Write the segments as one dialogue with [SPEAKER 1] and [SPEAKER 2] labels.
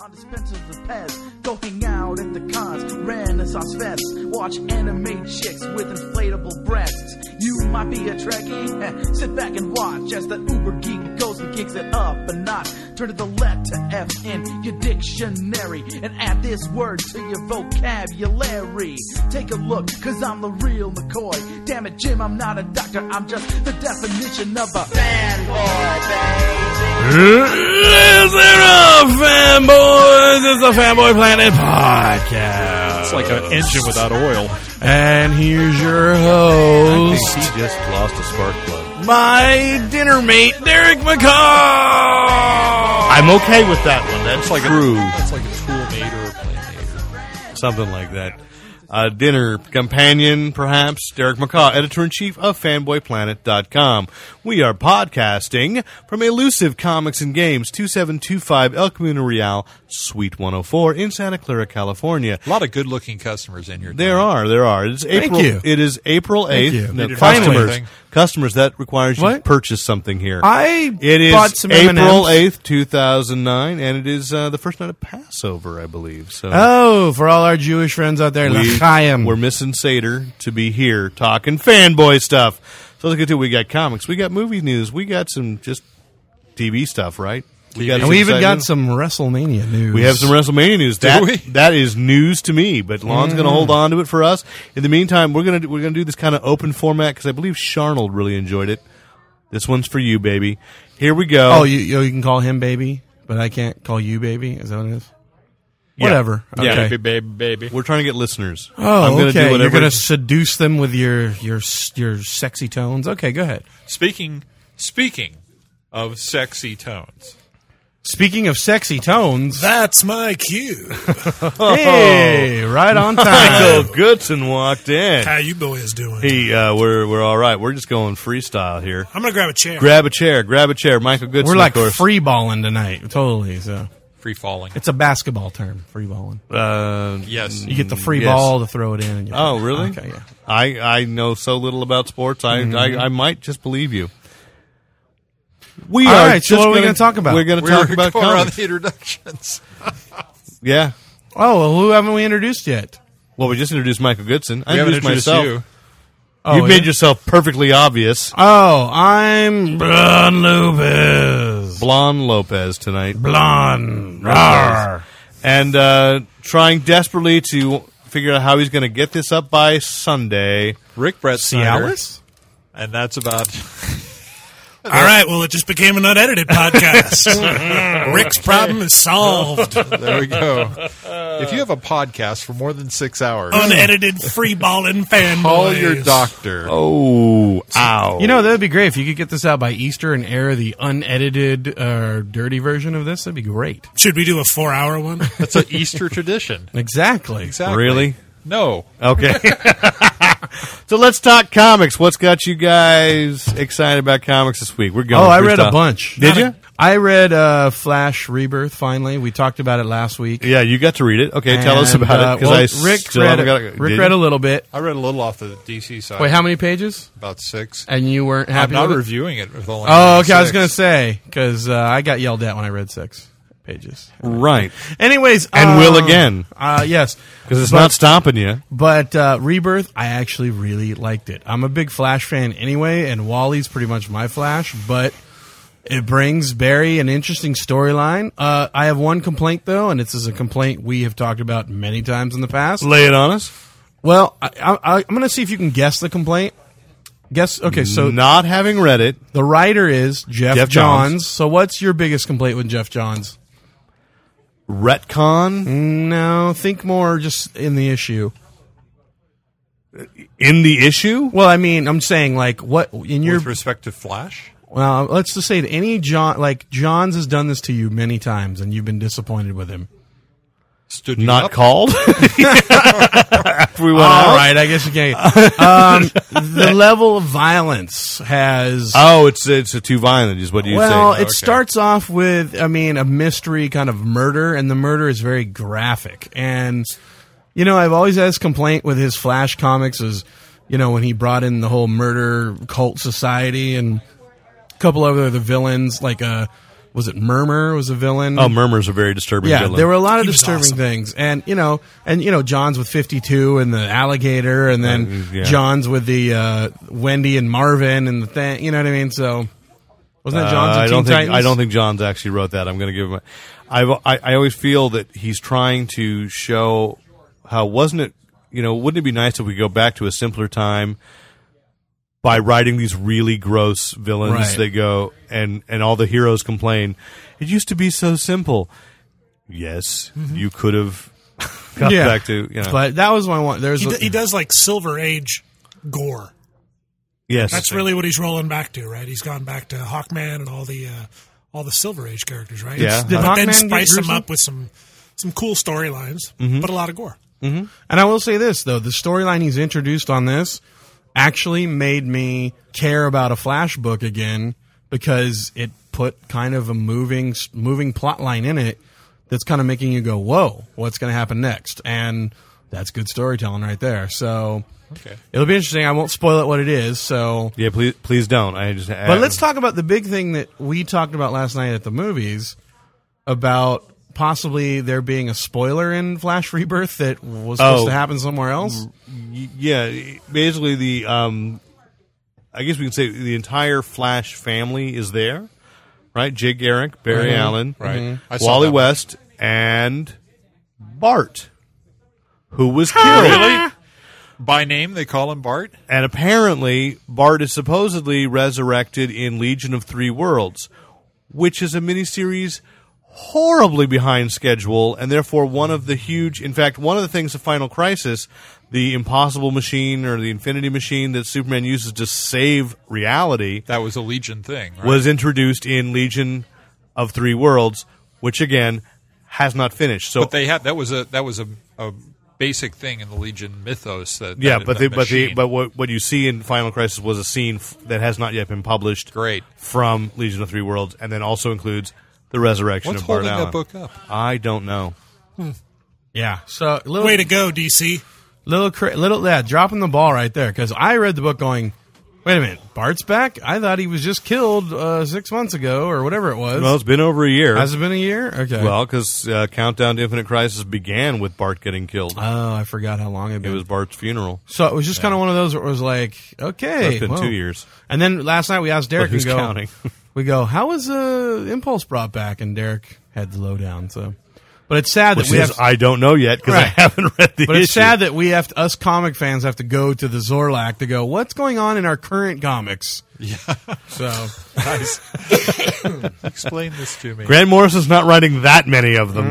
[SPEAKER 1] On dispensers of Pez, go hang out at the cons, Renaissance fests, watch anime chicks with inflatable breasts. You might be a Trekkie, eh, sit back and watch as the Uber Geek goes and kicks it up a notch. Turn to the letter F in your dictionary and add this word to your vocabulary. Take a look, cause I'm the real McCoy. Damn it, Jim, I'm not a doctor, I'm just the definition of a fanboy, baby.
[SPEAKER 2] Is there a fanboys? It's the Fanboy Planet podcast.
[SPEAKER 3] It's like an engine without oil.
[SPEAKER 2] and here's your
[SPEAKER 4] He
[SPEAKER 2] host,
[SPEAKER 4] just lost a spark plug.
[SPEAKER 2] my dinner mate, Derek McCall. I'm
[SPEAKER 4] I'm okay with that one. That's like true.
[SPEAKER 3] It's like a tool made or a plane made.
[SPEAKER 4] Something like that. Uh, dinner companion, perhaps. Derek McCaw, editor in chief of fanboyplanet.com. We are podcasting from Elusive Comics and Games, 2725 El Camino Real, Suite 104 in Santa Clara, California.
[SPEAKER 3] A lot of good looking customers in here.
[SPEAKER 4] There are, there are. It's April.
[SPEAKER 2] you.
[SPEAKER 4] It is April
[SPEAKER 2] you.
[SPEAKER 4] eighth. No,
[SPEAKER 3] They didn't find
[SPEAKER 4] customers,
[SPEAKER 3] anything.
[SPEAKER 4] customers. That requires you to
[SPEAKER 2] What?
[SPEAKER 4] purchase something here.
[SPEAKER 2] I
[SPEAKER 4] It is
[SPEAKER 2] bought some
[SPEAKER 4] April
[SPEAKER 2] M&Ms.
[SPEAKER 4] eighth, two thousand nine, and it is uh, the first night of Passover, I believe. So
[SPEAKER 2] Oh, for all our Jewish friends out there, L'chaim.
[SPEAKER 4] we're missing Seder to be here talking fanboy stuff. So let's get to it. We got comics, we got movie news, we got some just TV stuff, right? We got
[SPEAKER 2] and we
[SPEAKER 4] some
[SPEAKER 2] even got
[SPEAKER 4] exciting-
[SPEAKER 2] some WrestleMania news.
[SPEAKER 4] We have some WrestleMania news. That
[SPEAKER 3] we?
[SPEAKER 4] that is news to me, but Lon's going to
[SPEAKER 2] Mm.
[SPEAKER 4] hold on to it for us. In the meantime, we're going to we're going to do this kind of open format because I believe Sharnold really enjoyed it. This one's for you, baby. Here we go.
[SPEAKER 2] Oh, you, you you can call him baby, but I can't call you baby. Is that what it is?
[SPEAKER 4] Yeah.
[SPEAKER 2] Whatever.
[SPEAKER 4] Yeah.
[SPEAKER 2] Okay.
[SPEAKER 3] Baby, baby, baby.
[SPEAKER 4] We're trying to get listeners.
[SPEAKER 2] Oh,
[SPEAKER 4] I'm gonna
[SPEAKER 2] okay.
[SPEAKER 4] do
[SPEAKER 2] You're
[SPEAKER 4] whatever.
[SPEAKER 2] going to seduce them with your your your sexy tones. Okay, go ahead.
[SPEAKER 3] Speaking, speaking of sexy tones.
[SPEAKER 2] Speaking of sexy tones,
[SPEAKER 5] That's my cue.
[SPEAKER 2] hey, right on time.
[SPEAKER 4] Oh, Michael Goodson walked in.
[SPEAKER 5] How you boys doing?
[SPEAKER 4] Hey, uh, we're we're all right. We're just going freestyle here.
[SPEAKER 5] I'm gonna grab a chair.
[SPEAKER 4] Grab a chair. Grab a chair. Michael Goodson.
[SPEAKER 2] We're
[SPEAKER 4] of
[SPEAKER 2] like
[SPEAKER 4] course.
[SPEAKER 2] free balling tonight, totally. So
[SPEAKER 3] Free falling.
[SPEAKER 2] it's a basketball term, free balling.
[SPEAKER 4] Uh,
[SPEAKER 3] Yes. Mm.
[SPEAKER 2] You get the free
[SPEAKER 4] Yes.
[SPEAKER 2] ball to throw it in. And you-
[SPEAKER 4] Oh, really?
[SPEAKER 2] Okay, yeah. Mm-hmm.
[SPEAKER 4] I, I know so little about sports. I, I, I might just believe you. We
[SPEAKER 2] All
[SPEAKER 4] are
[SPEAKER 2] right, so
[SPEAKER 4] just
[SPEAKER 2] what are we
[SPEAKER 4] gonna-
[SPEAKER 2] gonna talk about?
[SPEAKER 4] We're going to
[SPEAKER 3] We
[SPEAKER 4] talk
[SPEAKER 3] were
[SPEAKER 4] about
[SPEAKER 3] going around
[SPEAKER 4] comics.
[SPEAKER 3] the introductions.
[SPEAKER 4] Yeah.
[SPEAKER 2] Oh, well, who haven't we introduced yet?
[SPEAKER 4] Well, we just introduced Michael Goodson. I
[SPEAKER 3] We haven't introduced
[SPEAKER 4] introduced myself.
[SPEAKER 3] you.
[SPEAKER 2] Oh,
[SPEAKER 4] You've made
[SPEAKER 2] yeah?
[SPEAKER 4] yourself perfectly obvious.
[SPEAKER 2] Oh, I'm Blonde Lopez.
[SPEAKER 4] Blon Lopez tonight,
[SPEAKER 2] Blonde. Rawr.
[SPEAKER 4] and uh, trying desperately to figure out how he's going to get this up by Sunday.
[SPEAKER 3] Rick Brett Snyder.
[SPEAKER 2] Cialis?
[SPEAKER 3] And that's about.
[SPEAKER 5] All right. Well, it just became an unedited podcast. Rick's problem is solved.
[SPEAKER 3] There we go. if you have a podcast for more than six hours,
[SPEAKER 2] Oh,
[SPEAKER 5] unedited free balling fanboys.
[SPEAKER 3] call your doctor.
[SPEAKER 4] Oh, ow!
[SPEAKER 2] You know, that'd be great if you could get this out by Easter and air the unedited, uh, dirty version of this. That'd be great.
[SPEAKER 5] Should we do a four-hour one?
[SPEAKER 3] That's an Easter tradition.
[SPEAKER 2] Exactly.
[SPEAKER 3] Exactly.
[SPEAKER 4] really?
[SPEAKER 3] No.
[SPEAKER 4] Okay. so let's talk comics. What's got you guys excited about comics this week? We're going.
[SPEAKER 2] Oh, I read
[SPEAKER 4] freestyle.
[SPEAKER 2] a bunch.
[SPEAKER 4] Did you?
[SPEAKER 2] I read uh, Flash Rebirth. Finally, we talked about it last week.
[SPEAKER 4] Yeah, you got to read it. Okay, tell us
[SPEAKER 2] And,
[SPEAKER 4] about
[SPEAKER 2] uh,
[SPEAKER 4] it because
[SPEAKER 2] well,
[SPEAKER 4] I
[SPEAKER 2] Rick
[SPEAKER 4] still
[SPEAKER 2] read,
[SPEAKER 4] haven't got
[SPEAKER 2] Rick read a little bit.
[SPEAKER 3] I read a little off the DC side.
[SPEAKER 2] Wait, how many pages?
[SPEAKER 3] about six.
[SPEAKER 2] And you weren't
[SPEAKER 3] I'm
[SPEAKER 2] happy?
[SPEAKER 3] not
[SPEAKER 2] with it?
[SPEAKER 3] reviewing it. With only
[SPEAKER 2] Oh, okay. I was
[SPEAKER 3] six.
[SPEAKER 2] gonna say because uh, I got yelled at when I read six pages.
[SPEAKER 4] right
[SPEAKER 2] Anyways,
[SPEAKER 4] And
[SPEAKER 2] uh,
[SPEAKER 4] will again.
[SPEAKER 2] Uh, yes,
[SPEAKER 4] because it's not stopping you.
[SPEAKER 2] But uh, Rebirth, I actually really liked it. I'm a big Flash fan anyway, and Wally's pretty much my Flash, but it brings Barry an interesting storyline. Uh, I have one complaint, though, and this is a complaint we have talked about many times in the past.
[SPEAKER 4] Lay it on us.
[SPEAKER 2] Well, I, I, I'm going to see if you can guess the complaint. Guess, okay, so
[SPEAKER 4] not having read it,
[SPEAKER 2] the writer is Jeff,
[SPEAKER 4] Jeff
[SPEAKER 2] Johns.
[SPEAKER 4] Johns.
[SPEAKER 2] So what's your biggest complaint with Jeff Johns?
[SPEAKER 4] retcon
[SPEAKER 2] No, think more just in the issue.
[SPEAKER 4] in the issue.
[SPEAKER 2] Well, I mean, I'm saying like what in your
[SPEAKER 3] with respect to Flash.
[SPEAKER 2] Well, let's just say that any John, like Johns, has done this to you many times, and you've been disappointed with him.
[SPEAKER 3] Stood you
[SPEAKER 4] Not
[SPEAKER 3] up.
[SPEAKER 4] called. After we went
[SPEAKER 2] All
[SPEAKER 4] out.
[SPEAKER 2] right, I guess you can. Um, the level of violence has.
[SPEAKER 4] Oh, it's it's a too violent is what you
[SPEAKER 2] well,
[SPEAKER 4] say.
[SPEAKER 2] it starts off with, I mean, a mystery kind of murder, and the murder is very graphic. And you know, I've always had this complaint with his Flash comics is, you know, when he brought in the whole murder cult society and a couple of other villains like uh was it Murmur was a villain?
[SPEAKER 4] Oh, Murmur's a very disturbing
[SPEAKER 2] yeah,
[SPEAKER 4] villain.
[SPEAKER 2] there were a lot of
[SPEAKER 5] He was
[SPEAKER 2] disturbing
[SPEAKER 5] awesome.
[SPEAKER 2] things, and you know, and you know, John's with Fifty Two and the alligator, and then
[SPEAKER 4] Uh, yeah.
[SPEAKER 2] John's with the uh, Wendy and Marvin and the thing. You know what I mean? So wasn't that John's?
[SPEAKER 4] Uh,
[SPEAKER 2] and
[SPEAKER 4] I
[SPEAKER 2] Teen
[SPEAKER 4] don't think
[SPEAKER 2] Titans?
[SPEAKER 4] I don't think John's actually wrote that. I'm going to give him. A, I've, I I always feel that he's trying to show how wasn't it you know wouldn't it be nice if we go back to a simpler time by writing these really gross villains
[SPEAKER 2] Right.
[SPEAKER 4] that go and and all the heroes complain it used to be so simple. Yes, you could have got
[SPEAKER 2] Mm-hmm. Yeah.
[SPEAKER 4] back to you know.
[SPEAKER 2] But that was my one. There's
[SPEAKER 5] He, d- he does like Silver Age gore.
[SPEAKER 4] yes,
[SPEAKER 5] That's really what he's rolling back to, right? He's gone back to Hawkman and all the uh, all the Silver Age characters, right?
[SPEAKER 4] Yeah. Did
[SPEAKER 5] but then
[SPEAKER 2] Hawkman get
[SPEAKER 5] spice them
[SPEAKER 2] gruesome?
[SPEAKER 5] up with some some cool storylines,
[SPEAKER 3] Mm-hmm.
[SPEAKER 5] but a lot of gore.
[SPEAKER 2] And I will say this though, the storyline he's introduced on this actually made me care about a Flash book again because it put kind of a moving moving plot line in it that's kind of making you go, "Whoa, what's going to happen next?" And that's good storytelling right there. So it'll be interesting. I won't spoil it what it is. So
[SPEAKER 4] yeah. Please please don't. I just
[SPEAKER 2] but let's talk about the big thing that we talked about last night at the movies about possibly there being a spoiler in Flash Rebirth that was supposed
[SPEAKER 4] Oh.
[SPEAKER 2] to happen somewhere else.
[SPEAKER 4] Y- yeah, basically the um, I guess we can say the entire Flash family is there, right? Jig Garrick, Barry Allen,
[SPEAKER 3] Mm-hmm.
[SPEAKER 4] Mm-hmm.
[SPEAKER 3] Right. I saw
[SPEAKER 4] Wally
[SPEAKER 3] that one.
[SPEAKER 4] West, and Bart, who was killed.
[SPEAKER 3] Really? By name, they call him Bart.
[SPEAKER 4] And apparently, Bart is supposedly resurrected in Legion of Three Worlds, which is a miniseries horribly behind schedule, and therefore one of the huge. In fact, one of the things of Final Crisis, the Impossible Machine or the Infinity Machine that Superman uses to save reality,
[SPEAKER 3] That was a Legion thing. Right?
[SPEAKER 4] was introduced in Legion of Three Worlds, which again has not finished. So
[SPEAKER 3] but they had that was a that was a, a basic thing in the Legion mythos. That
[SPEAKER 4] Yeah,
[SPEAKER 3] that-
[SPEAKER 4] but the,
[SPEAKER 3] that
[SPEAKER 4] but the
[SPEAKER 3] machine.
[SPEAKER 4] but what what you see in Final Crisis was a scene f- that has not yet been published.
[SPEAKER 3] Great.
[SPEAKER 4] from Legion of Three Worlds, and then also includes the resurrection
[SPEAKER 3] What's
[SPEAKER 4] of Bart
[SPEAKER 3] holding that
[SPEAKER 4] Allen.
[SPEAKER 3] book up?
[SPEAKER 4] I don't know.
[SPEAKER 2] Yeah. So little
[SPEAKER 5] Way to go, DC!
[SPEAKER 2] little cra- little yeah, dropping the ball right there because I read the book going, wait a minute, Bart's back. I thought he was just killed uh, six months ago or whatever it was.
[SPEAKER 4] Well, it's been over a year.
[SPEAKER 2] Has it been a year? Okay.
[SPEAKER 4] well, because uh, Countdown to Infinite Crisis began with Bart getting killed.
[SPEAKER 2] oh, I forgot how long it,
[SPEAKER 4] it
[SPEAKER 2] been.
[SPEAKER 4] was Bart's funeral.
[SPEAKER 2] So it was just kind of one of those where it was like, okay,
[SPEAKER 4] It's been
[SPEAKER 2] well.
[SPEAKER 4] two years.
[SPEAKER 2] And then last night we asked Derek,
[SPEAKER 4] But who's
[SPEAKER 2] we go,
[SPEAKER 4] counting?
[SPEAKER 2] we go, how was uh, Impulse brought back? And Derek had the lowdown. So, but it's sad
[SPEAKER 4] Which
[SPEAKER 2] that we
[SPEAKER 4] is
[SPEAKER 2] have.
[SPEAKER 4] I don't know yet because I
[SPEAKER 2] Right.
[SPEAKER 4] haven't read the
[SPEAKER 2] but it's
[SPEAKER 4] issue.
[SPEAKER 2] sad that we have to, us comic fans have to go to the Zorlak to go. What's going on in our current comics? Yeah. So
[SPEAKER 3] Explain this to me.
[SPEAKER 4] Grant Morrison's not writing that many of them.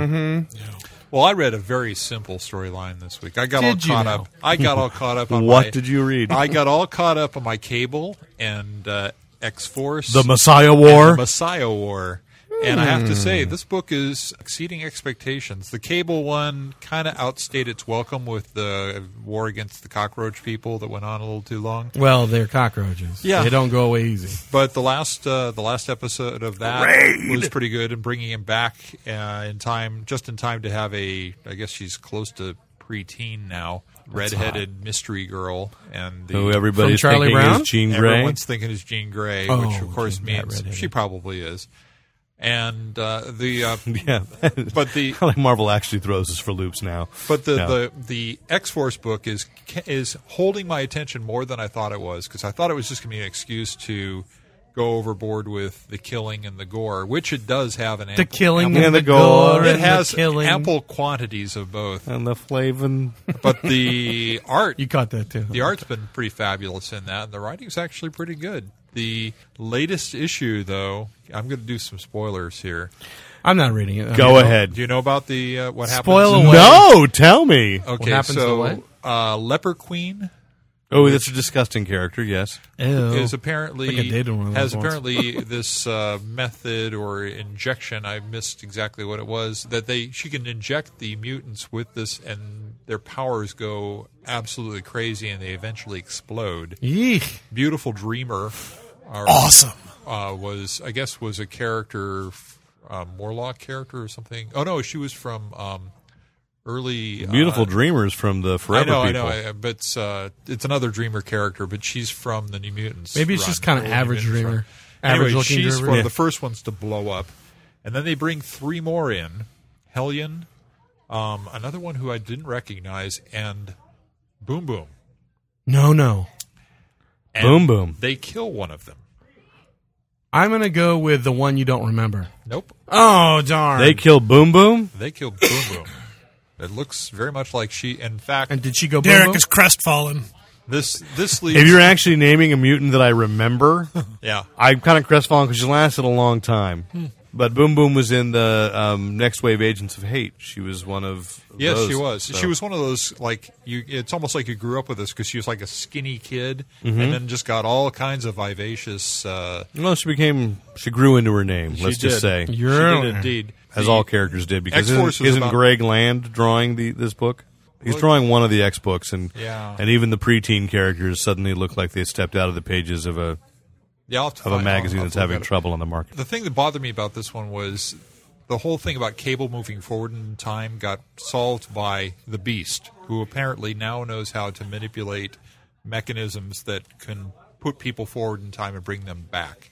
[SPEAKER 2] Mm-hmm.
[SPEAKER 3] Well, I read a very simple storyline this week. I got
[SPEAKER 2] Did
[SPEAKER 3] all
[SPEAKER 2] you
[SPEAKER 3] caught
[SPEAKER 2] now?
[SPEAKER 3] up. I got all caught up on
[SPEAKER 4] What
[SPEAKER 3] my-
[SPEAKER 4] did you read?
[SPEAKER 3] I got all caught up on my cable and uh, X Force,
[SPEAKER 4] The Messiah War. Hmm.
[SPEAKER 3] the Messiah War. And I have to say, this book is exceeding expectations. The cable one kind of outstayed its welcome with the war against the cockroach people that went on a little too long.
[SPEAKER 2] Well, they're cockroaches.
[SPEAKER 3] Yeah.
[SPEAKER 2] They don't go away easy.
[SPEAKER 3] But the last uh, the last episode of that was pretty good, and bringing him back uh, in time, just in time to have a, I guess she's close to preteen now, redheaded mystery girl, and the,
[SPEAKER 4] who everybody's
[SPEAKER 2] From Charlie
[SPEAKER 4] thinking
[SPEAKER 2] Brown?
[SPEAKER 4] is Jean Grey.
[SPEAKER 3] everyone's thinking is Jean Grey,
[SPEAKER 2] Oh,
[SPEAKER 3] which of course
[SPEAKER 2] that
[SPEAKER 3] means
[SPEAKER 2] redheaded.
[SPEAKER 3] she probably is. And uh, the uh,
[SPEAKER 4] Yeah,
[SPEAKER 3] but the
[SPEAKER 4] like Marvel actually throws us for loops now.
[SPEAKER 3] But the,
[SPEAKER 4] No.
[SPEAKER 3] the, the X Force book is is holding my attention more than I thought it was because I thought it was just going to be an excuse to go overboard with the killing and the gore, which it does have an
[SPEAKER 2] The
[SPEAKER 3] ample,
[SPEAKER 2] killing
[SPEAKER 3] ample-
[SPEAKER 2] and the
[SPEAKER 4] gore
[SPEAKER 2] gore
[SPEAKER 3] it
[SPEAKER 2] and
[SPEAKER 3] has
[SPEAKER 2] the killing.
[SPEAKER 3] ample quantities of both.
[SPEAKER 4] and the Flavin.
[SPEAKER 3] But the art
[SPEAKER 2] You caught that too.
[SPEAKER 3] the art's been pretty fabulous in that, and the writing's actually pretty good. The latest issue, though, I'm going to do some spoilers here.
[SPEAKER 2] I'm not reading it.
[SPEAKER 4] Go
[SPEAKER 2] Okay.
[SPEAKER 4] ahead.
[SPEAKER 3] Do you know about the uh, what happens?
[SPEAKER 2] Spoil away.
[SPEAKER 4] No, tell me.
[SPEAKER 3] Okay,
[SPEAKER 2] happens to
[SPEAKER 3] so
[SPEAKER 2] what?
[SPEAKER 3] Uh, Leper Queen.
[SPEAKER 4] Oh, that's a disgusting character. Yes,
[SPEAKER 2] Ew.
[SPEAKER 3] is apparently
[SPEAKER 2] Like I did one of those
[SPEAKER 3] has
[SPEAKER 2] once.
[SPEAKER 3] apparently this uh, method or injection. I missed exactly what it was that they she can inject the mutants with this, and their powers go absolutely crazy, and they eventually explode.
[SPEAKER 2] Yeek.
[SPEAKER 3] Beautiful dreamer, our,
[SPEAKER 5] Awesome.
[SPEAKER 3] uh, was I guess was a character, um, Morlock character or something. Oh no, she was from um, early
[SPEAKER 4] beautiful
[SPEAKER 3] uh,
[SPEAKER 4] dreamers from the
[SPEAKER 3] I
[SPEAKER 4] Forever
[SPEAKER 3] know, I
[SPEAKER 4] People.
[SPEAKER 3] know, I- but it's, uh, it's another Dreamer character, but she's from the New Mutants.
[SPEAKER 2] Maybe it's
[SPEAKER 3] run,
[SPEAKER 2] just kinda
[SPEAKER 3] early
[SPEAKER 2] average
[SPEAKER 3] Mutants
[SPEAKER 2] Dreamer.
[SPEAKER 3] run. Anyway,
[SPEAKER 2] Average-looking
[SPEAKER 3] she's
[SPEAKER 2] Dreamer.
[SPEAKER 3] one
[SPEAKER 2] Yeah.
[SPEAKER 3] of the first ones to blow up, And then they bring three more in Hellion, um, another one who I didn't recognize, and Boom Boom.
[SPEAKER 2] No, no.
[SPEAKER 3] And
[SPEAKER 4] Boom Boom.
[SPEAKER 3] They kill one of them.
[SPEAKER 2] I'm gonna go with the one you don't remember.
[SPEAKER 3] Nope.
[SPEAKER 2] Oh darn!
[SPEAKER 4] They kill Boom Boom.
[SPEAKER 3] They kill Boom Boom. It looks very much like she. In fact,
[SPEAKER 2] and did she go?
[SPEAKER 5] Derek
[SPEAKER 3] Mm-hmm.
[SPEAKER 2] Bobo?
[SPEAKER 5] is crestfallen.
[SPEAKER 3] this this leaves.
[SPEAKER 4] If you're actually naming a mutant that I remember,
[SPEAKER 3] yeah,
[SPEAKER 4] I'm kind of crestfallen because she lasted a long time.
[SPEAKER 3] Hmm.
[SPEAKER 4] But Boom Boom was in the um, next wave Agents of Hate. She was one of
[SPEAKER 3] Yes,
[SPEAKER 4] those,
[SPEAKER 3] she was.
[SPEAKER 4] so-
[SPEAKER 3] She was one of those like you. It's almost like you grew up with this because she was like a skinny kid,
[SPEAKER 4] Mm-hmm.
[SPEAKER 3] and then just got all kinds of vivacious. Uh,
[SPEAKER 4] Well, she became. She grew into her name. let's
[SPEAKER 3] she did.
[SPEAKER 4] just say,
[SPEAKER 3] she
[SPEAKER 2] You're-
[SPEAKER 3] did indeed.
[SPEAKER 4] as
[SPEAKER 3] The-
[SPEAKER 4] all characters did. Because
[SPEAKER 3] X-Force
[SPEAKER 4] isn't,
[SPEAKER 3] was
[SPEAKER 4] isn't
[SPEAKER 3] about-
[SPEAKER 4] Greg Land drawing the this book? He's drawing one of the X books, and
[SPEAKER 3] Yeah.
[SPEAKER 4] and even the preteen characters suddenly look like they stepped out of the pages of a
[SPEAKER 3] yeah, I'll have to
[SPEAKER 4] of a
[SPEAKER 3] find- I'll-
[SPEAKER 4] magazine
[SPEAKER 3] I'll
[SPEAKER 4] that's
[SPEAKER 3] look
[SPEAKER 4] having
[SPEAKER 3] at it.
[SPEAKER 4] trouble on the market.
[SPEAKER 3] The thing that bothered me about this one was the whole thing about Cable moving forward in time got solved by the Beast, who apparently now knows how to manipulate mechanisms that can put people forward in time and bring them back.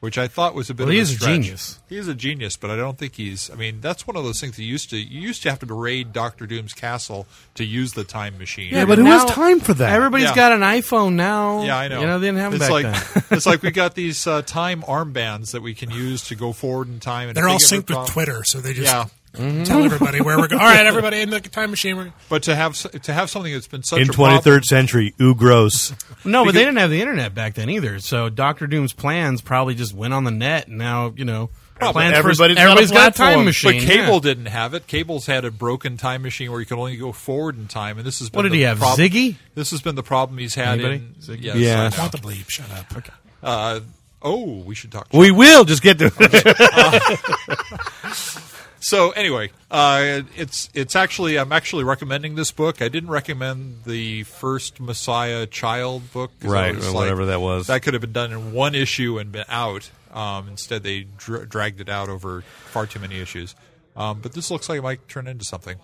[SPEAKER 3] Which I thought was a bit.
[SPEAKER 2] Well,
[SPEAKER 3] of
[SPEAKER 2] he
[SPEAKER 3] a
[SPEAKER 2] is a
[SPEAKER 3] stretch.
[SPEAKER 2] genius.
[SPEAKER 3] He is a genius, but I don't think he's. I mean, that's one of those things that you used to. You used to have to raid Doctor Doom's castle to use the time machine.
[SPEAKER 4] Yeah, but who has time for that?
[SPEAKER 2] Everybody's
[SPEAKER 3] Yeah.
[SPEAKER 2] got an iPhone now.
[SPEAKER 3] Yeah, I know.
[SPEAKER 2] You know they didn't have them
[SPEAKER 3] it's
[SPEAKER 2] back
[SPEAKER 3] like,
[SPEAKER 2] then.
[SPEAKER 3] it's like we got these uh, time armbands that we can use to go forward in time. And
[SPEAKER 5] They're
[SPEAKER 3] if
[SPEAKER 5] all
[SPEAKER 3] they get
[SPEAKER 5] synced with
[SPEAKER 3] ripped off-
[SPEAKER 5] Twitter, so they just
[SPEAKER 3] Yeah,
[SPEAKER 5] tell everybody where we're going. All right, everybody in the time machine. We're-
[SPEAKER 3] but to have s- to have something that's been such
[SPEAKER 4] In
[SPEAKER 3] a problem-
[SPEAKER 4] 23rd century, ooh, gross.
[SPEAKER 2] No, but they didn't have the internet back then either. So Doctor Doom's plans probably just went on the net. And now you know, plans
[SPEAKER 4] Oh, everybody's
[SPEAKER 2] for,
[SPEAKER 4] got a
[SPEAKER 2] everybody's got a
[SPEAKER 4] platform.
[SPEAKER 2] time
[SPEAKER 4] But
[SPEAKER 2] machine.
[SPEAKER 3] But cable
[SPEAKER 2] yeah.
[SPEAKER 3] didn't have it. Cable's had a broken time machine where you can only go forward in time, and this has been
[SPEAKER 2] What did
[SPEAKER 3] the
[SPEAKER 2] he have,
[SPEAKER 3] prob-
[SPEAKER 2] Ziggy?
[SPEAKER 3] This has been the problem he's had.
[SPEAKER 2] Anybody?
[SPEAKER 3] In,
[SPEAKER 2] Ziggy?
[SPEAKER 3] Yes,
[SPEAKER 4] Yeah.
[SPEAKER 3] I know.
[SPEAKER 5] Want the bleep? Shut up.
[SPEAKER 3] Uh, oh, we should talk.
[SPEAKER 4] We will just get to it.
[SPEAKER 3] So anyway, uh, it's it's actually I'm actually recommending this book. I didn't recommend the first Messiah Child book, 'cause I
[SPEAKER 4] Right,
[SPEAKER 3] was
[SPEAKER 4] or
[SPEAKER 3] like,
[SPEAKER 4] whatever that was.
[SPEAKER 3] That could have been done in one issue and been out. Um, instead, they dra- dragged it out over far too many issues. Um, but this looks like it might turn into something.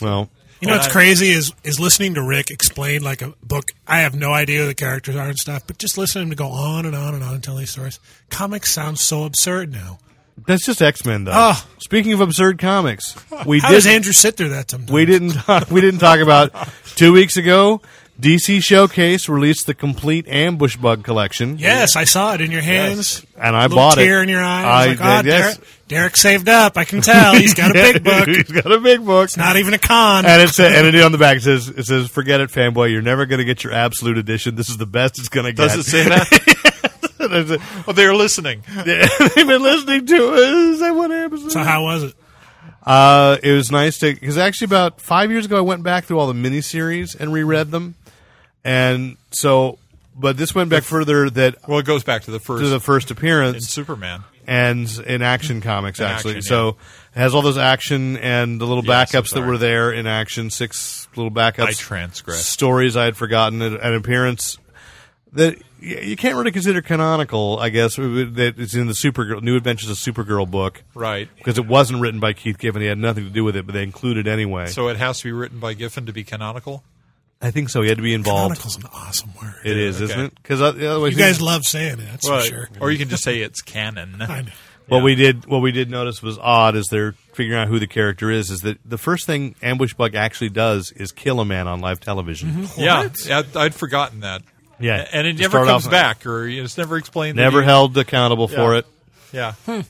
[SPEAKER 4] Well,
[SPEAKER 5] You know what's
[SPEAKER 3] I-
[SPEAKER 5] crazy is is listening to Rick explain like a book. I have no idea who the characters are and stuff, but just listening to go on and on and on and tell these stories. Comics sound so absurd now.
[SPEAKER 4] that's just X Men, though.
[SPEAKER 5] Ah.
[SPEAKER 4] Speaking of absurd comics, we
[SPEAKER 5] How
[SPEAKER 4] did
[SPEAKER 5] does Andrew sit through that sometimes?
[SPEAKER 4] we didn't talk, we didn't talk about two weeks ago. DC Showcase released the complete Ambush Bug collection.
[SPEAKER 5] Yes, I saw it in your hands.
[SPEAKER 4] and I
[SPEAKER 5] Little
[SPEAKER 4] bought it.
[SPEAKER 5] tear in your eye. I was
[SPEAKER 4] I
[SPEAKER 5] like, oh,
[SPEAKER 4] did, yes.
[SPEAKER 5] Derek, Derek saved up. I can tell. He's got a big book.
[SPEAKER 4] He's got a big book.
[SPEAKER 5] Not even a con.
[SPEAKER 4] and it sa and it on the back it says it says forget it fanboy you're never going to get your absolute edition this is the best it's going to get
[SPEAKER 3] Does it say that?
[SPEAKER 4] There's a-
[SPEAKER 3] oh, they're listening.
[SPEAKER 4] they've been listening to us I want episode
[SPEAKER 5] so how was it?
[SPEAKER 4] uh, it was nice to because actually about five years ago I went back through all the miniseries and reread them and so but this went back further that
[SPEAKER 3] Well, it goes back to the first
[SPEAKER 4] to the first
[SPEAKER 3] in
[SPEAKER 4] appearance
[SPEAKER 3] Superman.
[SPEAKER 4] and in action comics actually.
[SPEAKER 3] action,
[SPEAKER 4] so it has all those action and the little
[SPEAKER 3] Yes,
[SPEAKER 4] backups that
[SPEAKER 3] sorry.
[SPEAKER 4] were there in action. Six little backups.
[SPEAKER 3] I transgressed.
[SPEAKER 4] stories I had forgotten. An an appearance that y- you can't really consider canonical, I guess. it would- That it's in the Supergirl New Adventures of Supergirl book,
[SPEAKER 3] Right.
[SPEAKER 4] Because it wasn't written by Keith Giffen. He had nothing to do with it, but they included it anyway.
[SPEAKER 3] So it has to be written by Giffen to be canonical.
[SPEAKER 4] I think so. He had to be involved.
[SPEAKER 5] Chronicle's an awesome word.
[SPEAKER 4] It is, isn't
[SPEAKER 3] Okay.
[SPEAKER 4] it? Because otherwise,
[SPEAKER 5] you guys love saying it, that's for sure.
[SPEAKER 3] Or you can just say it's canon.
[SPEAKER 5] I know.
[SPEAKER 4] What we did, what we did notice was odd as they're figuring out who the character is. Is that the first thing Ambush Bug actually does is kill a man on live television?
[SPEAKER 3] Yeah, I'd, I'd forgotten that.
[SPEAKER 4] Yeah.
[SPEAKER 3] and it
[SPEAKER 4] To
[SPEAKER 3] never
[SPEAKER 4] start
[SPEAKER 3] comes
[SPEAKER 4] off-
[SPEAKER 3] back, or it's never explained. that
[SPEAKER 4] Never Hmm.
[SPEAKER 3] he-
[SPEAKER 4] held accountable for
[SPEAKER 3] Yeah.
[SPEAKER 4] it.
[SPEAKER 3] Yeah,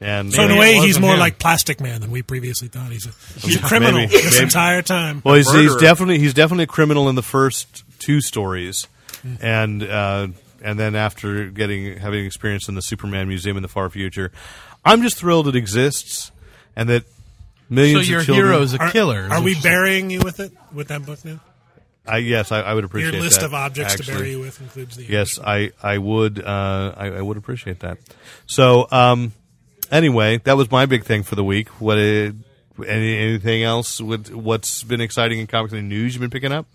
[SPEAKER 4] And
[SPEAKER 5] So in
[SPEAKER 4] Yeah.
[SPEAKER 3] Maybe
[SPEAKER 5] a way,
[SPEAKER 3] it
[SPEAKER 5] he's
[SPEAKER 3] wasn't
[SPEAKER 5] more
[SPEAKER 3] him.
[SPEAKER 5] like Plastic Man than we previously thought. He's a, he's a criminal
[SPEAKER 4] maybe.
[SPEAKER 5] this
[SPEAKER 4] Maybe.
[SPEAKER 5] entire time.
[SPEAKER 4] well, he's, he's
[SPEAKER 3] murderer.
[SPEAKER 4] definitely he's definitely a criminal in the first two stories,
[SPEAKER 5] Mm-hmm.
[SPEAKER 4] and uh, and then after getting having experience in the Superman Museum in the far future, I'm just thrilled it exists and that
[SPEAKER 2] so
[SPEAKER 4] millions
[SPEAKER 2] your
[SPEAKER 4] of children.
[SPEAKER 2] hero is a
[SPEAKER 5] Are-
[SPEAKER 2] killer.
[SPEAKER 5] Are, we burying you with it with that book now?
[SPEAKER 4] I, yes, I, I would appreciate
[SPEAKER 5] Your list
[SPEAKER 4] that,
[SPEAKER 5] of objects to
[SPEAKER 4] actually.
[SPEAKER 5] bury you with includes the
[SPEAKER 4] Yes, I, I would uh, I, I would appreciate that. So um, anyway, that was my big thing for the week. What uh any, anything else? With what's been exciting in comics and news you've been picking up?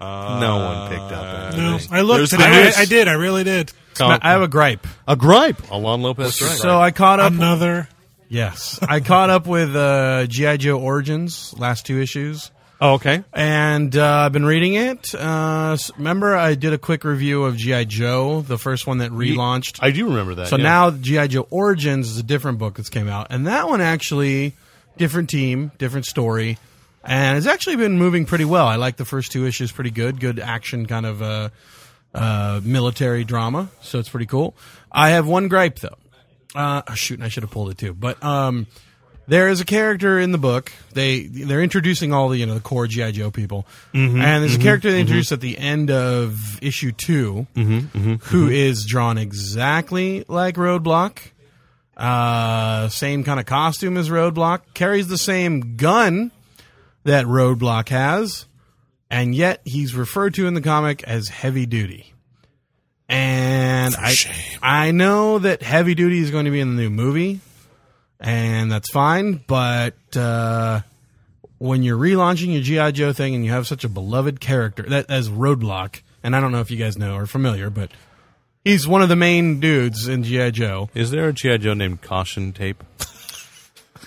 [SPEAKER 4] no one picked up anything.
[SPEAKER 5] No, I looked.
[SPEAKER 4] There's
[SPEAKER 5] Today.
[SPEAKER 4] the news.
[SPEAKER 5] I, I did. I really did.
[SPEAKER 4] Comic-
[SPEAKER 2] I have a gripe.
[SPEAKER 4] a gripe. Alon Lopez.
[SPEAKER 2] So I caught up.
[SPEAKER 5] Another.
[SPEAKER 2] yes, I caught up with uh, GI Joe Origins last two issues.
[SPEAKER 4] Oh, okay.
[SPEAKER 2] and uh, I've been reading it. Uh, s- remember, I did a quick review of GI Joe, the first one that relaunched.
[SPEAKER 4] I do remember that.
[SPEAKER 2] so
[SPEAKER 4] yeah.
[SPEAKER 2] now GI Joe Origins is a different book that's came out, and that one actually different team, different story, and it's actually been moving pretty well. I like the first two issues pretty good, good action kind of uh, uh, military drama, so it's pretty cool. I have one gripe though. Uh, oh, shoot, and I should have pulled it too, but um. There is a character in the book. They they're introducing all the you know the core GI Joe people,
[SPEAKER 4] Mm-hmm,
[SPEAKER 2] and there's a character they introduced at the end of issue 2
[SPEAKER 4] Mm-hmm,
[SPEAKER 2] who is drawn exactly like Roadblock, uh, same kind of costume as Roadblock, carries the same gun that Roadblock has, and yet he's referred to in the comic as Heavy Duty. And I
[SPEAKER 5] shame.
[SPEAKER 2] I know that Heavy Duty is going to be in the new movie, and that's fine. But uh, when you're relaunching your GI Joe thing and you have such a beloved character that as Roadblock, and I don't know if you guys know or are familiar, but he's one of the main dudes in GI Joe.
[SPEAKER 4] Is there a GI Joe named Caution Tape?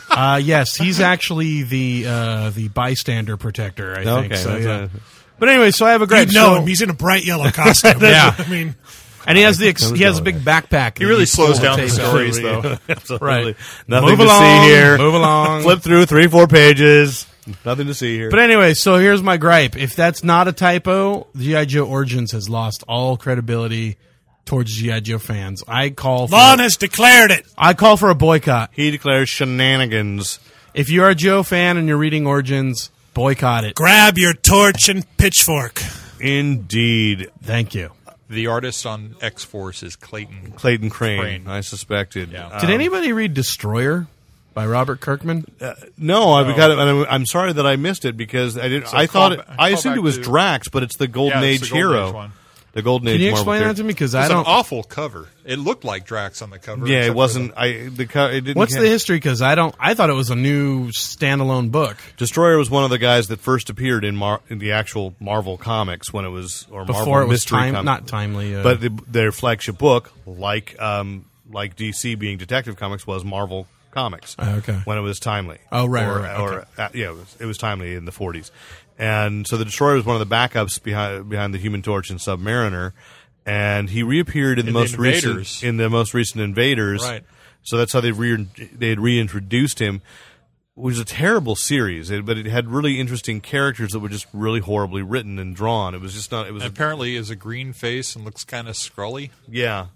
[SPEAKER 2] Uh, yes, he's actually the uh, the bystander protector. I think
[SPEAKER 4] Okay,
[SPEAKER 2] so.
[SPEAKER 4] that's
[SPEAKER 2] Yeah.
[SPEAKER 4] a-
[SPEAKER 2] But anyway, so I have a great
[SPEAKER 5] You'd
[SPEAKER 2] so-
[SPEAKER 5] know him. He's in a bright yellow costume.
[SPEAKER 2] Yeah.
[SPEAKER 5] I mean,
[SPEAKER 2] and he has the ex-
[SPEAKER 4] Those
[SPEAKER 2] he has a
[SPEAKER 4] guys.
[SPEAKER 2] big backpack.
[SPEAKER 3] He really slows down the
[SPEAKER 2] Tapes.
[SPEAKER 3] stories, though.
[SPEAKER 4] Absolutely.
[SPEAKER 2] Right.
[SPEAKER 4] Nothing
[SPEAKER 2] Move
[SPEAKER 4] to
[SPEAKER 2] along,
[SPEAKER 4] see here.
[SPEAKER 2] move along.
[SPEAKER 4] Flip through three, four pages. Nothing to see here.
[SPEAKER 2] But anyway, so here's my gripe. If that's not a typo, GI Joe Origins has lost all credibility towards GI Joe fans. I call for
[SPEAKER 5] Lon has declared it.
[SPEAKER 2] I call for a boycott.
[SPEAKER 4] he declares shenanigans.
[SPEAKER 2] If you're a Joe fan and you're reading Origins, boycott it.
[SPEAKER 5] Grab your torch and pitchfork.
[SPEAKER 4] Indeed.
[SPEAKER 2] Thank you.
[SPEAKER 3] The artist on X Force is Clayton.
[SPEAKER 4] Clayton Crane.
[SPEAKER 3] Crane.
[SPEAKER 4] I suspected.
[SPEAKER 3] Yeah.
[SPEAKER 4] Uh,
[SPEAKER 2] Did anybody read Destroyer by Robert Kirkman?
[SPEAKER 4] no, I got it. and I'm, I'm sorry that I missed it because I didn't.
[SPEAKER 3] So
[SPEAKER 4] I thought it,
[SPEAKER 3] callback-
[SPEAKER 4] I assumed it
[SPEAKER 3] callback
[SPEAKER 4] was
[SPEAKER 3] to-
[SPEAKER 4] Drax, but it's the Golden
[SPEAKER 3] Yeah,
[SPEAKER 4] Age
[SPEAKER 3] it's the Golden
[SPEAKER 4] hero.
[SPEAKER 3] Age one.
[SPEAKER 4] The Golden Age.
[SPEAKER 2] Can you
[SPEAKER 4] Marvel
[SPEAKER 2] explain that
[SPEAKER 4] character.
[SPEAKER 2] to me? Because
[SPEAKER 3] It's
[SPEAKER 2] I
[SPEAKER 3] an
[SPEAKER 2] don't.
[SPEAKER 3] awful cover. It looked like Drax on the cover.
[SPEAKER 4] Yeah,
[SPEAKER 3] except
[SPEAKER 4] it
[SPEAKER 3] for
[SPEAKER 4] wasn't.
[SPEAKER 3] the-
[SPEAKER 4] I the co- it didn't.
[SPEAKER 2] What's
[SPEAKER 4] ca-
[SPEAKER 2] the history? Because I don't. I thought it was a new standalone book
[SPEAKER 4] Destroyer was one of the guys that first appeared in, Mar- in the actual Marvel comics when it was or
[SPEAKER 2] before
[SPEAKER 4] Marvel
[SPEAKER 2] it was
[SPEAKER 4] mystery
[SPEAKER 2] time,
[SPEAKER 4] comic.
[SPEAKER 2] not timely. Uh,
[SPEAKER 4] but the, their flagship book, like um, like DC being Detective Comics, was Marvel Comics.
[SPEAKER 2] Oh, okay.
[SPEAKER 4] when it was timely.
[SPEAKER 2] Oh, right,
[SPEAKER 4] or,
[SPEAKER 2] right, right,
[SPEAKER 4] or uh, yeah, it was, it was timely in the forties, and so the Destroyer was one of the backups behind behind the Human Torch and Submariner, and he reappeared in the
[SPEAKER 3] In the
[SPEAKER 4] most recent
[SPEAKER 3] Invaders.
[SPEAKER 4] in the most recent Invaders.
[SPEAKER 3] Right.
[SPEAKER 4] So that's how they re- they had reintroduced him. It was a terrible series, it- but it had really interesting characters that were just really horribly written and drawn. It was just not. It was
[SPEAKER 3] Apparently, is a green face and looks kind of scrawly.
[SPEAKER 4] yeah.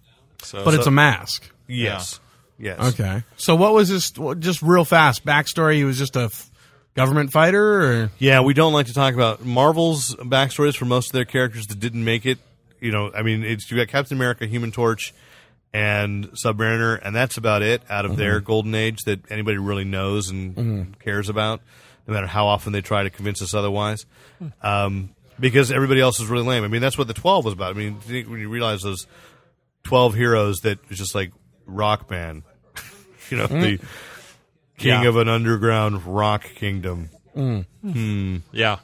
[SPEAKER 3] So,
[SPEAKER 2] but it's a mask.
[SPEAKER 4] Yes. Yes.
[SPEAKER 2] Okay. So what was this? what- Just real fast backstory. He was just a f- government fighter, or
[SPEAKER 4] Yeah, we don't like to talk about Marvel's backstories for most of their characters that didn't make it. You know, I mean, it's you got Captain America, Human Torch, and Submariner, and that's about it out of their golden age that anybody really knows and cares about, no matter how often they try to convince us otherwise. Um, because everybody else is really lame. I mean, that's what the twelve was about. I mean, you think- when you realize those twelve heroes that it's just like rock band, you know, the king
[SPEAKER 3] Yeah.
[SPEAKER 4] of an underground rock kingdom.
[SPEAKER 3] yeah,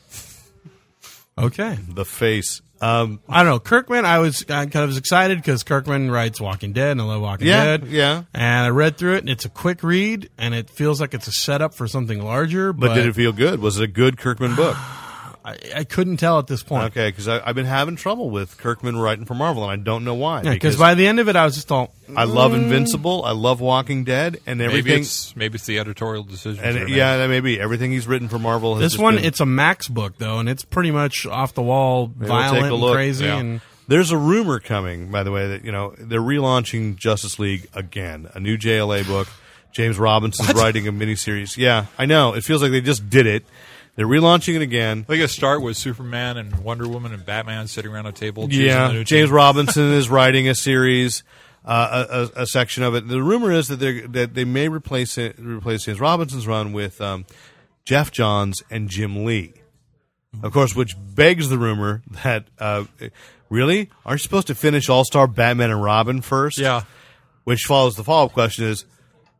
[SPEAKER 2] okay.
[SPEAKER 4] the face. Um,
[SPEAKER 2] I don't know. Kirkman. I was I kind of was excited because Kirkman writes Walking Dead, and I love Walking
[SPEAKER 4] Yeah,
[SPEAKER 2] Dead.
[SPEAKER 4] yeah.
[SPEAKER 2] And I read through it, and it's a quick read, and it feels like it's a setup for something larger. But,
[SPEAKER 4] but did it feel good? Was it a good Kirkman book?
[SPEAKER 2] I, I couldn't tell at this point.
[SPEAKER 4] Okay, because I've been having trouble with Kirkman writing for Marvel, and I don't know why.
[SPEAKER 2] Yeah, because by the end of it, I was just all.
[SPEAKER 4] I love Invincible, I love Walking Dead, and
[SPEAKER 3] maybe
[SPEAKER 4] everything.
[SPEAKER 3] it's maybe it's the editorial decision.
[SPEAKER 4] And it- yeah, that may be everything he's written for Marvel. Has
[SPEAKER 2] This
[SPEAKER 4] just
[SPEAKER 2] one,
[SPEAKER 4] been-
[SPEAKER 2] it's a Max book though, and it's pretty much off the wall,
[SPEAKER 4] Maybe we'll take
[SPEAKER 2] violent,
[SPEAKER 4] a look.
[SPEAKER 2] and crazy,
[SPEAKER 3] Yeah.
[SPEAKER 2] and
[SPEAKER 4] There's a rumor coming, by the way, that you know they're relaunching Justice League again, a new JLA book. James Robinson's writing a miniseries. Yeah, I know. It feels like they just did it. They're relaunching it again.
[SPEAKER 3] I think it start with Superman and Wonder Woman and Batman sitting around a table. choosing the
[SPEAKER 4] Yeah,
[SPEAKER 3] new
[SPEAKER 4] James
[SPEAKER 3] team.
[SPEAKER 4] Robinson is writing a series, uh, a, a, a section of it. The rumor is that they that they may replace it, replace James Robinson's run with um, Jeff Johns and Jim Lee, of course, which begs the rumor that uh, really aren't you supposed to finish All Star Batman and Robin first?
[SPEAKER 3] Yeah,
[SPEAKER 4] Which follows the follow up question is.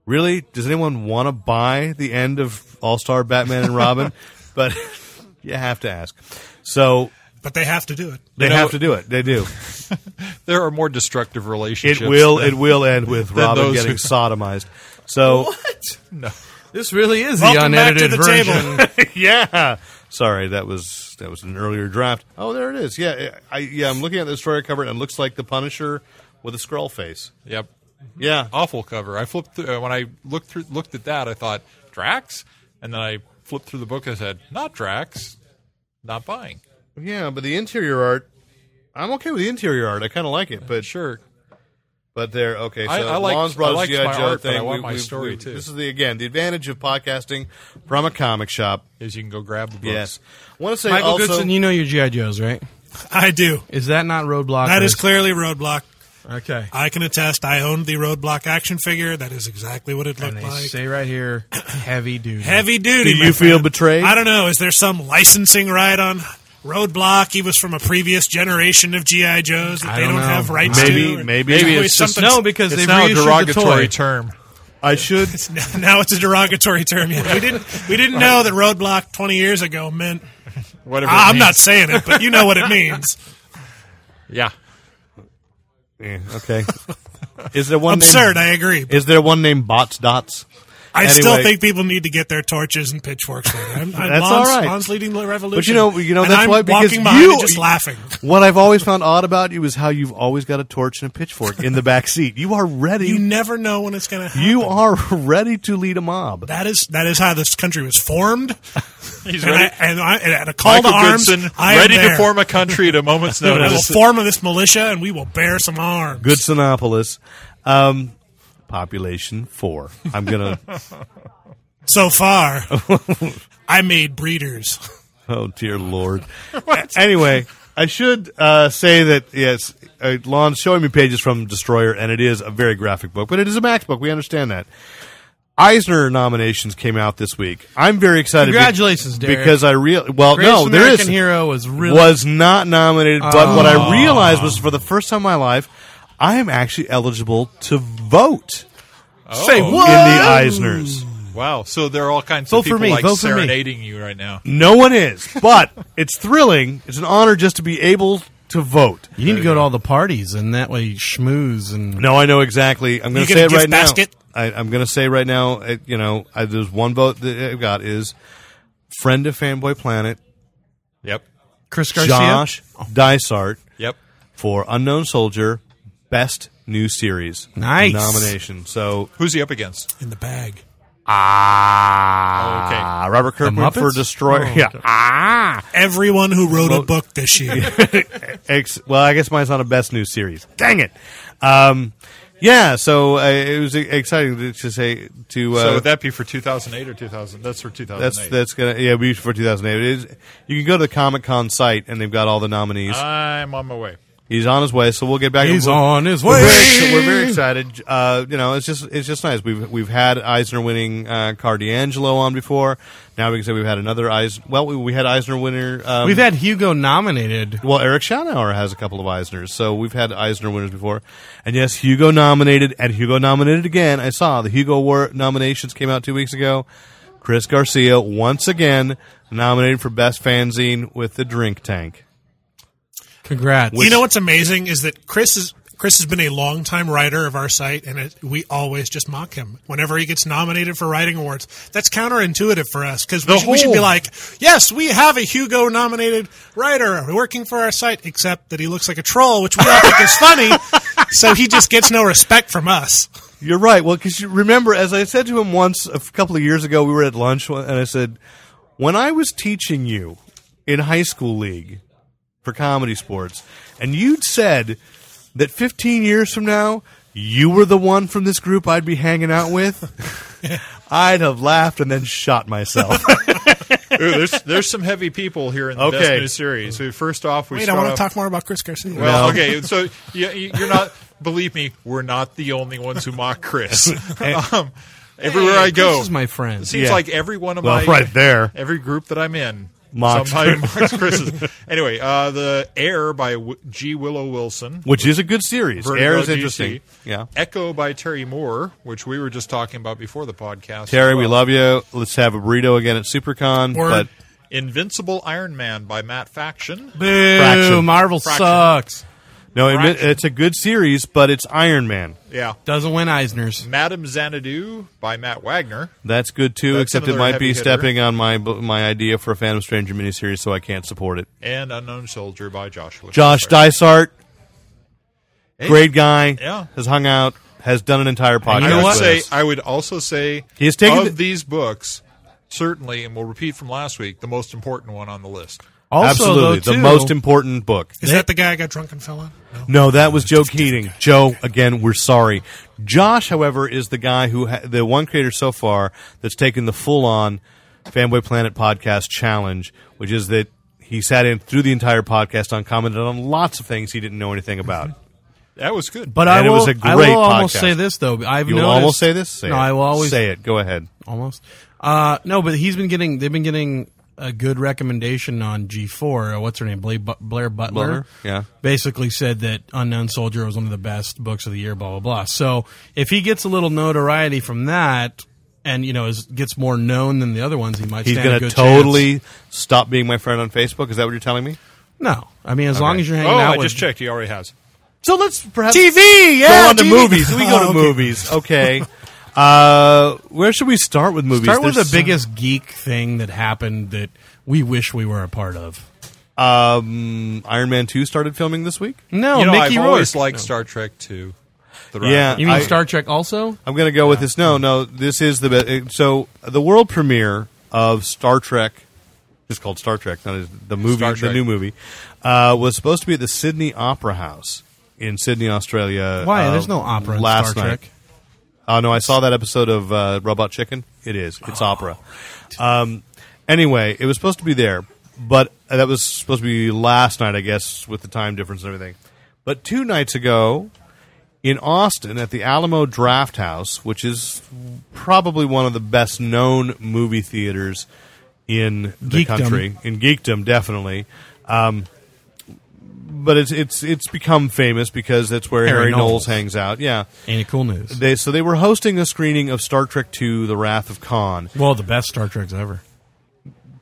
[SPEAKER 4] Really? Does anyone want to buy the end of All Star Batman and Robin? but you have to ask. So
[SPEAKER 5] But they have to do it.
[SPEAKER 4] they
[SPEAKER 3] You know-
[SPEAKER 4] have to do it. They do.
[SPEAKER 3] there are more destructive
[SPEAKER 4] It
[SPEAKER 3] relationships.
[SPEAKER 4] will. It will end with
[SPEAKER 3] than
[SPEAKER 4] Robin
[SPEAKER 3] those
[SPEAKER 4] getting
[SPEAKER 3] who-
[SPEAKER 4] sodomized. So
[SPEAKER 2] this really is
[SPEAKER 5] Welcome
[SPEAKER 2] the
[SPEAKER 5] back to
[SPEAKER 2] unedited
[SPEAKER 5] the
[SPEAKER 2] version.
[SPEAKER 5] table.
[SPEAKER 4] yeah, Sorry, that was that was an earlier draft. Oh, there it is. Yeah, I yeah, I'm looking at the story cover and it looks like the Punisher with a scroll face.
[SPEAKER 3] Yep.
[SPEAKER 4] Yeah. Oh,
[SPEAKER 3] Awful cover. I flipped through, uh, when I looked through looked at that. I thought Drax, and then I flipped through the book. and I said, not Drax, not buying.
[SPEAKER 4] Yeah, but the interior art I'm okay with the interior art. I kind of like it, but
[SPEAKER 3] Sure.
[SPEAKER 4] But they're okay. So
[SPEAKER 3] I- I liked-
[SPEAKER 4] Lon's
[SPEAKER 3] I
[SPEAKER 4] Brothers
[SPEAKER 3] liked
[SPEAKER 4] G.I.
[SPEAKER 3] my
[SPEAKER 4] Joe
[SPEAKER 3] art, but I
[SPEAKER 4] thing.
[SPEAKER 3] want my story, too.
[SPEAKER 4] This is the again the advantage of podcasting from a comic shop.
[SPEAKER 3] Is you can go grab the books.
[SPEAKER 4] Yes, I want to say
[SPEAKER 2] Michael
[SPEAKER 4] also.
[SPEAKER 2] Goodson, you know your GI Joes, right?
[SPEAKER 5] I do.
[SPEAKER 2] Is that not Roadblock?
[SPEAKER 5] That
[SPEAKER 2] or
[SPEAKER 5] is clearly Roadblock.
[SPEAKER 2] Okay.
[SPEAKER 5] I can attest. I owned the Roadblock action figure. That is exactly what it
[SPEAKER 2] And
[SPEAKER 5] looked
[SPEAKER 2] they
[SPEAKER 5] like.
[SPEAKER 2] say right here, heavy duty.
[SPEAKER 5] Heavy duty.
[SPEAKER 4] Do
[SPEAKER 5] my
[SPEAKER 4] you feel
[SPEAKER 5] friend.
[SPEAKER 4] betrayed?
[SPEAKER 5] I don't know. Is there some licensing right on Roadblock? He was from a previous generation of GI Joes that
[SPEAKER 2] I
[SPEAKER 5] they
[SPEAKER 2] don't
[SPEAKER 5] don't
[SPEAKER 2] know.
[SPEAKER 5] have rights
[SPEAKER 4] Maybe-
[SPEAKER 5] to. Or-
[SPEAKER 4] maybe
[SPEAKER 5] There's
[SPEAKER 4] it's
[SPEAKER 5] always
[SPEAKER 4] just-
[SPEAKER 5] something-
[SPEAKER 2] No, because
[SPEAKER 3] It's
[SPEAKER 2] they've
[SPEAKER 3] now a
[SPEAKER 2] reissued
[SPEAKER 3] derogatory
[SPEAKER 2] the toy.
[SPEAKER 3] term.
[SPEAKER 4] I should.
[SPEAKER 5] now it's a derogatory term. Yeah. We didn't we didn't know that Roadblock twenty years ago meant.
[SPEAKER 3] Whatever. it
[SPEAKER 5] Ah, I'm
[SPEAKER 3] means.
[SPEAKER 5] not saying it, but you know what it means.
[SPEAKER 3] Yeah.
[SPEAKER 4] Yeah, okay. Is there one
[SPEAKER 5] Absurd.
[SPEAKER 4] Named,
[SPEAKER 5] I agree.
[SPEAKER 4] is there one named Bots Dots?
[SPEAKER 5] I still
[SPEAKER 4] Anyway.
[SPEAKER 5] think people need to get their torches and pitchforks. later. I'm, I'm
[SPEAKER 4] That's
[SPEAKER 5] Lon's,
[SPEAKER 4] all right.
[SPEAKER 5] Lon's leading the revolution.
[SPEAKER 4] But you know, you know
[SPEAKER 5] And
[SPEAKER 4] that's
[SPEAKER 5] I'm
[SPEAKER 4] why because
[SPEAKER 5] walking behind
[SPEAKER 4] you
[SPEAKER 5] and just laughing.
[SPEAKER 4] What I've always found odd about you is how you've always got a torch and a pitchfork in the back seat. You are ready.
[SPEAKER 5] You
[SPEAKER 4] You,
[SPEAKER 5] never know when it's going to happen.
[SPEAKER 4] are ready to lead a mob.
[SPEAKER 5] that is that is how this country was formed.
[SPEAKER 3] He's
[SPEAKER 5] And,
[SPEAKER 3] ready.
[SPEAKER 5] I, and, I, and at a call
[SPEAKER 3] Michael
[SPEAKER 5] to arms,
[SPEAKER 3] Goodson,
[SPEAKER 5] I am
[SPEAKER 3] ready
[SPEAKER 5] there.
[SPEAKER 3] to form a country at a moment's
[SPEAKER 5] I will
[SPEAKER 3] notice.
[SPEAKER 5] form of this militia, and we will bear some arms.
[SPEAKER 4] Good Sinopolis. Um, population four. I'm gonna.
[SPEAKER 5] So far, I made breeders.
[SPEAKER 4] Oh dear lord. anyway, I should uh, say that yes, uh, Lon's showing me pages from Destroyer, and it is a very graphic book, but it is a Max book. We understand that. Eisner nominations came out this week. I'm very excited. be-
[SPEAKER 2] Congratulations, Derek.
[SPEAKER 4] Because I real well,
[SPEAKER 2] Greatest
[SPEAKER 4] no, there
[SPEAKER 2] American
[SPEAKER 4] is
[SPEAKER 2] Hero was really Oh.
[SPEAKER 4] was not nominated, but what I realized was for the first time in my life, I am actually eligible to vote
[SPEAKER 2] Oh. Say
[SPEAKER 4] in the Eisners.
[SPEAKER 3] Oh, Wow. So there are all kinds
[SPEAKER 2] Vote
[SPEAKER 3] of
[SPEAKER 2] for
[SPEAKER 3] people
[SPEAKER 2] me,
[SPEAKER 3] like
[SPEAKER 2] vote for me.
[SPEAKER 3] serenading you right now.
[SPEAKER 4] No one is, but it's thrilling. It's an honor just to be able to vote.
[SPEAKER 2] You need to go to all the parties, and that way you schmooze and
[SPEAKER 4] No, I know exactly. I'm going to
[SPEAKER 5] get
[SPEAKER 4] say
[SPEAKER 5] a
[SPEAKER 4] it
[SPEAKER 5] gift
[SPEAKER 4] right
[SPEAKER 5] basket?
[SPEAKER 4] now. I, I'm going to say right now. uh, You know, I, there's one vote that I've got is friend of Fanboy Planet
[SPEAKER 3] Yep.
[SPEAKER 2] Chris Garcia.
[SPEAKER 4] Josh Dysart
[SPEAKER 3] Yep.
[SPEAKER 4] for Unknown Soldier Best New Series
[SPEAKER 2] Nice.
[SPEAKER 4] nomination. So
[SPEAKER 3] Who's he up against?
[SPEAKER 5] In the bag.
[SPEAKER 4] ah, Robert Kirkman
[SPEAKER 2] Muppets?
[SPEAKER 4] for Destroyer.
[SPEAKER 2] Oh,
[SPEAKER 4] yeah,
[SPEAKER 2] okay.
[SPEAKER 5] Everyone who wrote a book this year.
[SPEAKER 4] Ex- well, I guess mine's not a best new series. Dang it. Um, yeah, so uh, it was exciting to, to say to. Uh,
[SPEAKER 3] so would that be for 2008 or 2000? That's for 2008.
[SPEAKER 4] that's that's gonna yeah be for 2008. It is, you can go to the Comic Con site and they've got all the nominees.
[SPEAKER 3] I'm on my way.
[SPEAKER 4] He's on his way, so we'll get back.
[SPEAKER 2] Ah. He's
[SPEAKER 4] we're,
[SPEAKER 2] on his way.
[SPEAKER 4] We're very, ex- we're very excited. Uh, you know, it's just it's just nice. We've we've had Eisner winning uh, Car D'Angelo on before. Now we can say we've had another Eisner. Well, we, we had Eisner winner. Um,
[SPEAKER 2] We've had Hugo nominated.
[SPEAKER 4] Well, Eric Schonauer has a couple of Eisners, so we've had Eisner winners before. And yes, Hugo nominated, and Hugo nominated again. I saw the Hugo Award nominations came out two weeks ago. Chris Garcia once again nominated for Best Fanzine with the Drink Tank.
[SPEAKER 2] Congrats.
[SPEAKER 5] you know what's amazing is that Chris is Chris has been a longtime writer of our site, and it, we always just mock him whenever he gets nominated for writing awards. That's counterintuitive for us because we,
[SPEAKER 3] The
[SPEAKER 5] should- we should be
[SPEAKER 3] whole-
[SPEAKER 5] like, "Yes, we have a Hugo nominated writer working for our site," except that he looks like a troll, which we all think is funny. So he just gets no respect from us.
[SPEAKER 4] You're right. Well, because you remember, as I said to him once a f- couple of years ago, we were at lunch, and I said, when I was teaching you in high school league for comedy sports, and you'd said that 15 years from now, you were the one from this group I'd be hanging out with, I'd have laughed and then shot myself.
[SPEAKER 3] Ooh, there's there's some heavy people here in the
[SPEAKER 4] Okay.
[SPEAKER 3] Best New Series. We- First off, we
[SPEAKER 5] Wait, I
[SPEAKER 3] start
[SPEAKER 5] want to
[SPEAKER 3] off-
[SPEAKER 5] talk more about Chris Garcia.
[SPEAKER 3] Well, okay, so you, you- you're not. Believe me, we're not the only ones who mock Chris. um, everywhere I go,
[SPEAKER 2] This is my friend.
[SPEAKER 3] It seems
[SPEAKER 4] Yeah.
[SPEAKER 3] like every one of
[SPEAKER 4] Well,
[SPEAKER 3] my
[SPEAKER 4] right there.
[SPEAKER 3] every group that I'm in,
[SPEAKER 4] Mocks
[SPEAKER 3] somebody mocks Chris's. Anyway, uh, the Air by w- G. Willow Wilson.
[SPEAKER 4] Which is a good series.
[SPEAKER 3] Vertigo
[SPEAKER 4] Air is
[SPEAKER 3] DC.
[SPEAKER 4] interesting. Yeah.
[SPEAKER 3] Echo by Terry Moore, which we were just talking about before the podcast. uh,
[SPEAKER 4] Terry,
[SPEAKER 3] as
[SPEAKER 4] we
[SPEAKER 3] well.
[SPEAKER 4] love you. Let's have a burrito again at SuperCon.
[SPEAKER 5] Word.
[SPEAKER 4] But
[SPEAKER 3] Invincible Iron Man by Matt Faction.
[SPEAKER 2] Boo,
[SPEAKER 4] Fraction.
[SPEAKER 2] Marvel
[SPEAKER 3] Fraction.
[SPEAKER 2] sucks.
[SPEAKER 4] No, it-
[SPEAKER 3] Right.
[SPEAKER 4] it's a good series, but it's Iron Man.
[SPEAKER 3] Yeah.
[SPEAKER 2] Doesn't win Eisner's.
[SPEAKER 3] Madam Xanadu by Matt Wagner.
[SPEAKER 4] That's good too,
[SPEAKER 3] That's
[SPEAKER 4] except it
[SPEAKER 3] another
[SPEAKER 4] might
[SPEAKER 3] heavy
[SPEAKER 4] be
[SPEAKER 3] hitter.
[SPEAKER 4] stepping on my my idea for a Phantom Stranger miniseries, so I can't support it.
[SPEAKER 3] and Unknown Soldier by Joshua.
[SPEAKER 4] Josh
[SPEAKER 3] Dysart.
[SPEAKER 4] Dysart,
[SPEAKER 3] Hey,
[SPEAKER 4] great guy,
[SPEAKER 3] Yeah.
[SPEAKER 4] has hung out, has done an entire podcast.
[SPEAKER 3] I would
[SPEAKER 4] with
[SPEAKER 3] say
[SPEAKER 4] us.
[SPEAKER 3] I would also say
[SPEAKER 4] He's taken
[SPEAKER 3] of
[SPEAKER 4] the-
[SPEAKER 3] these books certainly, and we'll repeat from last week, the most important one on the list.
[SPEAKER 2] Also,
[SPEAKER 4] absolutely
[SPEAKER 2] though,
[SPEAKER 4] the
[SPEAKER 2] too-
[SPEAKER 4] most important book.
[SPEAKER 5] Is that the guy I got drunk and fell on? No.
[SPEAKER 4] No, that was Joe Keating. Joe, again, we're sorry. Josh, however, is the guy who ha- the one creator so far that's taken the full on Fanboy Planet podcast challenge, which is that he sat in through the entire podcast on commented on lots of things he didn't know anything about.
[SPEAKER 3] That was good.
[SPEAKER 2] But
[SPEAKER 4] And
[SPEAKER 2] I
[SPEAKER 4] it
[SPEAKER 2] will,
[SPEAKER 4] was a
[SPEAKER 2] I
[SPEAKER 4] great
[SPEAKER 2] will almost
[SPEAKER 4] podcast.
[SPEAKER 2] say this though. I've
[SPEAKER 4] You will
[SPEAKER 2] noticed,
[SPEAKER 4] almost say this. Say
[SPEAKER 2] no,
[SPEAKER 4] it.
[SPEAKER 2] I will always
[SPEAKER 4] say it. Go ahead.
[SPEAKER 2] almost. Uh, no, but he's been getting. They've been getting a good recommendation on G four. Uh, what's her name? Blair, but- Blair Butler.
[SPEAKER 4] Butler, yeah.
[SPEAKER 2] Basically said that Unknown Soldier was one of the best books of the year. Blah blah blah. So if he gets a little notoriety from that, and you know is, gets more known than the other ones, he might.
[SPEAKER 4] He's
[SPEAKER 2] stand a
[SPEAKER 4] going to
[SPEAKER 2] good
[SPEAKER 4] totally stop being my friend on Facebook. Is that what you're telling me?
[SPEAKER 2] chance. No, I mean as long
[SPEAKER 4] Okay.
[SPEAKER 2] as you're hanging
[SPEAKER 3] oh,
[SPEAKER 2] out
[SPEAKER 3] I
[SPEAKER 2] with.
[SPEAKER 3] just checked. He already has.
[SPEAKER 4] So let's perhaps
[SPEAKER 2] TV, yeah,
[SPEAKER 4] go on to
[SPEAKER 2] TV.
[SPEAKER 4] movies. We go to
[SPEAKER 2] Oh, okay.
[SPEAKER 4] movies. Okay. Uh, where should we start with movies?
[SPEAKER 2] Start with the
[SPEAKER 4] There's-
[SPEAKER 2] biggest geek thing that happened that we wish we were a part of.
[SPEAKER 4] Um, Iron Man Two started filming this week.
[SPEAKER 2] No,
[SPEAKER 3] you know,
[SPEAKER 2] Mickey
[SPEAKER 3] I've
[SPEAKER 2] Rourke.
[SPEAKER 3] always liked Star Trek too. The Rise.
[SPEAKER 4] Yeah.
[SPEAKER 2] You mean
[SPEAKER 4] I-
[SPEAKER 2] Star Trek also?
[SPEAKER 4] I'm going to go with this. No, no, this is the best. So the world premiere of Star Trek, it's called Star Trek, not as- the movie,
[SPEAKER 3] Star
[SPEAKER 4] the
[SPEAKER 3] Trek.
[SPEAKER 4] new movie, uh, was supposed to be at the Sydney Opera House in Sydney, Australia.
[SPEAKER 2] Why?
[SPEAKER 4] uh,
[SPEAKER 2] There's no opera in
[SPEAKER 4] last
[SPEAKER 2] Star
[SPEAKER 4] night.
[SPEAKER 2] Trek.
[SPEAKER 4] Oh no, I saw that episode of uh, Robot Chicken. It is. It's
[SPEAKER 2] Oh.
[SPEAKER 4] opera. Um, anyway, it was supposed to be there, but that was supposed to be last night, I guess, with the time difference and everything. But two nights ago, in Austin at the Alamo Draft House, which is probably one of the best known movie theaters in the
[SPEAKER 2] Geekdom.
[SPEAKER 4] country, in geekdom, definitely. Um, but it's it's it's become famous because that's where Harry,
[SPEAKER 2] Harry
[SPEAKER 4] Knowles
[SPEAKER 2] Knowles.
[SPEAKER 4] hangs out. Yeah.
[SPEAKER 2] Ain't it cool news?
[SPEAKER 4] They so they were hosting a screening of Star Trek II: The Wrath of Khan,
[SPEAKER 2] well, the best Star Treks ever.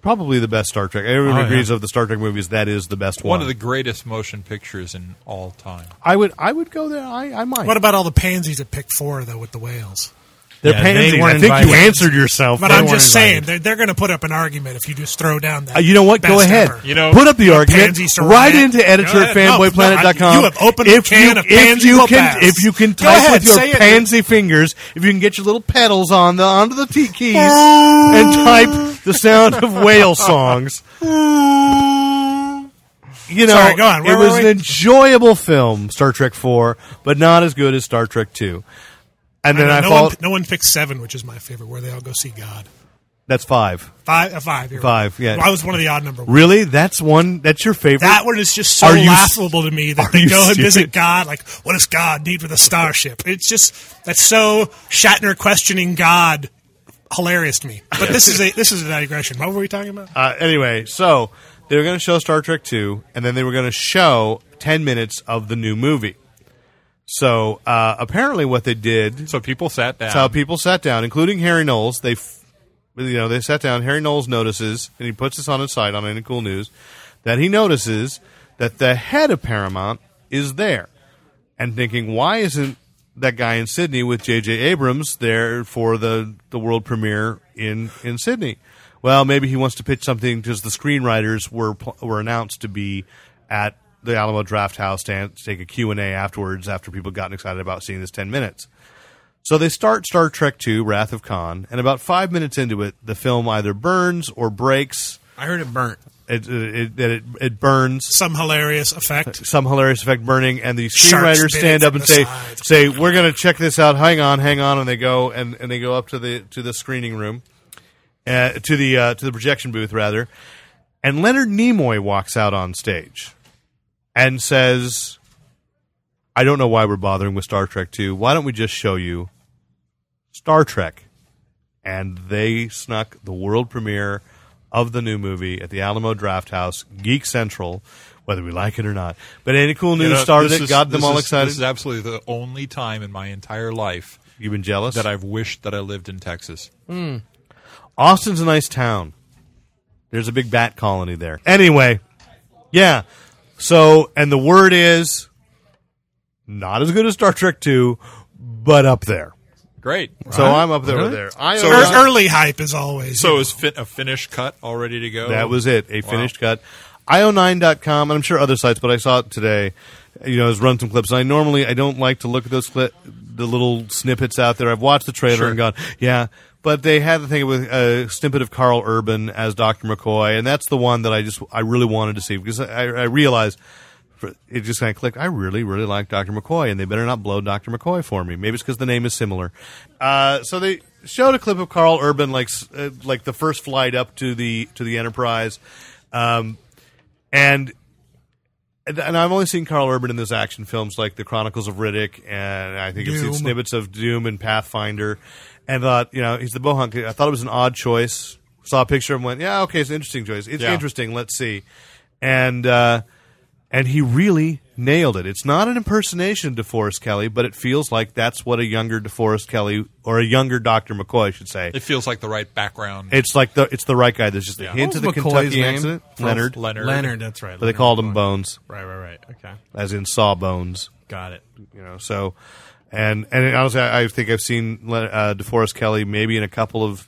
[SPEAKER 4] probably the best Star Trek. Everyone
[SPEAKER 2] Oh, yeah.
[SPEAKER 4] agrees of the Star Trek movies that is the best one.
[SPEAKER 3] One of the greatest motion pictures in all time.
[SPEAKER 4] I would I would go there. I, I might.
[SPEAKER 5] What about all the pansies at Pick Four though with the whales?
[SPEAKER 4] They're
[SPEAKER 2] Yeah, they
[SPEAKER 4] pansies.
[SPEAKER 2] weren't
[SPEAKER 4] I think
[SPEAKER 2] invited.
[SPEAKER 4] you answered yourself.
[SPEAKER 5] But
[SPEAKER 4] They
[SPEAKER 5] I'm
[SPEAKER 4] weren't
[SPEAKER 5] just saying
[SPEAKER 4] invited.
[SPEAKER 5] they're, they're going to put up an argument if you just throw down that.
[SPEAKER 4] Uh, you know what? Go
[SPEAKER 5] best
[SPEAKER 4] ahead.
[SPEAKER 5] ever.
[SPEAKER 3] You know-
[SPEAKER 4] put up the argument
[SPEAKER 5] pansy saran.
[SPEAKER 4] right into
[SPEAKER 5] Go
[SPEAKER 4] editor at
[SPEAKER 5] ahead. No, no,
[SPEAKER 4] fanboyplanet.com.
[SPEAKER 5] I- you have opened a
[SPEAKER 4] if
[SPEAKER 5] can
[SPEAKER 4] you,
[SPEAKER 5] of
[SPEAKER 4] if
[SPEAKER 5] pansy
[SPEAKER 4] you
[SPEAKER 5] whoop
[SPEAKER 4] can
[SPEAKER 5] ass.
[SPEAKER 4] if you can
[SPEAKER 5] Go
[SPEAKER 4] type
[SPEAKER 5] ahead,
[SPEAKER 4] with your
[SPEAKER 5] say it.
[SPEAKER 4] pansy fingers, if you can get your little pedals on the onto the t- keys and type the sound of whale songs. You know,
[SPEAKER 5] Sorry, go on. Where
[SPEAKER 4] it
[SPEAKER 5] were
[SPEAKER 4] was
[SPEAKER 5] we?
[SPEAKER 4] an enjoyable film, Star Trek Four, but not as good as Star Trek Two. And then I,
[SPEAKER 5] no,
[SPEAKER 4] fall.
[SPEAKER 5] one, no one picks seven, which is my favorite, where they all go see God.
[SPEAKER 4] That's five.
[SPEAKER 5] Five, uh, five, you're right.
[SPEAKER 4] Five, yeah.
[SPEAKER 5] Well, I was one of the odd number. Ones.
[SPEAKER 4] Really? That's one. That's your favorite.
[SPEAKER 5] That one is just so
[SPEAKER 4] Are you s-
[SPEAKER 5] laughable to me
[SPEAKER 4] are
[SPEAKER 5] that they
[SPEAKER 4] you
[SPEAKER 5] go and
[SPEAKER 4] serious?
[SPEAKER 5] visit God. Like, what does God need with a starship? It's just that's so Shatner questioning God, hilarious to me. But this is a this is a digression. What were we talking about?
[SPEAKER 4] Uh, anyway, so they were going to show Star Trek 2, and then they were going to show 10 minutes of the new movie. So uh, apparently, what they did is
[SPEAKER 3] So people sat down.
[SPEAKER 4] how people sat down, including Harry Knowles. They, f- you know, they sat down. Harry Knowles notices, and he puts this on his site on Any Cool News, that he notices that the head of Paramount is there, and thinking, why isn't that guy in Sydney with J.J. Abrams there for the the world premiere in in Sydney? Well, maybe he wants to pitch something because the screenwriters were pl- were announced to be at the Alamo Draft House to an- take a Q&A afterwards after people gotten excited about seeing this 10 minutes. So they start Star Trek II: Wrath of Khan, and about five minutes into it, the film either burns or breaks.
[SPEAKER 2] I heard it burnt.
[SPEAKER 4] It it, it, it, it burns.
[SPEAKER 5] Some hilarious effect.
[SPEAKER 4] Some hilarious effect burning, and the
[SPEAKER 5] Sharks
[SPEAKER 4] screenwriters
[SPEAKER 5] bit it
[SPEAKER 4] stand up
[SPEAKER 5] from
[SPEAKER 4] and
[SPEAKER 5] the
[SPEAKER 4] say,
[SPEAKER 5] sides.
[SPEAKER 4] "Say we're going to check this out. Hang on, hang on." And they go and, and they go up to the to the screening room, uh, to the uh, to the projection booth rather, and Leonard Nimoy walks out on stage, and says, "I don't know why we're bothering with Star Trek 2. Why don't we just show you Star Trek?" And they snuck the world premiere of the new movie at the Alamo Draft House, Geek Central, whether we like it or not. But any cool news
[SPEAKER 3] You know,
[SPEAKER 4] started
[SPEAKER 3] this
[SPEAKER 4] it,
[SPEAKER 3] is-
[SPEAKER 4] got them
[SPEAKER 3] this
[SPEAKER 4] all
[SPEAKER 3] is-
[SPEAKER 4] excited.
[SPEAKER 3] This is absolutely the only time in my entire life
[SPEAKER 4] You've been jealous.
[SPEAKER 3] that I've wished that I lived in Texas.
[SPEAKER 4] Austin's a nice town. There's a big bat colony there. Anyway, yeah. So, and the word is Not as good as Star Trek Two, but up there.
[SPEAKER 3] Great.
[SPEAKER 4] So I'm up there
[SPEAKER 2] Really?
[SPEAKER 4] with there. I
[SPEAKER 3] So
[SPEAKER 4] am
[SPEAKER 5] Ear-
[SPEAKER 3] is-
[SPEAKER 4] not-
[SPEAKER 2] uh,
[SPEAKER 5] early hype is always.
[SPEAKER 3] So is fit, a finished cut all ready to go?
[SPEAKER 4] That was it, a finished cut. io9.com, and I'm sure other sites, but I saw it today. You know, has run some clips. And I normally I don't like to look at those clip, the little snippets out there. I've watched the trailer
[SPEAKER 3] Sure.
[SPEAKER 4] and gone, yeah. But they had the thing with a snippet of Carl Urban as Dr. McCoy, and that's the one that I just I really wanted to see because I, I realized for- it just kind of clicked. I really, really like Dr. McCoy, and they better not blow Dr. McCoy for me. Maybe it's because the name is similar. Uh, so they showed a clip of Carl Urban, like s- uh, like the first flight up to the to the Enterprise, um, and and I've only seen Carl Urban in those action films like The Chronicles of Riddick, and I think I've seen
[SPEAKER 5] Doom.
[SPEAKER 4] snippets of Doom and Pathfinder, and thought you know he's the bohunk. I thought it was an odd choice. Saw a picture and went, yeah, okay, it's an interesting choice. It's
[SPEAKER 3] Yeah.
[SPEAKER 4] interesting. Let's see, and. uh and he really nailed it. It's not an impersonation of DeForest Kelly, but it feels like that's what a younger DeForest Kelly or a younger Dr. McCoy I should say.
[SPEAKER 3] It feels like the right background.
[SPEAKER 4] It's like the it's the right guy. There's just a hint
[SPEAKER 2] What
[SPEAKER 4] of the
[SPEAKER 2] was McCoy's
[SPEAKER 4] Kentucky
[SPEAKER 2] name?
[SPEAKER 4] accident.
[SPEAKER 2] Ralph
[SPEAKER 4] Leonard,
[SPEAKER 3] Leonard.
[SPEAKER 2] Leonard, that's right.
[SPEAKER 4] but they
[SPEAKER 2] Leonard
[SPEAKER 4] called him
[SPEAKER 2] McCoy.
[SPEAKER 4] Bones,
[SPEAKER 2] Right, right, right. Okay,
[SPEAKER 4] as in Sawbones.
[SPEAKER 2] got it.
[SPEAKER 4] You know, so and and honestly, I, I think I've seen Le- uh, DeForest Kelly maybe in a couple of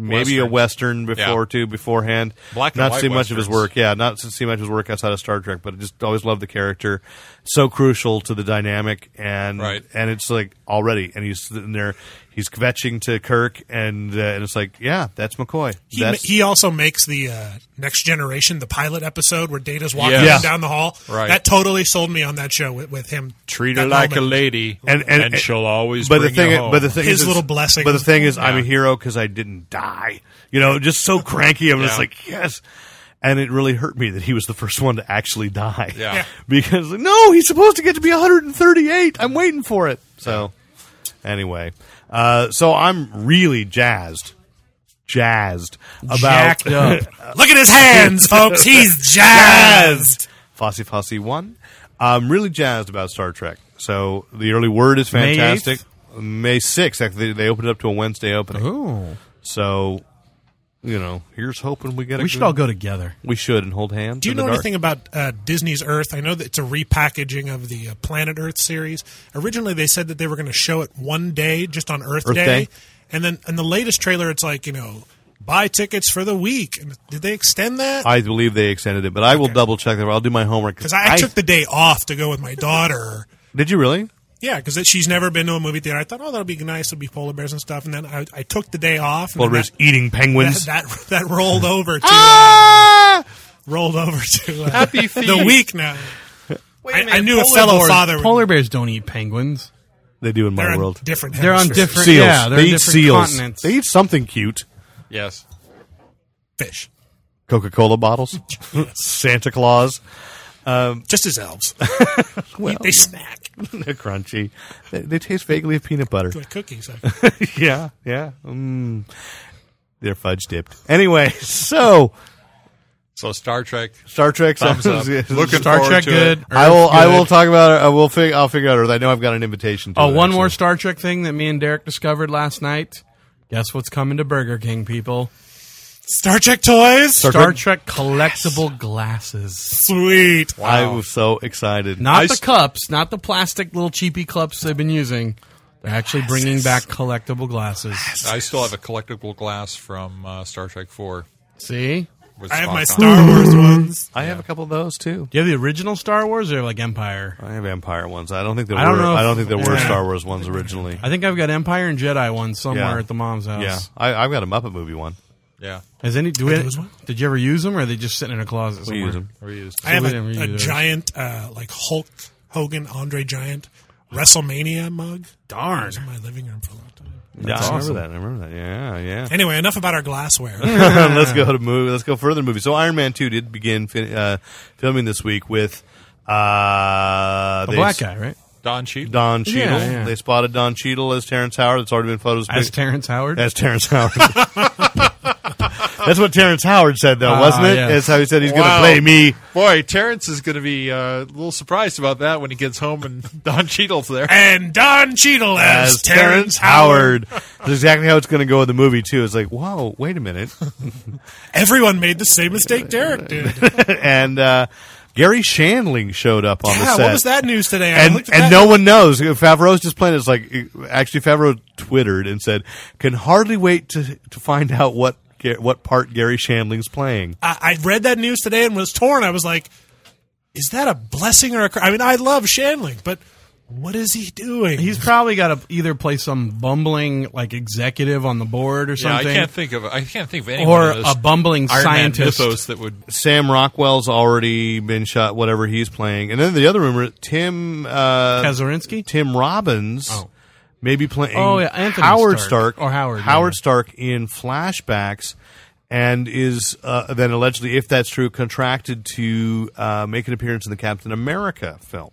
[SPEAKER 4] maybe a western before
[SPEAKER 3] Yeah.
[SPEAKER 4] too beforehand.
[SPEAKER 3] Black and
[SPEAKER 4] not
[SPEAKER 3] white
[SPEAKER 4] see much of his
[SPEAKER 3] westerns.
[SPEAKER 4] work. Yeah, not see much of his work outside of Star Trek, but I just always loved the character. So crucial to the dynamic, and
[SPEAKER 3] Right.
[SPEAKER 4] and it's like already, and he's sitting there, he's kvetching to Kirk, and uh, and it's like, yeah, that's McCoy.
[SPEAKER 5] He,
[SPEAKER 4] that's,
[SPEAKER 5] he also makes the uh, next generation, the pilot episode where Data's walking
[SPEAKER 3] Yeah.
[SPEAKER 5] him down the hall.
[SPEAKER 3] Right.
[SPEAKER 5] That totally sold me on that show with, with him.
[SPEAKER 3] Treat
[SPEAKER 5] that
[SPEAKER 3] her like a
[SPEAKER 5] moment.
[SPEAKER 3] lady,
[SPEAKER 4] And- and- and-
[SPEAKER 3] she'll always
[SPEAKER 4] but the
[SPEAKER 3] bring
[SPEAKER 4] thing,
[SPEAKER 3] you home.
[SPEAKER 4] but the thing,
[SPEAKER 5] His
[SPEAKER 4] is, it's-
[SPEAKER 5] little blessing.
[SPEAKER 4] But the thing is, I'm a hero because I didn't die. You know, just so cranky. I'm just
[SPEAKER 3] Yeah.
[SPEAKER 4] like yes, and it really hurt me that he was the first one to actually die.
[SPEAKER 3] Yeah. Yeah.
[SPEAKER 4] because like, no, he's supposed to get to be 138. I'm waiting for it. So anyway, uh, so I'm really jazzed, jazzed about
[SPEAKER 2] Jacked up.
[SPEAKER 5] Look at his hands, folks. He's jazzed.
[SPEAKER 4] Fossy Fossy One. I'm really jazzed about Star Trek. So the early word is
[SPEAKER 2] May
[SPEAKER 4] fantastic. May sixth, actually, they opened it up to a Wednesday opening.
[SPEAKER 2] Ooh,
[SPEAKER 4] So, you know, here's hoping we get. a
[SPEAKER 2] we should
[SPEAKER 4] good-
[SPEAKER 2] all go together.
[SPEAKER 4] We should and hold hands.
[SPEAKER 5] Do you
[SPEAKER 4] in
[SPEAKER 5] know
[SPEAKER 4] the dark.
[SPEAKER 5] anything about uh, Disney's Earth? I know that it's a repackaging of the uh, Planet Earth series. Originally, they said that they were going to show it one day, just on Earth,
[SPEAKER 4] Earth Day.
[SPEAKER 5] and then in the latest trailer, it's like you know, buy tickets for the week. And did they extend that?
[SPEAKER 4] I believe they extended it, but I will double check that. I'll do my homework
[SPEAKER 5] Because I, I took the day off to go with my daughter.
[SPEAKER 4] did you really?
[SPEAKER 5] Yeah, because she's never been to a movie theater. I thought, oh, that'll be nice. It'll be polar bears and stuff. And then I, I took the day off. And
[SPEAKER 4] Well,
[SPEAKER 5] then
[SPEAKER 4] there's eating
[SPEAKER 5] that,
[SPEAKER 4] penguins.
[SPEAKER 5] that, that that rolled over to uh,
[SPEAKER 4] ah!
[SPEAKER 5] rolled over to uh,
[SPEAKER 3] Happy
[SPEAKER 5] the
[SPEAKER 3] feet.
[SPEAKER 5] week now. I, I
[SPEAKER 2] minute,
[SPEAKER 5] knew a
[SPEAKER 2] polar
[SPEAKER 5] fellow
[SPEAKER 2] bears-
[SPEAKER 5] father.
[SPEAKER 2] Polar bears don't eat penguins.
[SPEAKER 4] They do in
[SPEAKER 5] they're
[SPEAKER 4] my
[SPEAKER 5] on
[SPEAKER 4] world.
[SPEAKER 5] different.
[SPEAKER 2] They're on
[SPEAKER 5] hemispheres.
[SPEAKER 2] different.
[SPEAKER 4] seals.
[SPEAKER 2] Yeah, they're
[SPEAKER 4] they
[SPEAKER 2] on
[SPEAKER 4] eat
[SPEAKER 2] different
[SPEAKER 4] seals.
[SPEAKER 2] continents.
[SPEAKER 4] They eat something cute.
[SPEAKER 3] yes.
[SPEAKER 5] fish,
[SPEAKER 4] Coca Cola bottles, Santa Claus.
[SPEAKER 5] just as elves. they snack
[SPEAKER 4] They're crunchy. They, they taste vaguely of peanut butter.
[SPEAKER 5] like cookies.
[SPEAKER 4] yeah, yeah. Mm. They're fudge dipped. Anyway, so
[SPEAKER 3] So Star Trek.
[SPEAKER 4] Star Trek.
[SPEAKER 3] Thumbs up. Looking
[SPEAKER 2] Star
[SPEAKER 3] forward
[SPEAKER 2] Trek
[SPEAKER 3] to
[SPEAKER 2] good.
[SPEAKER 3] It.
[SPEAKER 2] Earth
[SPEAKER 4] I will. I
[SPEAKER 2] good.
[SPEAKER 4] will talk about. it. I will. Fig- I'll figure out. Earth. I know I've got an invitation. to
[SPEAKER 2] Oh,
[SPEAKER 4] it,
[SPEAKER 2] one more
[SPEAKER 4] actually.
[SPEAKER 2] Star Trek thing that me and Derek discovered last night. Guess what's coming to Burger King, people?
[SPEAKER 5] Star Trek toys,
[SPEAKER 2] Star Trek collectible glasses.
[SPEAKER 5] sweet.
[SPEAKER 4] I was so excited.
[SPEAKER 2] Not
[SPEAKER 4] I
[SPEAKER 2] the
[SPEAKER 4] s-
[SPEAKER 2] cups, not the plastic little cheapy cups they've been using. They're actually bringing back collectible glasses.
[SPEAKER 3] I still have a collectible glass from uh, Star Trek Four.
[SPEAKER 2] See?
[SPEAKER 3] with
[SPEAKER 5] I have
[SPEAKER 3] Spock
[SPEAKER 5] my
[SPEAKER 3] on
[SPEAKER 5] Star Wars ones.
[SPEAKER 4] I have a couple of those too.
[SPEAKER 2] Do you have the original Star Wars or like Empire?
[SPEAKER 4] I have Empire ones. I don't think there
[SPEAKER 2] I don't
[SPEAKER 4] were.
[SPEAKER 2] know
[SPEAKER 4] I
[SPEAKER 2] if-
[SPEAKER 4] don't think there were
[SPEAKER 2] Yeah.
[SPEAKER 4] Star Wars ones originally.
[SPEAKER 2] I think I've got Empire and Jedi one somewhere
[SPEAKER 4] Yeah.
[SPEAKER 2] at the mom's house.
[SPEAKER 4] Yeah, I, I've got a Muppet movie one.
[SPEAKER 3] it. Yeah,
[SPEAKER 2] Has any? Do we,
[SPEAKER 5] those one?
[SPEAKER 2] did you ever use them, or are they just sitting in a closet somewhere?
[SPEAKER 4] We use them.
[SPEAKER 3] reused.
[SPEAKER 5] I have
[SPEAKER 2] we didn't
[SPEAKER 5] a, a
[SPEAKER 2] use those.
[SPEAKER 5] giant, uh, like Hulk Hogan, Andre Giant WrestleMania mug.
[SPEAKER 2] Darn.
[SPEAKER 5] in my living room for a long time.
[SPEAKER 4] Yeah, I
[SPEAKER 2] awesome.
[SPEAKER 4] remember that. I remember that. Yeah, yeah.
[SPEAKER 5] Anyway, enough about our glassware.
[SPEAKER 4] let's go to movie. Let's go further. to Movie. So Iron Man Two did begin fin- uh, filming this week with uh,
[SPEAKER 2] A black guy, right?
[SPEAKER 3] Don Cheadle.
[SPEAKER 4] Don Cheadle.
[SPEAKER 2] yeah.
[SPEAKER 4] They spotted Don Cheadle as Terrence Howard. It's already been photos.
[SPEAKER 2] As Terrence Howard.
[SPEAKER 4] That's Terrence Howard. That's what Terrence Howard said, though,
[SPEAKER 2] Ah,
[SPEAKER 4] wasn't it?
[SPEAKER 2] yes.
[SPEAKER 4] That's how he said he's
[SPEAKER 3] Wow.
[SPEAKER 4] going to play me.
[SPEAKER 3] Boy, Terrence is going to be uh, a little surprised about that when he gets home and Don Cheadle's there.
[SPEAKER 5] And Don Cheadle as,
[SPEAKER 4] as Terrence Howard. That's exactly how it's going to go in the movie too. It's like, whoa, wait a minute.
[SPEAKER 5] Everyone made the same mistake Derek did.
[SPEAKER 4] and uh, Gary Shandling showed up on the
[SPEAKER 5] yeah,
[SPEAKER 4] set.
[SPEAKER 5] what was that news today? I
[SPEAKER 4] And
[SPEAKER 5] looked at
[SPEAKER 4] and
[SPEAKER 5] that.
[SPEAKER 4] no one knows. Favreau's just playing. It's like actually Favreau twittered and said, "Can hardly wait to to find out what Ga- what part Gary Shandling's playing."
[SPEAKER 5] I, I read that news today and was torn. I was like, is that a blessing or a curse? I mean, I love Shandling, but what is he doing?
[SPEAKER 2] He's probably got to either play some bumbling like executive on the board or
[SPEAKER 3] Yeah, I
[SPEAKER 2] something,
[SPEAKER 3] can't think of I can't think of anyone
[SPEAKER 2] or
[SPEAKER 3] in
[SPEAKER 2] a bumbling
[SPEAKER 3] Iron
[SPEAKER 2] scientist.
[SPEAKER 3] Man mythos that would
[SPEAKER 4] Sam Rockwell's already been shot. Whatever he's playing, and then the other rumor, Tim uh,
[SPEAKER 2] Kazurinsky?
[SPEAKER 4] Tim Robbins
[SPEAKER 2] Oh.
[SPEAKER 4] may be playing
[SPEAKER 2] Oh, yeah, Anthony
[SPEAKER 4] Howard Stark,
[SPEAKER 2] Stark. Or Howard,
[SPEAKER 4] Howard
[SPEAKER 2] yeah.
[SPEAKER 4] Stark in flashbacks and is uh, then allegedly, if that's true, contracted to uh, make an appearance in the Captain America film.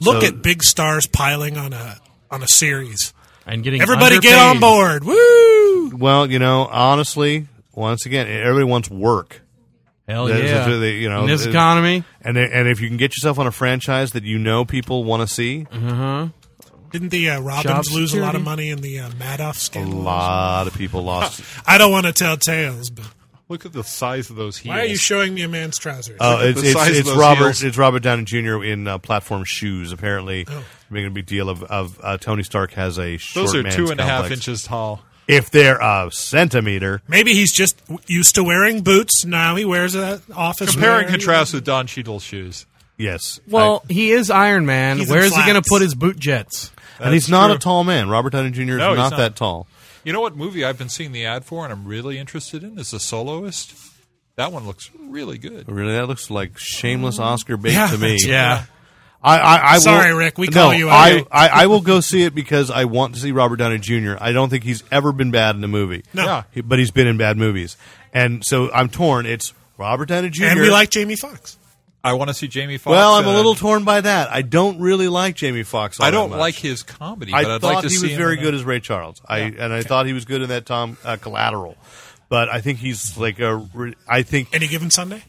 [SPEAKER 5] Look
[SPEAKER 4] so-
[SPEAKER 5] at big stars piling on a on a series.
[SPEAKER 2] and getting
[SPEAKER 5] Everybody get
[SPEAKER 2] underpaid.
[SPEAKER 5] on board. Woo!
[SPEAKER 4] Well, you know, honestly, once again, everybody wants work.
[SPEAKER 2] Hell
[SPEAKER 4] That's-
[SPEAKER 2] yeah!
[SPEAKER 4] that's what they- you know,
[SPEAKER 2] In this
[SPEAKER 4] it-
[SPEAKER 2] economy,
[SPEAKER 4] And, and if you can get yourself on a franchise that you know people want to see,
[SPEAKER 3] Mm-hmm.
[SPEAKER 5] Didn't the uh, Robbins
[SPEAKER 2] Job
[SPEAKER 5] lose a lot of
[SPEAKER 2] security.
[SPEAKER 5] money in the uh, Madoff
[SPEAKER 4] a
[SPEAKER 5] scandal?
[SPEAKER 4] lot of people lost.
[SPEAKER 5] I don't want to tell tales, but
[SPEAKER 3] look at the size of those heels.
[SPEAKER 5] why are you showing me a man's trousers?
[SPEAKER 4] Oh, it's,
[SPEAKER 3] the
[SPEAKER 4] it's,
[SPEAKER 3] size of
[SPEAKER 4] it's
[SPEAKER 3] those
[SPEAKER 4] Robert.
[SPEAKER 3] heels. Oh.
[SPEAKER 4] It's Robert Downey Jr. in uh, platform shoes. Apparently, making a big deal of, of uh, Tony Stark has a short
[SPEAKER 3] those are
[SPEAKER 4] man's
[SPEAKER 3] two and a half
[SPEAKER 4] complex.
[SPEAKER 3] inches tall.
[SPEAKER 4] If they're a centimeter,
[SPEAKER 5] Maybe he's just w- used to wearing boots. Now he wears that office.
[SPEAKER 3] Compare and
[SPEAKER 5] wear.
[SPEAKER 3] contrast with Don Cheadle's shoes.
[SPEAKER 4] yes.
[SPEAKER 2] well, he is Iron Man.
[SPEAKER 5] He's in
[SPEAKER 2] Where is he going
[SPEAKER 5] flats.
[SPEAKER 2] to put his boot jets?
[SPEAKER 4] I- and he's not
[SPEAKER 3] true.
[SPEAKER 4] a tall man. Robert Downey Jr. is
[SPEAKER 3] No,
[SPEAKER 4] not,
[SPEAKER 3] he's not.
[SPEAKER 4] that tall.
[SPEAKER 3] You know what movie I've been seeing the ad for and I'm really interested in is The Soloist. That one looks really good.
[SPEAKER 4] Really, that looks like shameless Oscar bait
[SPEAKER 5] Mm. Yeah,
[SPEAKER 4] to me.
[SPEAKER 5] that's- Yeah.
[SPEAKER 4] I, I, I will-
[SPEAKER 5] Sorry, Rick, we
[SPEAKER 4] no,
[SPEAKER 5] call you out.
[SPEAKER 4] I, I, I will go see it because I want to see Robert Downey Jr. I don't think he's ever been bad in a movie.
[SPEAKER 5] No. Yeah.
[SPEAKER 4] He- but he's been in bad movies, and so I'm torn. It's Robert Downey Jr.
[SPEAKER 5] And we like Jamie Foxx.
[SPEAKER 3] I want to see Jamie Foxx.
[SPEAKER 4] Well, I'm a
[SPEAKER 3] uh,
[SPEAKER 4] little torn by that. I don't really like Jamie Foxx. all
[SPEAKER 3] I
[SPEAKER 4] that
[SPEAKER 3] don't
[SPEAKER 4] much.
[SPEAKER 3] like his comedy,
[SPEAKER 4] I
[SPEAKER 3] but I'd
[SPEAKER 4] thought
[SPEAKER 3] like to
[SPEAKER 4] he
[SPEAKER 3] see
[SPEAKER 4] was
[SPEAKER 3] him
[SPEAKER 4] very
[SPEAKER 3] in
[SPEAKER 4] good
[SPEAKER 3] a-
[SPEAKER 4] as Ray Charles. I and I thought he was good in that Tom uh, Collateral, but I think he's like a. Re- I think
[SPEAKER 5] Any given Sunday?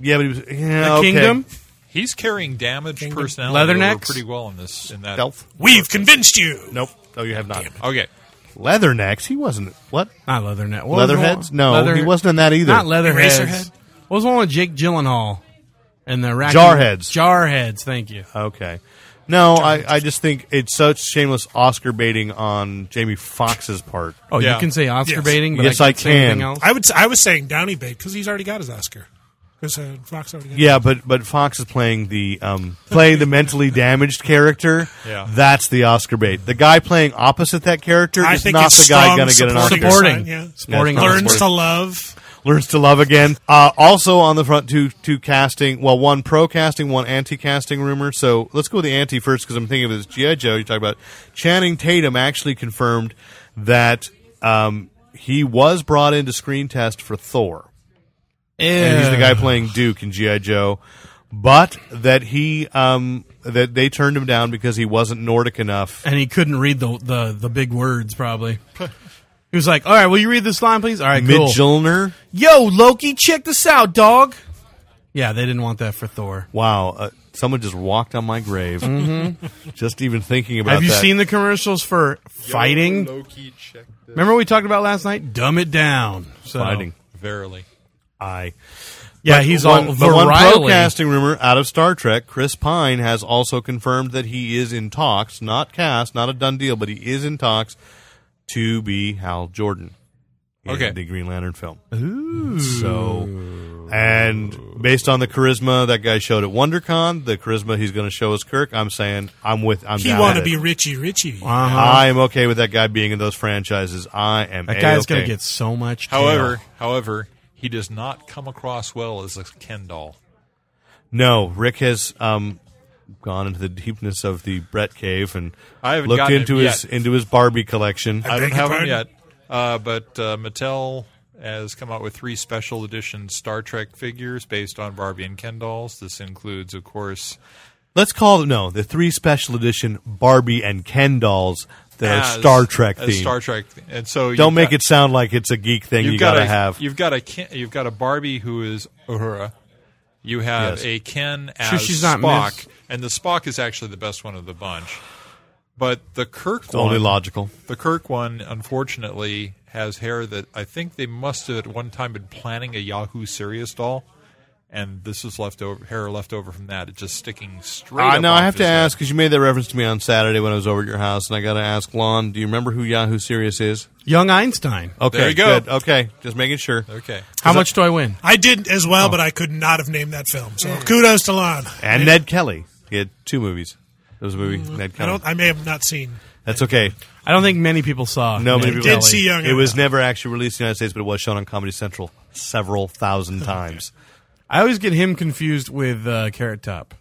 [SPEAKER 4] yeah, but he was yeah,
[SPEAKER 2] The
[SPEAKER 4] okay.
[SPEAKER 2] Kingdom.
[SPEAKER 3] He's carrying damaged
[SPEAKER 5] Kingdom.
[SPEAKER 3] personality over
[SPEAKER 2] Leathernecks?
[SPEAKER 3] pretty well in this in that.
[SPEAKER 4] Stealth.
[SPEAKER 5] We've convinced you.
[SPEAKER 4] Nope. No, you have not.
[SPEAKER 3] Okay.
[SPEAKER 4] Leathernecks. He wasn't. What?
[SPEAKER 2] Not Leatherneck. What was the
[SPEAKER 4] Leatherheads?
[SPEAKER 2] one-
[SPEAKER 4] No,
[SPEAKER 2] Leather-
[SPEAKER 4] he wasn't in that either.
[SPEAKER 2] Not Leatherheads.
[SPEAKER 5] Eraserhead?
[SPEAKER 2] What was the one with Jake Gyllenhaal? And the Iraqi-
[SPEAKER 4] Jarheads.
[SPEAKER 2] Jarheads. Thank you.
[SPEAKER 4] Okay. No, I, I just think it's such shameless Oscar baiting on Jamie Foxx's part.
[SPEAKER 2] Oh,
[SPEAKER 3] Yeah.
[SPEAKER 2] you can say Oscar
[SPEAKER 5] Yes.
[SPEAKER 2] baiting, but
[SPEAKER 4] Yes,
[SPEAKER 2] I,
[SPEAKER 4] I
[SPEAKER 2] can't say anything
[SPEAKER 4] can.
[SPEAKER 2] else.
[SPEAKER 5] I would. s- I was saying Downey Bate because he's already got his Oscar. Because uh, Fox already. Got
[SPEAKER 4] Yeah, but but Fox is playing the um playing the mentally damaged character.
[SPEAKER 3] Yeah.
[SPEAKER 4] That's the Oscar bait. The guy playing opposite that character
[SPEAKER 5] I
[SPEAKER 4] is
[SPEAKER 5] think
[SPEAKER 4] not
[SPEAKER 5] it's
[SPEAKER 4] the guy
[SPEAKER 5] strong
[SPEAKER 4] going to get an Oscar. Support.
[SPEAKER 5] supporting.
[SPEAKER 2] Sporting.
[SPEAKER 5] Yeah.
[SPEAKER 2] Sporting.
[SPEAKER 4] Yeah, it's
[SPEAKER 2] Oscar.
[SPEAKER 5] Learns to love.
[SPEAKER 4] Learns to love again. Uh, also on the front two two casting. Well, one pro casting, one anti casting rumor. So let's go with the anti first because I'm thinking of this GI Joe you talk about. Channing Tatum actually confirmed that um, he was brought into screen test for Thor. and he's the guy playing Duke in GI Joe, but that he um, that they turned him down because he wasn't Nordic enough.
[SPEAKER 2] And he couldn't read the the, the big words, probably. he was like, all right, will you read this line, please? All right, cool.
[SPEAKER 4] Midjilner,
[SPEAKER 2] Yo, Loki, check this out, dog. Yeah, they didn't want that for Thor.
[SPEAKER 4] wow, uh, someone just walked on my grave. Just even thinking about.
[SPEAKER 2] Mm-hmm. Have you
[SPEAKER 4] that.
[SPEAKER 2] seen the commercials for fighting?
[SPEAKER 3] Loki check this.
[SPEAKER 2] Remember we talked about last night? Dumb it down. So,
[SPEAKER 4] fighting?
[SPEAKER 3] Verily.
[SPEAKER 4] I
[SPEAKER 2] Yeah, he's
[SPEAKER 4] one,
[SPEAKER 2] all
[SPEAKER 4] but one pro
[SPEAKER 2] varietally.
[SPEAKER 4] casting rumor out of Star Trek. Chris Pine has also confirmed that he is in talks, not cast, not a done deal, but he is in talks to be Hal Jordan. in
[SPEAKER 3] Okay.
[SPEAKER 4] the Green Lantern film. So, and based on the charisma that guy showed at WonderCon, the charisma he's going to show as Kirk, I'm saying I'm with. I'm
[SPEAKER 5] He
[SPEAKER 4] down
[SPEAKER 5] want to
[SPEAKER 4] with
[SPEAKER 5] be
[SPEAKER 4] it.
[SPEAKER 5] Richie Richie.
[SPEAKER 2] Uh-huh.
[SPEAKER 4] I am okay with that guy being in those franchises. I am.
[SPEAKER 2] That guy's
[SPEAKER 4] going
[SPEAKER 2] gonna get so much. tail.
[SPEAKER 3] However, however, he does not come across well as a Ken doll.
[SPEAKER 4] No, Rick has um, gone into the deepness of the Brett cave and
[SPEAKER 3] I haven't
[SPEAKER 4] looked
[SPEAKER 3] gotten
[SPEAKER 4] into
[SPEAKER 3] him
[SPEAKER 4] his
[SPEAKER 3] yet.
[SPEAKER 4] into his Barbie collection.
[SPEAKER 3] I don't
[SPEAKER 5] beg your
[SPEAKER 3] have them
[SPEAKER 5] pardon?
[SPEAKER 3] yet, uh, but uh, Mattel has come out with three special edition Star Trek figures based on Barbie and Ken dolls. This includes, of course,
[SPEAKER 4] Let's call them no the three special edition Barbie and Ken dolls that
[SPEAKER 3] as-
[SPEAKER 4] are Star Trek
[SPEAKER 3] as
[SPEAKER 4] themed.
[SPEAKER 3] Star Trek, theme. and so
[SPEAKER 4] Don't make it sound like it's a geek thing. You gotta
[SPEAKER 3] a,
[SPEAKER 4] have.
[SPEAKER 3] You've got a Ken, you've got a Barbie who is Uhura. You have
[SPEAKER 4] Yes.
[SPEAKER 3] a Ken as
[SPEAKER 2] she's not
[SPEAKER 3] Spock,
[SPEAKER 2] Miss-
[SPEAKER 3] and the Spock is actually the best one of the bunch. But the Kirk
[SPEAKER 4] It's only
[SPEAKER 3] one,
[SPEAKER 4] logical.
[SPEAKER 3] the Kirk one, unfortunately, has hair that I think they must have at one time been planning a Yahoo Serious doll, and this is left over hair left over from that. It's just sticking straight.
[SPEAKER 4] Uh,
[SPEAKER 3] up
[SPEAKER 4] now
[SPEAKER 3] off
[SPEAKER 4] I have to
[SPEAKER 3] his head.
[SPEAKER 4] ask because you made that reference to me on Saturday when I was over at your house, and I got to ask, Lon, do you remember who Yahoo Serious is?
[SPEAKER 2] Young Einstein.
[SPEAKER 4] Okay,
[SPEAKER 3] you go.
[SPEAKER 4] good. Okay, just making sure.
[SPEAKER 3] Okay,
[SPEAKER 2] How much do I win?
[SPEAKER 5] I did as well, but I could not have named that film. So kudos to Lon.
[SPEAKER 4] And Ned Kelly. He had two movies. There was a movie Ned
[SPEAKER 5] I
[SPEAKER 4] Kelly.
[SPEAKER 3] Um,
[SPEAKER 5] don't. I may have not seen.
[SPEAKER 4] That's okay.
[SPEAKER 2] I don't think many people saw.
[SPEAKER 4] No,
[SPEAKER 2] Ned
[SPEAKER 4] many people
[SPEAKER 5] did
[SPEAKER 2] Kelly.
[SPEAKER 5] see Young
[SPEAKER 4] It was
[SPEAKER 5] Einstein.
[SPEAKER 4] never actually released in the United States, but it was shown on Comedy Central several thousand times.
[SPEAKER 2] I always get him confused with uh, Carrot Top.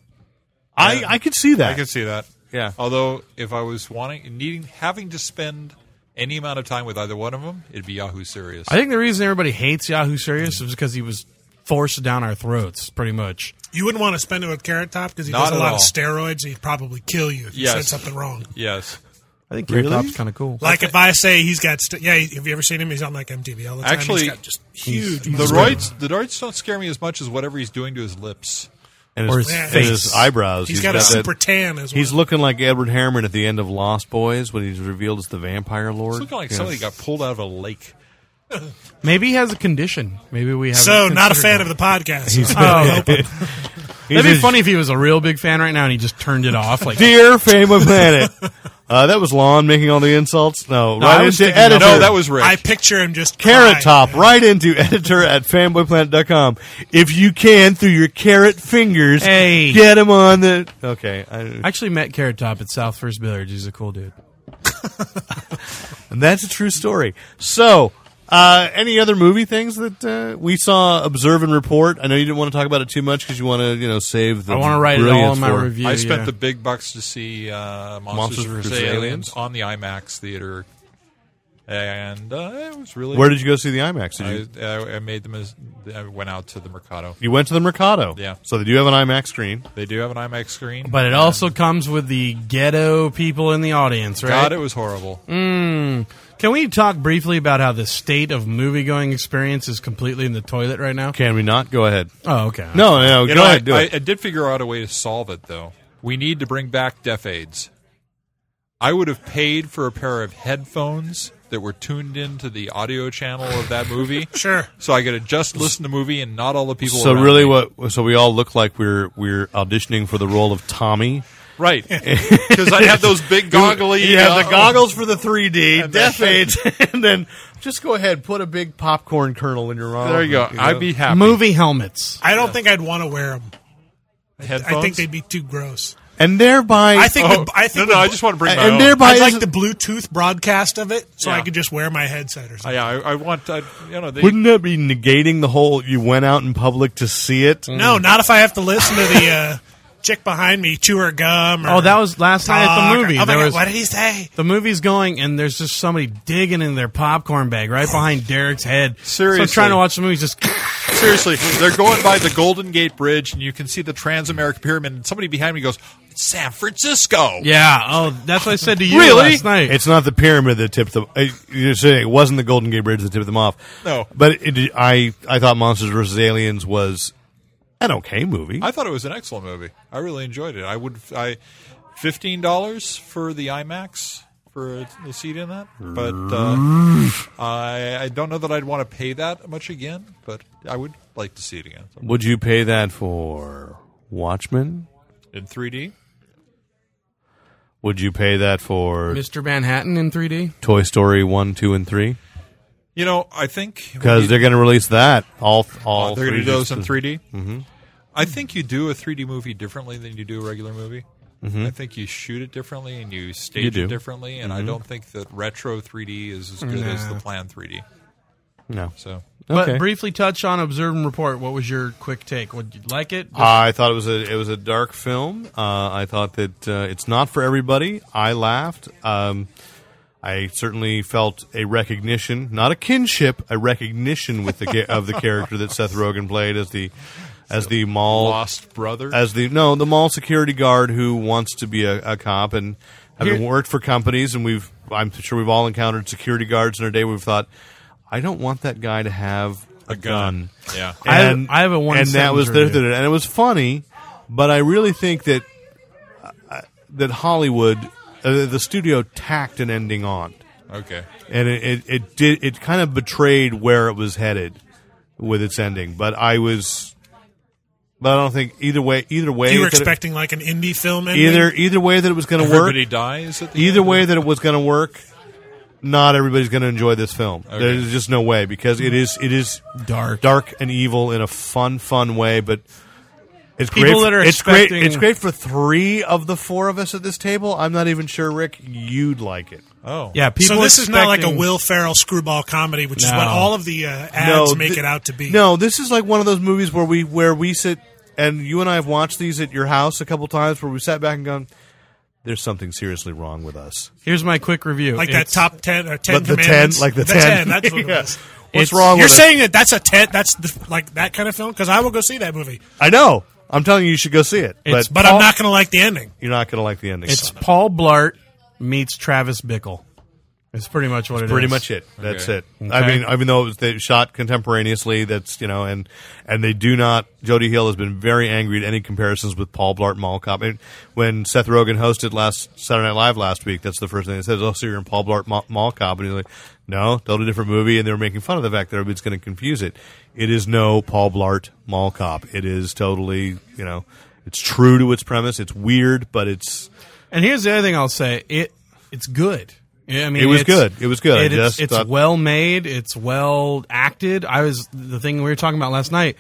[SPEAKER 4] I I could see that.
[SPEAKER 3] I can see that.
[SPEAKER 4] Yeah.
[SPEAKER 3] Although, if I was wanting, needing, having to spend any amount of time with either one of them, it'd be Yahoo Serious.
[SPEAKER 2] I think the reason everybody hates Yahoo Serious is because he was forced down our throats, pretty much.
[SPEAKER 5] You wouldn't want to spend it with Carrot Top because he
[SPEAKER 3] Not
[SPEAKER 5] does a
[SPEAKER 3] at
[SPEAKER 5] lot
[SPEAKER 3] all.
[SPEAKER 5] of steroids. He'd probably kill you if you
[SPEAKER 3] Yes.
[SPEAKER 5] said something wrong.
[SPEAKER 3] yes.
[SPEAKER 2] I think Carrot
[SPEAKER 4] Really?
[SPEAKER 2] Top's kind of cool.
[SPEAKER 5] Like if I say he's got, st- yeah. Have you ever seen him? He's on like MTV all the time. He's
[SPEAKER 3] Actually,
[SPEAKER 5] got just huge.
[SPEAKER 3] The roids, the roids don't scare me as much as whatever he's doing to his lips.
[SPEAKER 4] and
[SPEAKER 2] Or
[SPEAKER 4] his,
[SPEAKER 2] his
[SPEAKER 4] and
[SPEAKER 2] face.
[SPEAKER 4] his eyebrows.
[SPEAKER 5] he's got, a
[SPEAKER 4] that-
[SPEAKER 5] super tan as well.
[SPEAKER 4] He's looking like Edward Herman at the end of Lost Boys when he's revealed as the vampire lord.
[SPEAKER 3] It's looking like
[SPEAKER 4] Yeah.
[SPEAKER 3] somebody got pulled out of a lake.
[SPEAKER 2] Maybe he has a condition. Maybe we have.
[SPEAKER 5] so not a fan of the podcast. so I'm
[SPEAKER 2] Oh,
[SPEAKER 5] hoping-
[SPEAKER 4] He's
[SPEAKER 2] that'd be
[SPEAKER 4] just-
[SPEAKER 2] funny if he was a real big fan right now and he just turned it off. Like,
[SPEAKER 4] Dear Fame of Planet. Uh, that was Lon making all the insults. No,
[SPEAKER 2] I
[SPEAKER 4] right
[SPEAKER 2] was
[SPEAKER 4] into
[SPEAKER 2] thinking-
[SPEAKER 4] editor.
[SPEAKER 3] No, that was Rick.
[SPEAKER 5] I picture him just
[SPEAKER 4] Carrot
[SPEAKER 5] crying.
[SPEAKER 4] Top, right into editor at fanboyplanet.com. If you can, through your carrot fingers,
[SPEAKER 2] Hey.
[SPEAKER 4] get him on the. Okay. I,
[SPEAKER 2] I actually met Carrot Top at South First Village. He's a cool dude.
[SPEAKER 4] and that's a true story. So, uh, any other movie things that uh, we saw? Observe and report. I know you didn't want to talk about it too much because you want to, you know, save the.
[SPEAKER 2] I want to write it all
[SPEAKER 4] brilliance
[SPEAKER 2] in my
[SPEAKER 4] for-
[SPEAKER 2] review.
[SPEAKER 3] I spent
[SPEAKER 2] yeah.
[SPEAKER 3] the big bucks to see uh, Monsters,
[SPEAKER 4] Monsters
[SPEAKER 3] vs.
[SPEAKER 4] vs.
[SPEAKER 3] Aliens,
[SPEAKER 4] Aliens?
[SPEAKER 3] on the IMAX theater, and uh, it was really.
[SPEAKER 4] Where did you go see the IMAX? Did you,
[SPEAKER 3] I, I, I made them as I went out to the Mercado.
[SPEAKER 4] you went to the Mercado.
[SPEAKER 3] Yeah.
[SPEAKER 4] So they do have an IMAX screen.
[SPEAKER 3] They do have an IMAX screen,
[SPEAKER 2] But it also comes with the ghetto people in the audience, right?
[SPEAKER 3] God, it was horrible.
[SPEAKER 4] Mm.
[SPEAKER 2] Can we talk briefly about how the state of movie going experience is completely in the toilet right now?
[SPEAKER 4] Can we not? Go ahead.
[SPEAKER 2] Oh, okay.
[SPEAKER 4] No, no,
[SPEAKER 3] You
[SPEAKER 4] go
[SPEAKER 3] know,
[SPEAKER 4] ahead.
[SPEAKER 3] I,
[SPEAKER 4] do
[SPEAKER 3] I,
[SPEAKER 4] it.
[SPEAKER 3] I did figure out a way to solve it, though. We need to bring back deaf aids. I would have paid for a pair of headphones that were tuned into the audio channel of that movie,
[SPEAKER 5] Sure.
[SPEAKER 3] so I could have just listened to the movie and not all the people.
[SPEAKER 4] So
[SPEAKER 3] around
[SPEAKER 4] really,
[SPEAKER 3] me.
[SPEAKER 4] what? So we all look like we're we're auditioning for the role of Tommy.
[SPEAKER 3] Right? Because I have those big goggly.
[SPEAKER 4] Yeah, the
[SPEAKER 3] uh,
[SPEAKER 4] goggles for the 3D,
[SPEAKER 3] And
[SPEAKER 4] deaf
[SPEAKER 3] deaf
[SPEAKER 4] aids, and then just go ahead put a big popcorn kernel in your arm.
[SPEAKER 3] There you
[SPEAKER 5] Oh,
[SPEAKER 3] go. I'd be happy.
[SPEAKER 2] Movie helmets.
[SPEAKER 5] I don't think I'd want to wear them.
[SPEAKER 3] Headphones?
[SPEAKER 5] I think they'd be too gross.
[SPEAKER 4] and thereby,
[SPEAKER 5] I think.
[SPEAKER 3] Oh,
[SPEAKER 5] the, I think
[SPEAKER 3] no, no,
[SPEAKER 5] the-
[SPEAKER 3] I just want to bring. my
[SPEAKER 4] and
[SPEAKER 3] own.
[SPEAKER 4] thereby,
[SPEAKER 5] I'd
[SPEAKER 4] is-
[SPEAKER 5] like the Bluetooth broadcast of it, so
[SPEAKER 3] Yeah.
[SPEAKER 5] I could just wear my headset or
[SPEAKER 3] Uh,
[SPEAKER 5] something.
[SPEAKER 3] yeah, I, I want. I, you know, they,
[SPEAKER 4] wouldn't that be negating the whole? You went out in public to see it.
[SPEAKER 5] No, not if I have to listen to the uh, chick behind me chew her gum. Or
[SPEAKER 2] Oh, that was last night at
[SPEAKER 5] talk
[SPEAKER 2] the
[SPEAKER 5] or-
[SPEAKER 2] movie.
[SPEAKER 5] Oh my
[SPEAKER 2] There
[SPEAKER 5] God,
[SPEAKER 2] was-
[SPEAKER 5] what did he say?
[SPEAKER 2] the movie's going, and there's just somebody digging in their popcorn bag right behind Derek's head. So I'm
[SPEAKER 3] Seriously.
[SPEAKER 2] trying to watch the movie, just
[SPEAKER 3] Seriously, they're going by the Golden Gate Bridge, and you can see the Transamerica Pyramid. And somebody behind me goes, "It's San Francisco."
[SPEAKER 2] yeah. Oh, that's what I said to you
[SPEAKER 4] Really?
[SPEAKER 2] last night.
[SPEAKER 4] It's not the pyramid that tipped them. uh, You're saying it wasn't the Golden Gate Bridge that tipped them off.
[SPEAKER 3] No.
[SPEAKER 4] but it, I I thought Monsters vs Aliens was an okay movie.
[SPEAKER 3] I thought it was an excellent movie. I really enjoyed it. I would, I, fifteen dollars for the IMAX for a- the seat in that, but uh, I, I don't know that I'd want to pay that much again. But I would like to see it again So,
[SPEAKER 4] Would you pay that for Watchmen?
[SPEAKER 3] in 3D.
[SPEAKER 4] Would you pay that for
[SPEAKER 2] Mr. Manhattan in 3D.
[SPEAKER 4] Toy Story one, two, and three?
[SPEAKER 3] You know, I think we
[SPEAKER 4] Because
[SPEAKER 3] need-
[SPEAKER 4] they're going to release that all. all
[SPEAKER 3] they're going to do those in
[SPEAKER 4] just-
[SPEAKER 3] 3D. Mm-hmm. I think you do a 3D movie differently than you do a regular movie. I think you shoot it differently and you stage
[SPEAKER 4] Mm-hmm. You do. Mm-hmm.
[SPEAKER 3] it differently, and I don't think that retro 3D is as good as the planned 3D.
[SPEAKER 4] No.
[SPEAKER 3] So
[SPEAKER 4] Okay.
[SPEAKER 2] But briefly touch on Observe and Report. What was your quick take? Would you like it?
[SPEAKER 5] Uh,
[SPEAKER 4] I thought it was a it was a dark film. Uh, I thought that uh, it's not for everybody. I laughed. Um, I certainly felt a recognition, not a kinship, a recognition with the ca- of the character that Seth Rogen played as the as the mall
[SPEAKER 3] Lost brother.
[SPEAKER 4] as the no the mall security guard who wants to be a, a cop and having
[SPEAKER 2] Here-
[SPEAKER 4] worked for companies and we've I'm sure we've all encountered security guards in our day we've thought I don't want that guy to have a, gun.
[SPEAKER 3] Yeah.
[SPEAKER 2] I have- I have a one
[SPEAKER 4] and that
[SPEAKER 2] sentence
[SPEAKER 4] was their
[SPEAKER 2] review.
[SPEAKER 4] and it was funny, but I really think that uh, that Hollywood uh, the studio tacked an ending on
[SPEAKER 3] Okay.
[SPEAKER 4] and it, it, it did it kind of betrayed where it was headed with its ending. But I was, but I don't think either way. Either way,
[SPEAKER 5] You were
[SPEAKER 4] that it-
[SPEAKER 5] expecting like an indie film ending?
[SPEAKER 4] either either way that it was going to work.
[SPEAKER 3] Everybody dies at the
[SPEAKER 4] Either
[SPEAKER 3] end?
[SPEAKER 4] way that it was going to work. Not everybody's going to enjoy this film. There's just no way because it is it is
[SPEAKER 2] Dark.
[SPEAKER 4] dark and evil in a fun, fun way. But it's
[SPEAKER 2] People
[SPEAKER 4] great.
[SPEAKER 2] that are
[SPEAKER 4] it's great.
[SPEAKER 2] expecting-
[SPEAKER 4] It's great for three of the four of us at this table. I'm not even sure, Rick, you'd like it.
[SPEAKER 3] Oh.
[SPEAKER 2] Yeah, people.
[SPEAKER 5] so this is not like a
[SPEAKER 2] expecting-
[SPEAKER 5] Will Ferrell screwball comedy, which is
[SPEAKER 2] No.
[SPEAKER 5] what all of the uh, ads make
[SPEAKER 4] thi-
[SPEAKER 5] it out to be.
[SPEAKER 4] No, this is like one of those movies where we where we sit and you and I have watched these at your house a couple times where we sat back and gone, "There's something seriously wrong with us."
[SPEAKER 2] Here's my quick review.
[SPEAKER 5] like that
[SPEAKER 2] It's-
[SPEAKER 5] top ten or ten
[SPEAKER 4] But the 10,
[SPEAKER 5] commandments.
[SPEAKER 4] like the 10.
[SPEAKER 5] That's what
[SPEAKER 4] Yeah.
[SPEAKER 5] it
[SPEAKER 4] What's
[SPEAKER 5] was.
[SPEAKER 2] It's-
[SPEAKER 4] wrong?
[SPEAKER 5] You're
[SPEAKER 4] with
[SPEAKER 5] saying that that's a ten. That's the, like that kind of film because I will go see that movie,
[SPEAKER 4] it? I know. I'm telling you, you should go see it,
[SPEAKER 2] It's-
[SPEAKER 4] but,
[SPEAKER 5] but I'm
[SPEAKER 2] Paul-
[SPEAKER 5] not going to like the ending.
[SPEAKER 4] you're not going to like the ending.
[SPEAKER 2] It's Paul Blart meets Travis Bickle. It's pretty much what it is.
[SPEAKER 4] pretty much it. That's
[SPEAKER 3] Okay.
[SPEAKER 4] it. I
[SPEAKER 2] Okay.
[SPEAKER 4] mean, even though it was they shot contemporaneously, that's you know, and and they do not. Jody Hill has been very angry at any comparisons with Paul Blart Mall Cop. And when Seth Rogen hosted last Saturday Night Live last week, that's the first thing they said. Oh, so you're in Paul Blart Mall, Mall Cop, and he's like, no, totally different movie. And they were making fun of the fact that everybody's going to confuse it. It is no Paul Blart Mall Cop. It is totally you know, it's true to its premise. It's weird, but it's
[SPEAKER 2] And here's the other thing I'll say: it it's good. Yeah, I mean,
[SPEAKER 4] It was
[SPEAKER 2] it's-
[SPEAKER 4] good. It was good. I
[SPEAKER 2] It,
[SPEAKER 4] just
[SPEAKER 2] it's it's
[SPEAKER 4] thought-
[SPEAKER 2] well made. It's well acted. I was the thing we were talking about last night.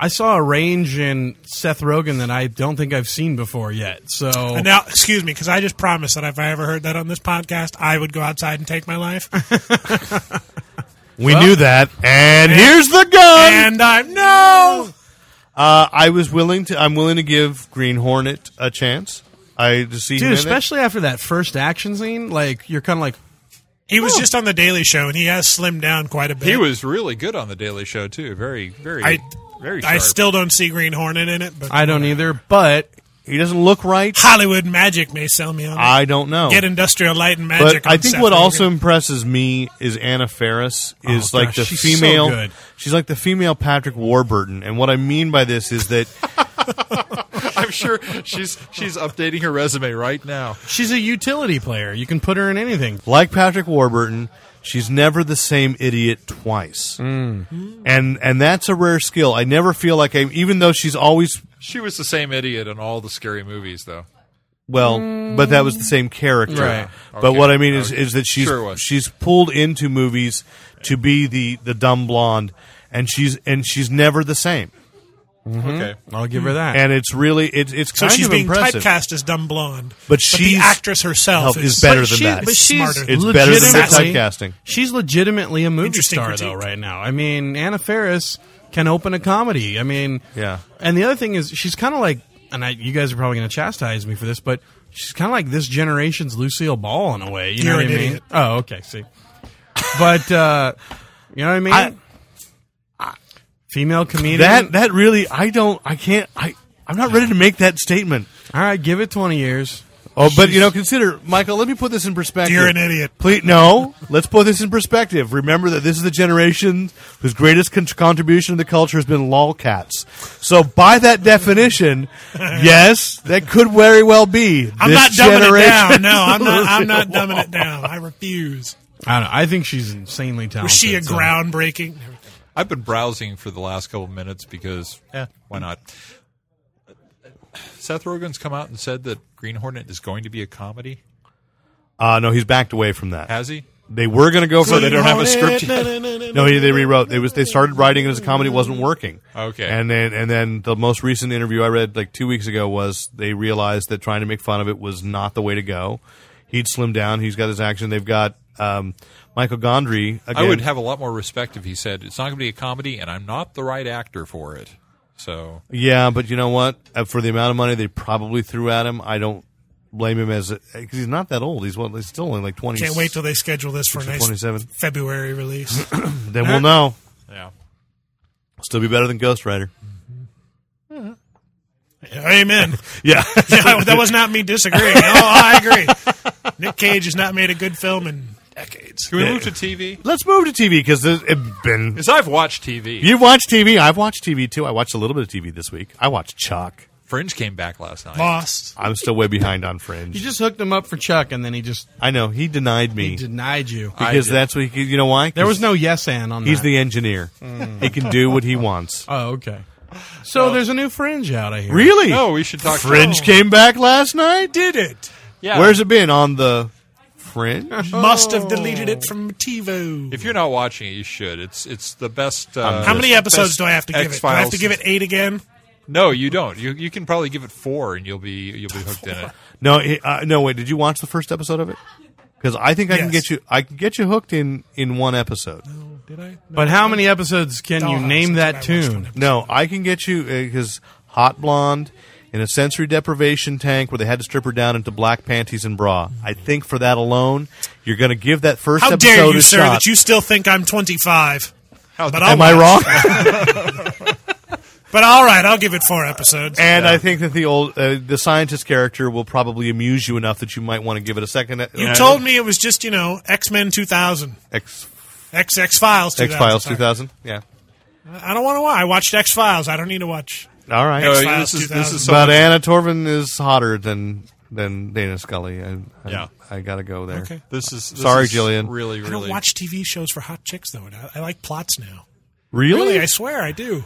[SPEAKER 2] I saw a range in Seth Rogen that I don't think I've seen before yet. So
[SPEAKER 5] And now, excuse me, because I just promised that if I ever heard that on this podcast, I would go outside and take my life.
[SPEAKER 2] Um,
[SPEAKER 4] we knew that. And, here's the gun.
[SPEAKER 5] and I'm no.
[SPEAKER 4] Uh, I was willing to. I'm willing to give Green Hornet a chance. I to see him
[SPEAKER 2] dude,
[SPEAKER 4] in it.
[SPEAKER 2] especially after that first action scene, like you're kind of like,
[SPEAKER 5] He
[SPEAKER 2] Oh.
[SPEAKER 5] was just on the Daily Show, and he has slimmed down quite a bit.
[SPEAKER 3] He was really good on the Daily Show too. Very, very,
[SPEAKER 5] I
[SPEAKER 3] very. Sharp.
[SPEAKER 5] I still don't see Green Hornet in it, but
[SPEAKER 2] I don't either. But
[SPEAKER 4] He doesn't look right.
[SPEAKER 5] Hollywood magic may sell me on it.
[SPEAKER 4] I don't know.
[SPEAKER 5] Get industrial light and magic.
[SPEAKER 4] but I
[SPEAKER 5] on
[SPEAKER 4] think
[SPEAKER 5] Seth
[SPEAKER 4] what
[SPEAKER 5] Rogen.
[SPEAKER 4] also impresses me is Anna Faris is
[SPEAKER 2] Oh,
[SPEAKER 4] like
[SPEAKER 2] gosh,
[SPEAKER 4] the
[SPEAKER 2] she's so
[SPEAKER 4] female.
[SPEAKER 2] good.
[SPEAKER 4] She's like the female Patrick Warburton, and what I mean by this is that
[SPEAKER 3] I'm sure she's she's updating her resume right now.
[SPEAKER 2] she's a utility player. You can put her in anything.
[SPEAKER 4] like Patrick Warburton, she's never the same idiot twice,
[SPEAKER 2] Mm.
[SPEAKER 4] and and that's a rare skill. I never feel like I'm, even though she's always
[SPEAKER 3] She was the same idiot in all the scary movies, though.
[SPEAKER 4] Well, but that was the same character.
[SPEAKER 2] Right.
[SPEAKER 4] But
[SPEAKER 3] Okay.
[SPEAKER 4] what I mean is,
[SPEAKER 3] Okay.
[SPEAKER 4] is that she's
[SPEAKER 3] Sure was.
[SPEAKER 4] she's pulled into movies to be the, the dumb blonde, and she's and she's never the same.
[SPEAKER 5] Hmm?
[SPEAKER 3] Okay.
[SPEAKER 2] I'll give her that.
[SPEAKER 4] And it's really it's it's
[SPEAKER 5] So
[SPEAKER 4] kind
[SPEAKER 5] she's
[SPEAKER 4] of
[SPEAKER 5] being
[SPEAKER 4] impressive.
[SPEAKER 5] typecast as dumb blonde,
[SPEAKER 4] But
[SPEAKER 5] the
[SPEAKER 4] she's-
[SPEAKER 5] actress herself
[SPEAKER 4] Help is
[SPEAKER 5] is
[SPEAKER 4] better
[SPEAKER 2] But
[SPEAKER 4] than
[SPEAKER 2] she-
[SPEAKER 4] that.
[SPEAKER 2] But she's
[SPEAKER 5] Smarter.
[SPEAKER 4] It's better than the
[SPEAKER 2] legitimately-
[SPEAKER 4] typecasting.
[SPEAKER 2] She's legitimately a movie
[SPEAKER 5] Interesting
[SPEAKER 2] star
[SPEAKER 5] critique.
[SPEAKER 2] though right now. I mean, Anna Faris can open a comedy. I mean,
[SPEAKER 4] Yeah.
[SPEAKER 2] And the other thing is, she's kind of like, and I, you guys are probably going to chastise me for this, but she's kind of like this generation's Lucille Ball in a way. You
[SPEAKER 5] You're
[SPEAKER 2] know what
[SPEAKER 5] an
[SPEAKER 2] I mean?
[SPEAKER 5] idiot.
[SPEAKER 2] Oh, okay. See, but uh, you know what I mean?
[SPEAKER 4] I-
[SPEAKER 2] Female comedian.
[SPEAKER 4] That that really I don't I can't I I'm not ready to make that statement.
[SPEAKER 2] All right, give it twenty years.
[SPEAKER 4] Oh, but you know, consider Michael. Let me put this in perspective.
[SPEAKER 5] You're an idiot.
[SPEAKER 4] Please, no. Let's put this in perspective. Remember that this is the generation whose greatest con- contribution to the culture has been lolcats. So, by that definition, yes, that could very well be.
[SPEAKER 5] I'm
[SPEAKER 4] this
[SPEAKER 5] not dumbing
[SPEAKER 4] generation.
[SPEAKER 5] it down. No, I'm not. I'm not dumbing it down. I refuse.
[SPEAKER 2] I don't know. I think she's insanely talented.
[SPEAKER 5] Was she a
[SPEAKER 2] so-
[SPEAKER 5] groundbreaking?
[SPEAKER 3] I've been browsing for the last couple of minutes because eh, why not? Seth Rogen's come out and said that Green Hornet is going to be a comedy.
[SPEAKER 4] Uh, no, he's backed away from that.
[SPEAKER 3] Has he?
[SPEAKER 4] They were going to go for.
[SPEAKER 3] So they don't have a script yet.
[SPEAKER 4] No, he- they rewrote. They was they started writing it as a comedy. It wasn't working.
[SPEAKER 3] Okay.
[SPEAKER 4] And then and then the most recent interview I read like two weeks ago was they realized that trying to make fun of it was not the way to go. He'd slimmed down. He's got his action. They've got um, Michael Gondry. Again.
[SPEAKER 3] I would have a lot more respect if he said it's not going to be a comedy, and I'm not the right actor for it. So
[SPEAKER 4] Yeah, but you know what? Uh, For the amount of money they probably threw at him, I don't blame him as because he's not that old. He's what? He's still only like twenty.
[SPEAKER 5] Can't wait till they schedule this for a nice
[SPEAKER 4] 27.
[SPEAKER 5] February release.
[SPEAKER 4] Then we'll know.
[SPEAKER 3] yeah,
[SPEAKER 4] Still be better than Ghost Rider.
[SPEAKER 5] Amen.
[SPEAKER 4] Yeah.
[SPEAKER 5] yeah, that was not me disagreeing. Oh, I agree. Nick Cage has not made a good film in decades.
[SPEAKER 3] Can we move to TV?
[SPEAKER 4] Let's move to TV because it's been.
[SPEAKER 3] Because I've watched TV.
[SPEAKER 4] You've watched TV. I've watched TV too. I watched a little bit of TV this week. I watched Chuck.
[SPEAKER 3] Fringe came back last night.
[SPEAKER 5] Lost.
[SPEAKER 4] I'm still way behind on
[SPEAKER 2] You
[SPEAKER 4] Fringe.
[SPEAKER 2] just hooked him up for Chuck, and then he just
[SPEAKER 4] I know he denied me
[SPEAKER 2] he denied you.
[SPEAKER 3] I
[SPEAKER 4] because
[SPEAKER 3] did.
[SPEAKER 4] that's what he, you know why
[SPEAKER 2] There was no yes and on
[SPEAKER 4] he's
[SPEAKER 2] that.
[SPEAKER 4] the engineer. He can do what he wants.
[SPEAKER 2] oh okay. So there's a new Fringe out. I hear.
[SPEAKER 4] Really?
[SPEAKER 3] No, we should talk.
[SPEAKER 4] Fringe came back last night. Did it?
[SPEAKER 3] Yeah.
[SPEAKER 4] Where's it been on the Fringe?
[SPEAKER 5] Must have deleted it from TiVo.
[SPEAKER 3] If you're not watching it, you should. It's it's the best. Uh,
[SPEAKER 5] Um, How many episodes
[SPEAKER 3] best
[SPEAKER 5] do I have to give it? Do I have
[SPEAKER 3] X-Files-
[SPEAKER 5] to give it eight again?
[SPEAKER 3] No, you don't. You you can probably give it four, and you'll be you'll be hooked in it.
[SPEAKER 4] No, it- uh, no. Wait, did you watch the first episode of it? Because I think I can
[SPEAKER 5] Yes.
[SPEAKER 4] get you. I can get you hooked in in one episode.
[SPEAKER 5] Did I? No.
[SPEAKER 2] But how many episodes can you
[SPEAKER 5] Dollhouse
[SPEAKER 2] name
[SPEAKER 5] is
[SPEAKER 2] that
[SPEAKER 5] what I watched on
[SPEAKER 2] tune?
[SPEAKER 5] it.
[SPEAKER 4] No, I can get you because Hot Blonde in a sensory deprivation tank where they had to strip her down into black panties and bra. I think for that alone, you're going to give that first
[SPEAKER 5] How
[SPEAKER 4] episode
[SPEAKER 5] dare you,
[SPEAKER 4] a
[SPEAKER 5] sir,
[SPEAKER 4] shot.
[SPEAKER 5] that you still think I'm 25? but I'll
[SPEAKER 4] Am I
[SPEAKER 5] watch.
[SPEAKER 4] wrong?
[SPEAKER 5] But all right, I'll give it four episodes.
[SPEAKER 4] and I think that the old uh, the scientist character will probably amuse you enough that you might want to give it a second. uh,
[SPEAKER 5] you told me it was just you know X Men 2000,
[SPEAKER 4] X
[SPEAKER 5] X Files 2000.
[SPEAKER 4] X Files
[SPEAKER 5] sorry.
[SPEAKER 4] 2000. Yeah.
[SPEAKER 5] I don't want to watch. I watched X Files. I don't need to watch.
[SPEAKER 4] All right.
[SPEAKER 3] No,
[SPEAKER 5] X-Files
[SPEAKER 3] this is this is so
[SPEAKER 4] but Anna Torvin is hotter than than Dana Scully. I, I,
[SPEAKER 3] Yeah.
[SPEAKER 4] I gotta go there.
[SPEAKER 5] Okay.
[SPEAKER 3] This is this
[SPEAKER 4] Sorry,
[SPEAKER 3] is
[SPEAKER 4] Jillian.
[SPEAKER 3] Really,
[SPEAKER 5] I don't
[SPEAKER 3] really.
[SPEAKER 5] watch TV shows for hot chicks though. and I, I like plots now.
[SPEAKER 4] Really?
[SPEAKER 5] Really, I swear I do.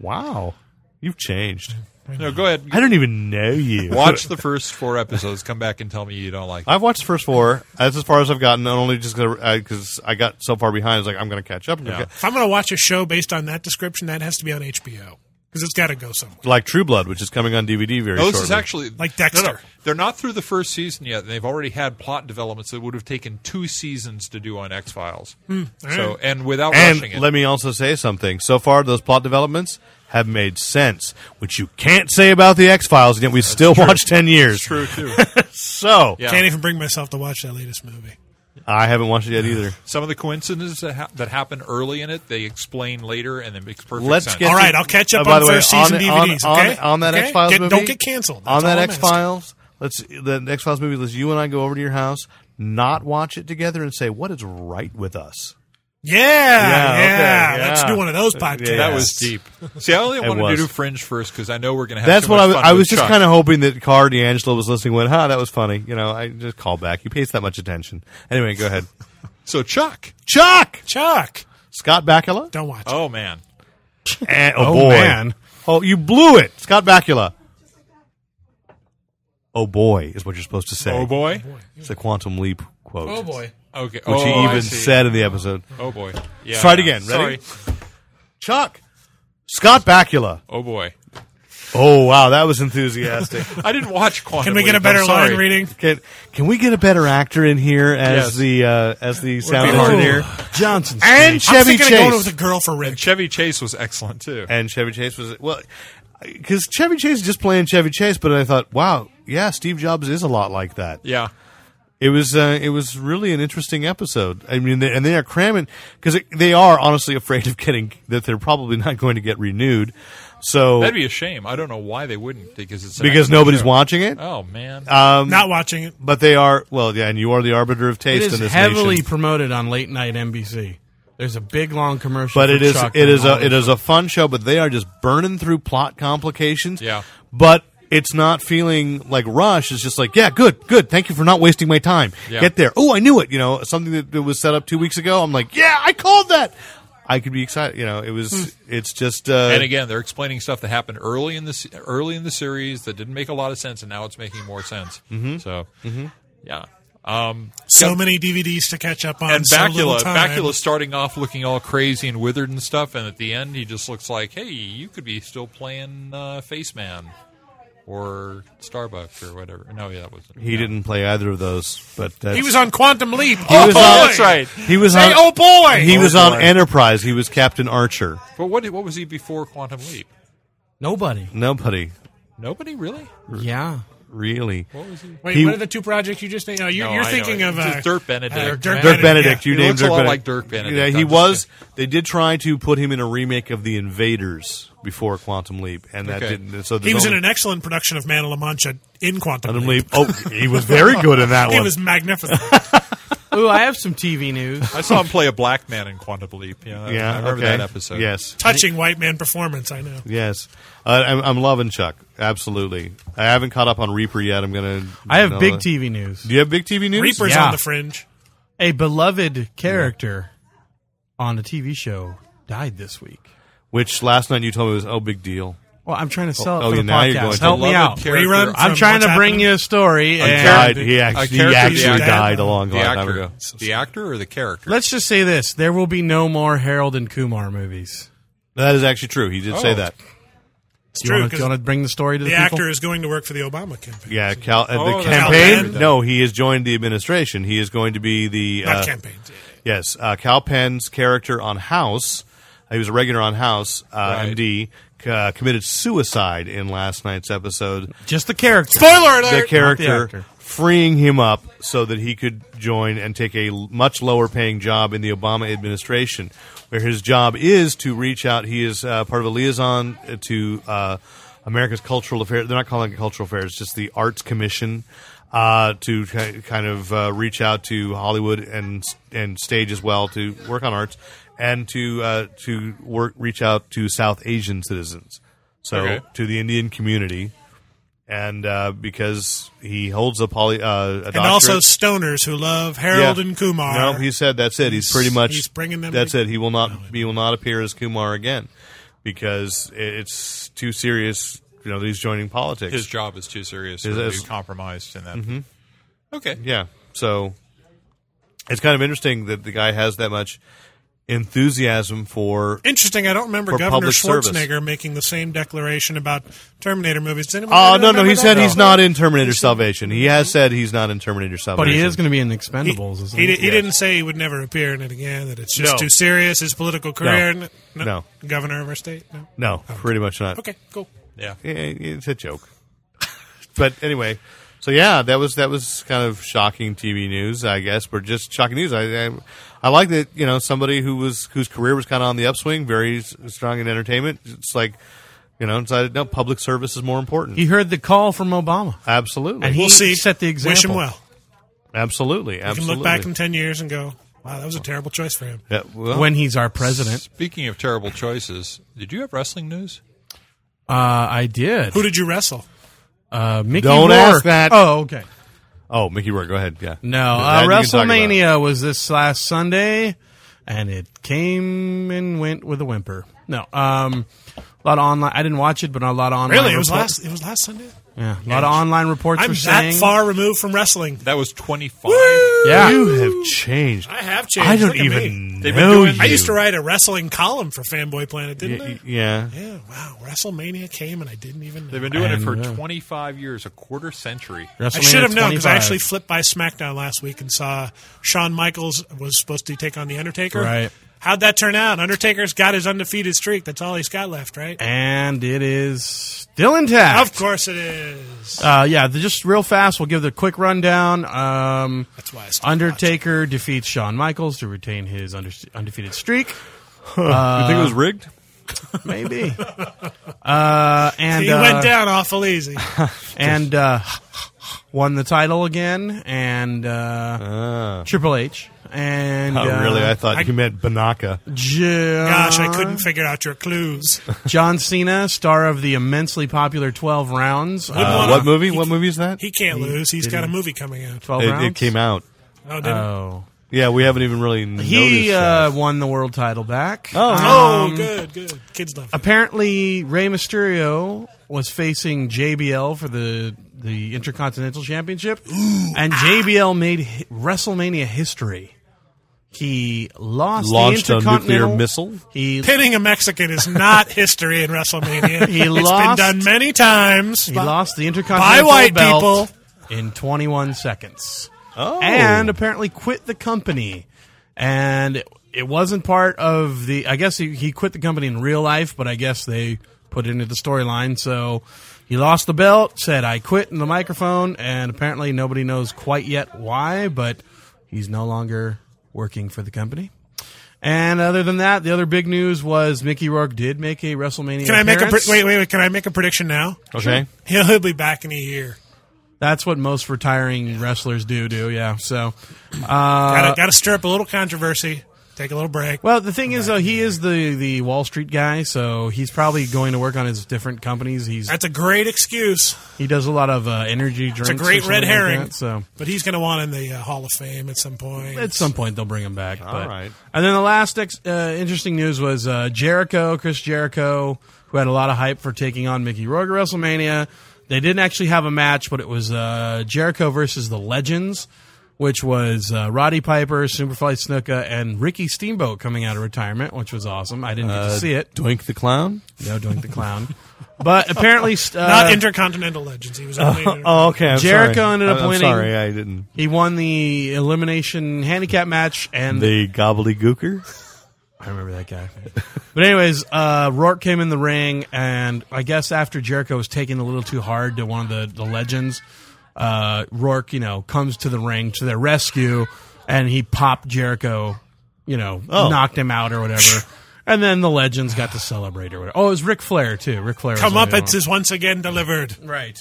[SPEAKER 4] Wow, you've changed.
[SPEAKER 3] No, go ahead.
[SPEAKER 4] I don't even know you.
[SPEAKER 3] Watch the first four episodes. Come back and tell me you don't like. it.
[SPEAKER 4] I've watched the first four. That's as far as I've gotten. Not only just because I got so far behind, I was like, I'm going to catch up. I'm gonna
[SPEAKER 3] Yeah.
[SPEAKER 4] ca-
[SPEAKER 5] If I'm going to watch a show based on that description, that has to be on HBO because it's got to go somewhere.
[SPEAKER 4] Like True Blood, which is coming on DVD very
[SPEAKER 3] No,
[SPEAKER 4] shortly.
[SPEAKER 3] Oh, this is actually
[SPEAKER 5] Like
[SPEAKER 3] no, no.
[SPEAKER 5] Dexter.
[SPEAKER 3] they're not through the first season yet. and They've already had plot developments that would have taken two seasons to do on X Files.
[SPEAKER 5] Hmm.
[SPEAKER 3] So and without rushing it,
[SPEAKER 4] and let me also say something. So far, those plot developments have made sense, which you can't say about the X Files, yet we still watch ten years.
[SPEAKER 3] true too.
[SPEAKER 4] So
[SPEAKER 3] Yeah.
[SPEAKER 5] Can't even bring myself to watch that latest movie.
[SPEAKER 4] I haven't watched it yet either.
[SPEAKER 3] Some of the coincidences that, ha- that happen early in it, they explain later, and it makes perfect
[SPEAKER 4] Let's
[SPEAKER 3] sense.
[SPEAKER 4] get
[SPEAKER 5] All
[SPEAKER 4] to-
[SPEAKER 5] right, I'll catch up
[SPEAKER 4] Uh, by
[SPEAKER 5] on
[SPEAKER 4] the way,
[SPEAKER 5] first
[SPEAKER 4] on-
[SPEAKER 5] season
[SPEAKER 4] on-
[SPEAKER 5] DVDs.
[SPEAKER 4] on-
[SPEAKER 5] okay?
[SPEAKER 4] on that
[SPEAKER 5] Okay?
[SPEAKER 4] X Files
[SPEAKER 5] Get-
[SPEAKER 4] movie.
[SPEAKER 5] don't get canceled. That's
[SPEAKER 4] on that
[SPEAKER 5] all I'm
[SPEAKER 4] X Files, let's the X Files movie. Let's you and I go over to your house, not watch it together, and say what is right with us.
[SPEAKER 5] Yeah,
[SPEAKER 4] Yeah,
[SPEAKER 5] yeah.
[SPEAKER 4] okay,
[SPEAKER 5] Let's
[SPEAKER 4] Ah, yeah.
[SPEAKER 5] do one of those podcasts.
[SPEAKER 4] Yeah.
[SPEAKER 3] that was deep. See, I only wanted
[SPEAKER 4] was.
[SPEAKER 3] to do Fringe first because I know we're going to have.
[SPEAKER 4] That's
[SPEAKER 3] so
[SPEAKER 4] what I
[SPEAKER 3] much
[SPEAKER 4] was.
[SPEAKER 3] fun
[SPEAKER 4] I
[SPEAKER 3] with
[SPEAKER 4] was just
[SPEAKER 3] Chuck.
[SPEAKER 4] kind of hoping that Car D'Angelo was listening. Went, huh, that was funny. You know, I just call back. He pays that much attention. Anyway, go ahead.
[SPEAKER 3] So Chuck.
[SPEAKER 4] Chuck
[SPEAKER 5] Chuck.
[SPEAKER 4] Scott Bakula.
[SPEAKER 5] Don't watch. it.
[SPEAKER 3] Oh man,
[SPEAKER 4] Eh, oh,
[SPEAKER 2] Oh,
[SPEAKER 4] boy.
[SPEAKER 2] man.
[SPEAKER 4] Oh, you blew it, Scott Bakula. Oh boy, is what you're supposed to say.
[SPEAKER 3] oh boy.
[SPEAKER 4] It's a quantum leap quote.
[SPEAKER 5] Oh,
[SPEAKER 3] Okay.
[SPEAKER 4] Which
[SPEAKER 3] oh,
[SPEAKER 4] he
[SPEAKER 3] I
[SPEAKER 4] even
[SPEAKER 3] see.
[SPEAKER 4] said in the episode.
[SPEAKER 3] Oh boy. Yeah.
[SPEAKER 4] Let's try it again. Ready?
[SPEAKER 3] Sorry.
[SPEAKER 4] Chuck. Scott Bakula.
[SPEAKER 3] Oh boy.
[SPEAKER 4] Oh wow, that was enthusiastic.
[SPEAKER 3] I didn't watch Quantum.
[SPEAKER 5] Can we get a
[SPEAKER 3] Leap,
[SPEAKER 5] better
[SPEAKER 3] I'm sorry.
[SPEAKER 5] line reading?
[SPEAKER 4] can can we get a better actor in here as
[SPEAKER 3] Yes.
[SPEAKER 4] the uh, as the sound
[SPEAKER 3] hard.
[SPEAKER 4] engineer
[SPEAKER 2] Johnson.
[SPEAKER 4] and
[SPEAKER 5] I'm
[SPEAKER 4] Chevy
[SPEAKER 5] thinking of going
[SPEAKER 4] Chase?
[SPEAKER 5] with a girl for Rick.
[SPEAKER 3] Chevy Chase was excellent too.
[SPEAKER 4] and Chevy Chase was well because Chevy Chase is just playing Chevy Chase, but I thought, wow, yeah, Steve Jobs is a lot like that.
[SPEAKER 3] Yeah.
[SPEAKER 4] It was uh, it was really an interesting episode. I mean, they, and they are cramming because they are honestly afraid of getting that they're probably not going to get renewed. So
[SPEAKER 3] That'd be a shame. I don't know why they wouldn't because it's an
[SPEAKER 4] because
[SPEAKER 3] action
[SPEAKER 4] nobody's Uh,
[SPEAKER 3] show.
[SPEAKER 4] watching it.
[SPEAKER 3] Oh man.
[SPEAKER 5] Not watching it.
[SPEAKER 4] But they are well, yeah, and you are the arbiter of
[SPEAKER 2] It
[SPEAKER 4] taste
[SPEAKER 2] is
[SPEAKER 4] in this
[SPEAKER 2] heavily
[SPEAKER 4] nation.
[SPEAKER 2] promoted on late night NBC. There's a big long commercial.
[SPEAKER 4] But
[SPEAKER 2] for
[SPEAKER 4] it is
[SPEAKER 2] Chuck
[SPEAKER 4] it
[SPEAKER 2] and
[SPEAKER 4] is
[SPEAKER 2] all
[SPEAKER 4] a
[SPEAKER 2] this
[SPEAKER 4] it is a fun show. But they are just burning through plot complications.
[SPEAKER 3] Yeah.
[SPEAKER 4] But it's not feeling like rush. It's just like yeah, good, good. Thank you for not wasting my time.
[SPEAKER 3] Yeah.
[SPEAKER 4] Get there. Oh, I knew it. You know something that, that was set up two weeks ago. I'm like yeah, I called that. I could be excited. You know, it was. It's just. Uh,
[SPEAKER 3] and again, they're explaining stuff that happened early in the se- early in the series that didn't make a lot of sense, and now it's making more sense.
[SPEAKER 4] Mm-hmm.
[SPEAKER 3] So, yeah. Um,
[SPEAKER 5] So many DVDs to catch up on.
[SPEAKER 3] and
[SPEAKER 5] so little
[SPEAKER 3] Bacula,
[SPEAKER 5] time.
[SPEAKER 3] Bacula starting off looking all crazy and withered and stuff, and at the end he just looks like, hey, you could be still playing uh, Face Man or Starbuck or whatever. No, yeah, that wasn't.
[SPEAKER 4] he
[SPEAKER 3] no.
[SPEAKER 4] didn't play either of those, but that's,
[SPEAKER 5] He was on Quantum Leap.
[SPEAKER 4] He was
[SPEAKER 3] Oh,
[SPEAKER 4] on-
[SPEAKER 3] that's right.
[SPEAKER 4] He was on.
[SPEAKER 5] Say, oh, boy!
[SPEAKER 4] He
[SPEAKER 5] Oh,
[SPEAKER 4] was on
[SPEAKER 5] boy.
[SPEAKER 4] Enterprise. He was Captain Archer.
[SPEAKER 3] But what what was he before Quantum Leap?
[SPEAKER 2] Nobody.
[SPEAKER 4] Nobody.
[SPEAKER 3] Nobody really.
[SPEAKER 2] Yeah.
[SPEAKER 4] really.
[SPEAKER 5] Wait,
[SPEAKER 4] He-
[SPEAKER 5] what are the two projects you just named? No, you're,
[SPEAKER 3] No,
[SPEAKER 5] you're
[SPEAKER 3] I know.
[SPEAKER 5] thinking of
[SPEAKER 3] It's
[SPEAKER 5] uh,
[SPEAKER 3] Dirk Benedict.
[SPEAKER 5] uh,
[SPEAKER 3] Dirk
[SPEAKER 5] Dirk,
[SPEAKER 4] Dirk Benedict,
[SPEAKER 5] yeah.
[SPEAKER 4] you
[SPEAKER 3] He
[SPEAKER 4] named
[SPEAKER 3] looks a
[SPEAKER 4] Dirk
[SPEAKER 3] lot
[SPEAKER 4] Benedict.
[SPEAKER 3] like Dirk Benedict.
[SPEAKER 4] Yeah,
[SPEAKER 3] I'm
[SPEAKER 4] he
[SPEAKER 3] just
[SPEAKER 4] was. They did try to put him in a remake of The Invaders before Quantum Leap, and that
[SPEAKER 3] Okay.
[SPEAKER 4] didn't. So
[SPEAKER 5] He was in
[SPEAKER 4] only,
[SPEAKER 5] an excellent production of Man of La Mancha in Quantum
[SPEAKER 4] Quantum
[SPEAKER 5] Leap.
[SPEAKER 4] Leap. Oh, he was very good in that
[SPEAKER 5] He
[SPEAKER 4] one.
[SPEAKER 5] was magnificent.
[SPEAKER 2] Ooh, I have some TV news.
[SPEAKER 3] I saw him play a black man in Quantum Leap. Yeah,
[SPEAKER 4] yeah,
[SPEAKER 3] I remember
[SPEAKER 4] okay.
[SPEAKER 3] that episode.
[SPEAKER 4] Yes,
[SPEAKER 5] Touching white man performance, I know.
[SPEAKER 4] yes. Uh, I'm, I'm loving Chuck. Absolutely. I haven't caught up on Reaper yet. I'm gonna.
[SPEAKER 2] I have
[SPEAKER 4] no,
[SPEAKER 2] big
[SPEAKER 4] uh,
[SPEAKER 2] TV news.
[SPEAKER 4] Do you have big TV news?
[SPEAKER 5] Reaper's
[SPEAKER 2] Yeah.
[SPEAKER 5] on the fringe.
[SPEAKER 2] A beloved character on a TV show died this week.
[SPEAKER 4] Which last night you told me was oh big deal.
[SPEAKER 2] Well, I'm trying to sell it
[SPEAKER 4] oh,
[SPEAKER 2] for
[SPEAKER 4] yeah,
[SPEAKER 2] the
[SPEAKER 4] now you're going
[SPEAKER 2] podcast.
[SPEAKER 4] to
[SPEAKER 2] Help me
[SPEAKER 3] Beloved
[SPEAKER 2] out.
[SPEAKER 3] character-
[SPEAKER 5] Rerun?
[SPEAKER 2] I'm
[SPEAKER 5] From
[SPEAKER 2] trying to
[SPEAKER 5] what's
[SPEAKER 2] bring
[SPEAKER 5] happening?
[SPEAKER 2] you a story.
[SPEAKER 4] He
[SPEAKER 2] and-
[SPEAKER 4] died. He actually,
[SPEAKER 3] character
[SPEAKER 4] he
[SPEAKER 3] is
[SPEAKER 4] actually
[SPEAKER 5] dead.
[SPEAKER 4] died a long
[SPEAKER 3] The
[SPEAKER 4] time
[SPEAKER 3] actor,
[SPEAKER 4] ago.
[SPEAKER 3] the actor, or the character?
[SPEAKER 2] Let's just say this: there will be no more Harold and Kumar movies.
[SPEAKER 4] That is actually true. He did say
[SPEAKER 3] Oh.
[SPEAKER 4] that.
[SPEAKER 5] It's
[SPEAKER 2] Do you
[SPEAKER 5] true
[SPEAKER 2] want to
[SPEAKER 5] 'cause
[SPEAKER 2] bring the story to the,
[SPEAKER 5] the
[SPEAKER 2] people?
[SPEAKER 5] actor is going to work for the Obama campaign.
[SPEAKER 4] Yeah, Cal, uh,
[SPEAKER 3] Oh, that's
[SPEAKER 4] the campaign.
[SPEAKER 5] Calpen?
[SPEAKER 4] No, he has joined the administration. He is going to be the
[SPEAKER 5] Not
[SPEAKER 4] uh,
[SPEAKER 5] campaign.
[SPEAKER 4] yes, uh, Cal Penn's character on House. He was a regular on House. Uh,
[SPEAKER 3] Right.
[SPEAKER 4] MD uh, committed suicide in last night's episode.
[SPEAKER 2] Just the character.
[SPEAKER 5] Spoiler alert!
[SPEAKER 4] The character
[SPEAKER 2] actor.
[SPEAKER 4] freeing him up so that he could join and take a l- much lower paying job in the Obama administration, where his job is to reach out. He is uh, part of a liaison uh, to uh, America's Cultural Affairs. They're not calling it Cultural Affairs, it's just the Arts Commission. Uh, to ki- kind of uh, reach out to Hollywood and s- and stage as well to work on arts and to uh, to work reach out to South Asian citizens, so
[SPEAKER 3] Okay.
[SPEAKER 4] to the Indian community and uh, because he holds a poly, uh, a doctorate.
[SPEAKER 5] and also stoners who love Harold
[SPEAKER 4] Yeah.
[SPEAKER 5] and Kumar.
[SPEAKER 4] No, he said that's it. He's pretty much
[SPEAKER 5] he's bringing them
[SPEAKER 4] That's
[SPEAKER 5] to- Oh,
[SPEAKER 4] it. He will not. He will not appear as Kumar again because i- it's too serious. You know, that he's joining politics.
[SPEAKER 3] His job is too serious.
[SPEAKER 4] His-
[SPEAKER 3] or
[SPEAKER 4] his-
[SPEAKER 3] be compromised in that.
[SPEAKER 4] Mm-hmm.
[SPEAKER 3] Okay.
[SPEAKER 4] yeah, so it's kind of interesting that the guy has that much enthusiasm for.
[SPEAKER 5] Interesting. I don't remember
[SPEAKER 4] For
[SPEAKER 5] Governor
[SPEAKER 4] public service.
[SPEAKER 5] Schwarzenegger making the same declaration about Terminator movies. Does anyone
[SPEAKER 4] Oh
[SPEAKER 5] really
[SPEAKER 4] no, no,
[SPEAKER 5] remember
[SPEAKER 4] he
[SPEAKER 5] that?
[SPEAKER 4] said he's not in Terminator Salvation. He has said he's not in Terminator Salvation.
[SPEAKER 2] But he is going to be in the
[SPEAKER 5] He,
[SPEAKER 2] Expendables. isn't
[SPEAKER 5] he,
[SPEAKER 2] he?
[SPEAKER 5] di- he didn't say he would never appear in it again. That it's just
[SPEAKER 4] No.
[SPEAKER 5] too serious. His political career. N-
[SPEAKER 4] No.
[SPEAKER 5] Governor of our state. No.
[SPEAKER 4] No, pretty much not.
[SPEAKER 5] Oh. Okay. Cool.
[SPEAKER 3] Yeah.
[SPEAKER 4] Yeah, Eh, it's a joke. but anyway, so yeah, that was that was kind of shocking TV news, I guess, but just shocking news. I I, I like that you know somebody who was whose career was kind of on the upswing, very s- strong in entertainment. It's like you know decided no public service is more important.
[SPEAKER 2] He heard the call from Obama,
[SPEAKER 4] absolutely,
[SPEAKER 2] and
[SPEAKER 5] We'll
[SPEAKER 2] he
[SPEAKER 5] see.
[SPEAKER 2] set the example.
[SPEAKER 5] Wish him well.
[SPEAKER 4] absolutely,
[SPEAKER 5] You can
[SPEAKER 4] absolutely.
[SPEAKER 5] look back in ten years and go, "Wow, that was a terrible choice for him."
[SPEAKER 4] Yeah, well,
[SPEAKER 2] when he's our president.
[SPEAKER 3] Speaking of terrible choices, did you have wrestling news?
[SPEAKER 2] Uh, I did.
[SPEAKER 5] Who did you wrestle?
[SPEAKER 2] Uh, Mickey
[SPEAKER 4] Don't
[SPEAKER 2] Rourke.
[SPEAKER 4] ask that.
[SPEAKER 2] Oh, okay.
[SPEAKER 4] oh, Mickey Rourke, go ahead. Yeah,
[SPEAKER 2] No, uh,
[SPEAKER 4] That you can talk about.
[SPEAKER 2] WrestleMania was this last Sunday, and it came and went with a whimper. No, um, a lot of online. I didn't watch it, but a lot of online.
[SPEAKER 5] Really, it was
[SPEAKER 2] report-
[SPEAKER 5] last. It was last Sunday.
[SPEAKER 2] Yeah, a lot of online reports
[SPEAKER 5] I'm
[SPEAKER 2] were
[SPEAKER 5] that
[SPEAKER 2] saying.
[SPEAKER 5] far removed from wrestling.
[SPEAKER 3] That was 25.
[SPEAKER 2] Yeah,
[SPEAKER 4] You have changed.
[SPEAKER 5] I have changed.
[SPEAKER 4] I don't
[SPEAKER 5] Look at me.
[SPEAKER 4] even
[SPEAKER 3] They've been
[SPEAKER 4] know
[SPEAKER 3] doing-
[SPEAKER 4] you.
[SPEAKER 5] I used to write a wrestling column for Fanboy Planet, didn't I?
[SPEAKER 4] Y- Yeah,
[SPEAKER 5] Yeah, wow. WrestleMania came and I didn't even know.
[SPEAKER 3] They've been doing it for
[SPEAKER 2] And, uh,
[SPEAKER 3] 25 years, a quarter century.
[SPEAKER 5] I
[SPEAKER 2] WrestleMania
[SPEAKER 5] should have known because I
[SPEAKER 2] 25.
[SPEAKER 5] actually flipped by SmackDown last week and saw Shawn Michaels was supposed to take on The Undertaker.
[SPEAKER 2] Right.
[SPEAKER 5] How'd that turn out? Undertaker's got his undefeated streak. That's all he's got left, right?
[SPEAKER 2] and it is still intact.
[SPEAKER 5] Of course it is.
[SPEAKER 2] Uh, yeah, the, just real fast. We'll give the quick rundown. Um,
[SPEAKER 5] That's why I stopped
[SPEAKER 2] Undertaker defeats Shawn Michaels to retain his under, undefeated streak.
[SPEAKER 4] you think it was rigged?
[SPEAKER 2] Maybe. uh, and
[SPEAKER 5] He
[SPEAKER 2] uh,
[SPEAKER 5] went down awful easy.
[SPEAKER 2] and uh, won the title again. And uh, Triple H and
[SPEAKER 4] Oh,
[SPEAKER 2] uh,
[SPEAKER 4] really? I thought you meant Banaka.
[SPEAKER 2] Jo-
[SPEAKER 5] Gosh, I couldn't figure out your clues.
[SPEAKER 2] John Cena, star of the immensely popular Twelve Rounds.
[SPEAKER 5] Wouldn't
[SPEAKER 2] Uh,
[SPEAKER 5] wanna-
[SPEAKER 4] what movie? What movie is that?
[SPEAKER 5] He can't lose. He's got a movie coming out.
[SPEAKER 2] Twelve
[SPEAKER 4] It,
[SPEAKER 2] Rounds
[SPEAKER 4] it came out.
[SPEAKER 5] Oh, didn't
[SPEAKER 2] Oh,
[SPEAKER 4] Yeah, we haven't even really noticed.
[SPEAKER 2] he
[SPEAKER 4] that.
[SPEAKER 2] uh, won the world title back. Uh,
[SPEAKER 5] oh good, good. Kids love it.
[SPEAKER 2] apparently Rey Mysterio was facing JBL for the the Intercontinental Championship, and
[SPEAKER 4] Ah.
[SPEAKER 2] JBL made hi- WrestleMania history. He lost
[SPEAKER 4] Launched
[SPEAKER 2] the
[SPEAKER 4] a
[SPEAKER 2] Intercontinental
[SPEAKER 4] nuclear missile?
[SPEAKER 2] He
[SPEAKER 5] Pinning a Mexican is not history in WrestleMania.
[SPEAKER 2] He
[SPEAKER 5] It's been
[SPEAKER 2] lost-
[SPEAKER 5] done many times.
[SPEAKER 2] he lost the Intercontinental
[SPEAKER 5] By white
[SPEAKER 2] belt in 21 seconds,
[SPEAKER 4] Oh.
[SPEAKER 2] and apparently quit the company. And it, it wasn't part of the. I guess he, he quit the company in real life, but I guess they put it into the storyline. So He lost the belt, said, I quit in the microphone, and apparently nobody knows quite yet why, but he's no longer working for the company. And other than that, the other big news was Mickey Rourke did make a WrestleMania.
[SPEAKER 5] Can I make a
[SPEAKER 2] appearance.
[SPEAKER 5] pre- wait, wait, wait? Can I make a prediction now?
[SPEAKER 4] Okay.
[SPEAKER 5] He'll, he'll be back in a year.
[SPEAKER 2] That's what most retiring wrestlers do. Do yeah. So
[SPEAKER 5] Gotta, gotta stir up a little controversy. Take a little break.
[SPEAKER 2] Well, the thing is, though, he is the, the Wall Street guy, so he's probably going to work on his different companies. He's
[SPEAKER 5] That's a great excuse.
[SPEAKER 2] he does a lot of uh, energy drinks.
[SPEAKER 5] It's a great
[SPEAKER 2] or something
[SPEAKER 5] red
[SPEAKER 2] like
[SPEAKER 5] herring.
[SPEAKER 2] that, so
[SPEAKER 5] But he's going to want in the uh, Hall of Fame at some point.
[SPEAKER 2] at some point they'll bring him back. All right.
[SPEAKER 4] right.
[SPEAKER 2] And then the last ex- uh, interesting news was uh, Jericho, Chris Jericho, who had a lot of hype for taking on Mickey Rourke at WrestleMania. They didn't actually have a match, but it was uh, Jericho versus the Legends, which was uh, Roddy Piper, Superfly Snuka, and Ricky Steamboat coming out of retirement, which was awesome. I didn't get
[SPEAKER 5] Uh,
[SPEAKER 2] to see it.
[SPEAKER 4] Doink the clown.
[SPEAKER 2] No, Doink the Clown. But apparently, uh,
[SPEAKER 5] Not Intercontinental Legends. He was only.
[SPEAKER 4] Oh, okay. I'm
[SPEAKER 2] Jericho
[SPEAKER 4] sorry.
[SPEAKER 2] ended up
[SPEAKER 4] I- I'm
[SPEAKER 2] winning.
[SPEAKER 4] Sorry, I didn't.
[SPEAKER 2] he won the elimination handicap match, and
[SPEAKER 4] The gobbledygooker.
[SPEAKER 2] I remember that guy. but anyways, uh, Rourke came in the ring, and I guess after Jericho was taken a little too hard to one of the the legends, uh, Rourke, you know, comes to the ring to their rescue, and he popped Jericho, you know,
[SPEAKER 4] Oh.
[SPEAKER 2] knocked him out or whatever. And then the legends got to celebrate or whatever. Oh, it was Ric Flair too. Ric Flair. was
[SPEAKER 5] Come
[SPEAKER 2] the
[SPEAKER 5] up,
[SPEAKER 2] other
[SPEAKER 5] it's
[SPEAKER 2] one.
[SPEAKER 5] is once again delivered.
[SPEAKER 2] right.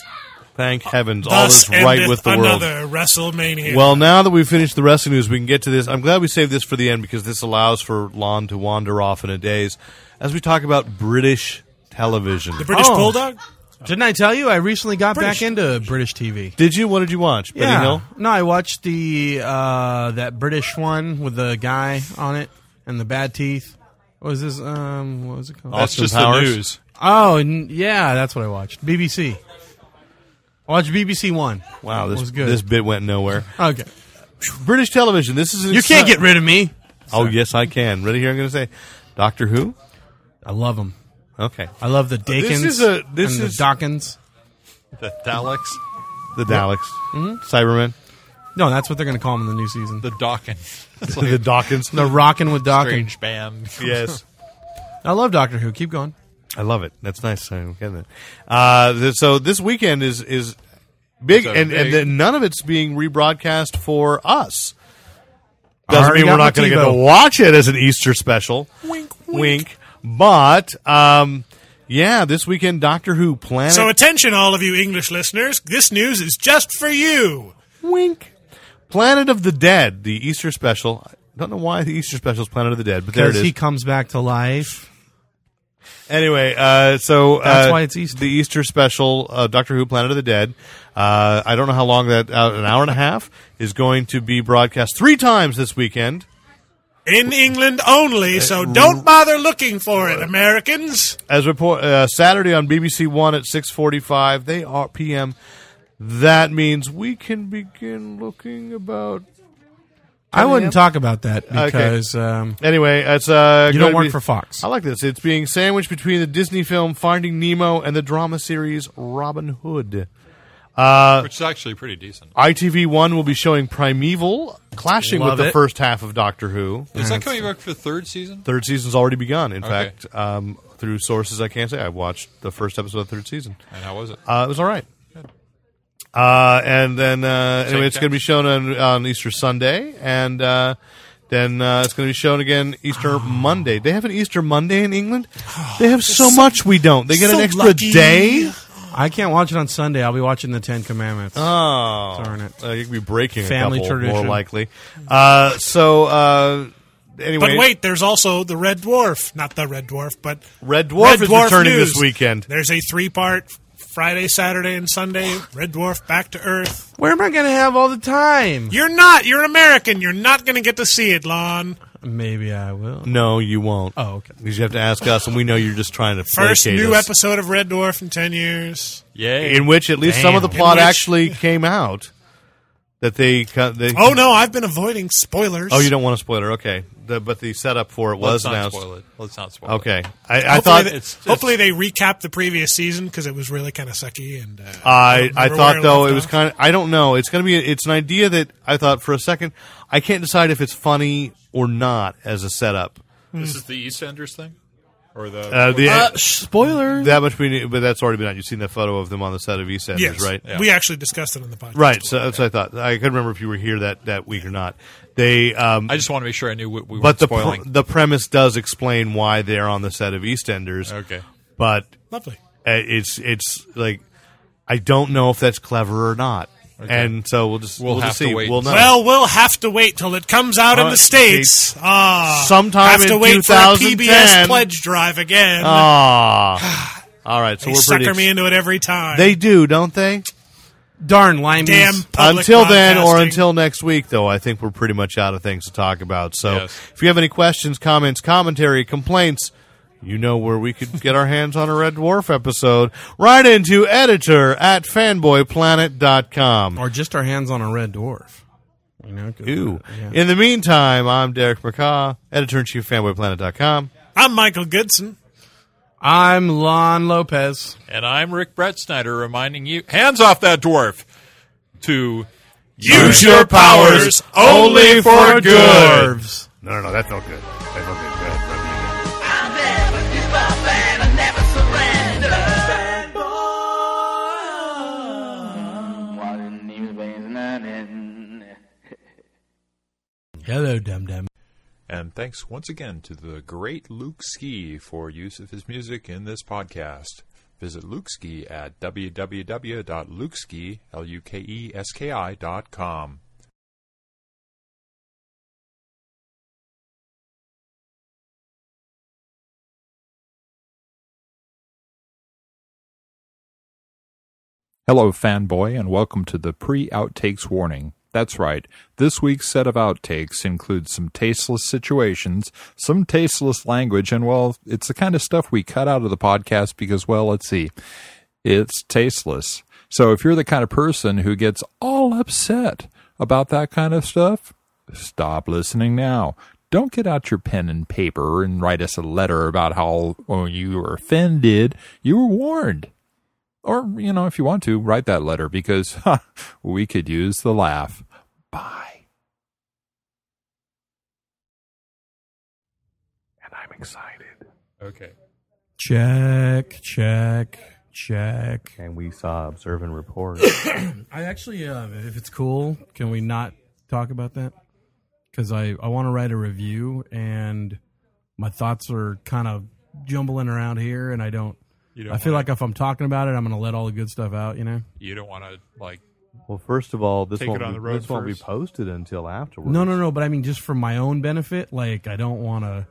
[SPEAKER 4] Thank heavens, all
[SPEAKER 5] Thus
[SPEAKER 4] is right
[SPEAKER 5] endeth
[SPEAKER 4] with the world.
[SPEAKER 5] another WrestleMania.
[SPEAKER 4] Well, now that we've finished the wrestling news, we can get to this. I'm glad we saved this for the end because this allows for Lon to wander off in a daze as we talk about British television.
[SPEAKER 5] the British
[SPEAKER 2] Oh.
[SPEAKER 5] Bulldog?
[SPEAKER 2] Didn't I tell you I recently got
[SPEAKER 5] British-
[SPEAKER 2] back into British TV?
[SPEAKER 4] Did you? What did you watch? Benny Hill?
[SPEAKER 2] No, I watched the uh, that British one with the guy on it and the bad teeth. What was this? Um, what was it called?
[SPEAKER 3] That's
[SPEAKER 4] Austin
[SPEAKER 3] just
[SPEAKER 4] Powers?
[SPEAKER 3] the news.
[SPEAKER 2] Oh, n- yeah, that's what I watched. BBC. I watched BBC One.
[SPEAKER 4] Wow, this
[SPEAKER 2] was good.
[SPEAKER 4] this bit went nowhere.
[SPEAKER 2] Okay,
[SPEAKER 4] British television. This is an
[SPEAKER 2] you can't
[SPEAKER 4] exci-
[SPEAKER 2] get rid of me.
[SPEAKER 4] Oh yes, I can. Ready here? I'm going to say Doctor Who.
[SPEAKER 2] I love them.
[SPEAKER 4] Okay,
[SPEAKER 2] I love the Dakins.
[SPEAKER 4] Oh, is a- this
[SPEAKER 2] and
[SPEAKER 4] is-
[SPEAKER 2] the Dawkins.
[SPEAKER 3] The Daleks,
[SPEAKER 4] the Daleks,
[SPEAKER 2] Mm-hmm.
[SPEAKER 4] Cybermen,
[SPEAKER 2] No, that's what they're going to call them in the new season. The,
[SPEAKER 3] the Dawkins, It's like
[SPEAKER 4] the Dawkins.
[SPEAKER 2] Rockin' with Dawkins.
[SPEAKER 3] strange band.
[SPEAKER 4] yes.
[SPEAKER 2] I love Doctor Who. Keep going.
[SPEAKER 4] I love it. That's nice. I'm getting it. Uh, th- so this weekend is is big,
[SPEAKER 3] It's a
[SPEAKER 4] and,
[SPEAKER 3] big-
[SPEAKER 4] and then none of it's being rebroadcast for us.
[SPEAKER 2] I
[SPEAKER 4] Doesn't
[SPEAKER 2] already
[SPEAKER 4] mean
[SPEAKER 2] got
[SPEAKER 4] we're
[SPEAKER 2] my
[SPEAKER 4] not going to get to
[SPEAKER 2] TiVo.
[SPEAKER 4] watch it as an Easter special. Wink, wink. But um, yeah, this weekend Doctor Who Planet
[SPEAKER 5] So, attention, all of you English listeners. This news is just for you.
[SPEAKER 4] Wink. Planet of the Dead, the Easter special. I don't know why the Easter special is Planet of the Dead, but there it
[SPEAKER 2] Because
[SPEAKER 4] is.
[SPEAKER 2] he comes back to life.
[SPEAKER 4] Anyway, uh, so uh,
[SPEAKER 2] That's why it's Easter.
[SPEAKER 4] The Easter special, uh, Doctor Who, Planet of the Dead. Uh, I don't know how long that, uh, an hour and a half, is going to be broadcast three times this weekend.
[SPEAKER 5] In England
[SPEAKER 4] Uh,
[SPEAKER 5] only, so
[SPEAKER 4] mm.
[SPEAKER 5] don't bother looking for it, Americans.
[SPEAKER 4] As report uh, Saturday on BBC One at six forty-five, they are p.m. That means we can begin looking about.
[SPEAKER 2] I wouldn't talk about that because um,
[SPEAKER 4] Anyway, it's uh,
[SPEAKER 2] You don't
[SPEAKER 4] gonna
[SPEAKER 2] work
[SPEAKER 4] be-
[SPEAKER 2] for Fox.
[SPEAKER 4] I like this. It's being sandwiched between the Disney film Finding Nemo and the drama series Robin Hood.
[SPEAKER 3] which is actually pretty decent.
[SPEAKER 4] ITV One will be showing Primeval, clashing
[SPEAKER 2] Love
[SPEAKER 4] with the
[SPEAKER 2] it.
[SPEAKER 4] first half of Doctor Who.
[SPEAKER 3] Is that coming back for the third season?
[SPEAKER 4] Third season's already begun. In
[SPEAKER 3] Okay.
[SPEAKER 4] fact, um, through sources I can't say, I watched the first episode of the third season.
[SPEAKER 3] And how was it?
[SPEAKER 4] Uh, it was all right. Uh, and then uh, anyway, it's going to be shown on, on Easter Sunday, and uh, then uh, it's going to be shown again Easter Monday. They have an Easter Monday in England. They have so, much we don't. They get
[SPEAKER 5] so
[SPEAKER 4] an extra
[SPEAKER 5] lucky.
[SPEAKER 4] day.
[SPEAKER 2] I can't watch it on Sunday. I'll be watching the Ten Commandments.
[SPEAKER 4] Oh,
[SPEAKER 2] Darn it.
[SPEAKER 4] Uh, you could be breaking
[SPEAKER 2] Family
[SPEAKER 4] a couple, more
[SPEAKER 2] tradition.
[SPEAKER 4] likely. Uh, so uh, anyway,
[SPEAKER 5] But wait, there's also the Red Dwarf. Not the Red Dwarf, but
[SPEAKER 4] Red Dwarf is returning
[SPEAKER 5] news.
[SPEAKER 4] this weekend.
[SPEAKER 5] There's a three part Friday, Saturday, and Sunday Red Dwarf Back to Earth.
[SPEAKER 2] Where am I going to have all the time?
[SPEAKER 5] You're not. You're American. You're not going to get to see it, Lon.
[SPEAKER 2] Maybe I will.
[SPEAKER 4] No, you won't.
[SPEAKER 2] Oh, okay.
[SPEAKER 4] Because you have to ask us, and we know you're just trying to
[SPEAKER 5] First
[SPEAKER 4] placate
[SPEAKER 5] new
[SPEAKER 4] us.
[SPEAKER 5] episode of Red Dwarf in 10 years.
[SPEAKER 3] Yay!
[SPEAKER 4] in which at least some of the
[SPEAKER 5] Damn.
[SPEAKER 4] plot
[SPEAKER 5] In which-
[SPEAKER 4] actually came out. That they, co- they
[SPEAKER 5] Oh, no. I've been avoiding spoilers.
[SPEAKER 4] oh you don't want a spoiler okay the, but the setup for it
[SPEAKER 3] Let's
[SPEAKER 4] was
[SPEAKER 3] not
[SPEAKER 4] announced
[SPEAKER 3] spoil it. Let's not spoil it.
[SPEAKER 4] okay I, I
[SPEAKER 5] Hopefully
[SPEAKER 4] thought
[SPEAKER 5] they-
[SPEAKER 3] it's- it's-
[SPEAKER 5] hopefully they recap the previous season because it was really kind of sucky. And uh,
[SPEAKER 4] I
[SPEAKER 5] don't
[SPEAKER 4] I
[SPEAKER 5] remember
[SPEAKER 4] thought
[SPEAKER 5] where
[SPEAKER 4] though
[SPEAKER 5] left
[SPEAKER 4] it was
[SPEAKER 5] off.
[SPEAKER 4] kind of I don't know it's gonna be it's an idea that I thought for a second I can't decide if it's funny or not as a setup
[SPEAKER 3] This is the EastEnders thing. or the
[SPEAKER 4] Uh, the,
[SPEAKER 2] Uh, spoiler.
[SPEAKER 4] that much we knew, but that's already been out. You've seen the photo of them on the set of EastEnders,
[SPEAKER 5] Yes,
[SPEAKER 4] right?
[SPEAKER 5] We actually discussed it on the podcast.
[SPEAKER 4] Right. So that's what I thought. I couldn't remember if you were here that, that week or not. They, um,
[SPEAKER 3] I just want to make sure I knew what we were
[SPEAKER 4] but the
[SPEAKER 3] spoiling.
[SPEAKER 4] pr- the premise does explain why they're on the set of EastEnders.
[SPEAKER 3] Okay.
[SPEAKER 4] But
[SPEAKER 5] Lovely.
[SPEAKER 4] uh, it's it's like I don't know if that's clever or not. And so we'll just
[SPEAKER 3] We'll
[SPEAKER 4] we'll, just
[SPEAKER 3] have to
[SPEAKER 4] see.
[SPEAKER 3] wait.
[SPEAKER 4] We'll know.
[SPEAKER 5] Well, we'll have to wait till it comes out in
[SPEAKER 4] Uh,
[SPEAKER 5] the states. Ah,
[SPEAKER 4] Sometime
[SPEAKER 5] have to
[SPEAKER 4] in
[SPEAKER 5] wait for a
[SPEAKER 4] 2010.
[SPEAKER 5] PBS pledge drive again.
[SPEAKER 4] Aw. all right. So
[SPEAKER 5] they
[SPEAKER 4] Ah, we're pretty.
[SPEAKER 5] sucker
[SPEAKER 4] ex-
[SPEAKER 5] me into it every time.
[SPEAKER 4] they do, don't they?
[SPEAKER 2] Darn, limeys.
[SPEAKER 5] damn public
[SPEAKER 4] until then or
[SPEAKER 5] broadcasting.
[SPEAKER 4] until next week though i think we're pretty much out of things to talk about so
[SPEAKER 3] Yes.
[SPEAKER 4] if you have any questions comments commentary complaints you know where we could get our hands on a red dwarf episode right into editor at fanboyplanet.com
[SPEAKER 2] Or just our hands on a red dwarf. You know, 'cause,
[SPEAKER 4] Ew.
[SPEAKER 2] uh, yeah.
[SPEAKER 4] in the meantime i'm derek mccaw editor-in-chief of fanboyplanet.com
[SPEAKER 5] I'm Michael Goodson.
[SPEAKER 2] I'm Lon Lopez.
[SPEAKER 3] and I'm Rick Brett Snyder reminding you hands off that dwarf to
[SPEAKER 5] Use your powers only for good.
[SPEAKER 2] Dwarves.
[SPEAKER 4] no no no that felt good that felt good
[SPEAKER 1] I never give up and I never surrender. Fanboy.
[SPEAKER 2] Hello, dum dum.
[SPEAKER 3] And thanks once again to the great Luke Ski for use of his music in this podcast. Visit Luke Ski at www.lukeski, E L-U-K-E-S-K-I dot com. Hello, fanboy, and welcome to the pre outtakes warning. That's right, this week's set of outtakes includes some tasteless situations, some tasteless language, and well, it's the kind of stuff we cut out of the podcast because, well, let's see, it's tasteless. So if you're the kind of person who gets all upset about that kind of stuff, stop listening now. Don't get out your pen and paper and write us a letter about how oh, you were offended. You were warned or you know if you want to write that letter because ha, we could use the laugh bye and i'm excited okay
[SPEAKER 2] Check, check, check.
[SPEAKER 4] and we saw observe and report
[SPEAKER 2] I actually, uh, if it's cool, can we not talk about that? Because I, I want to write a review and my thoughts are kind of jumbling around here and I don't.
[SPEAKER 3] you
[SPEAKER 2] I feel like if I'm talking about it, I'm going to let all the good stuff out, you know?
[SPEAKER 3] you don't want to like
[SPEAKER 4] well first of all this,
[SPEAKER 3] Take it
[SPEAKER 4] won't,
[SPEAKER 3] on
[SPEAKER 4] be-
[SPEAKER 3] the road
[SPEAKER 4] this won't be
[SPEAKER 3] first.
[SPEAKER 4] posted until afterwards
[SPEAKER 2] No, no, no. But I mean, just for my own benefit, like, I don't want to.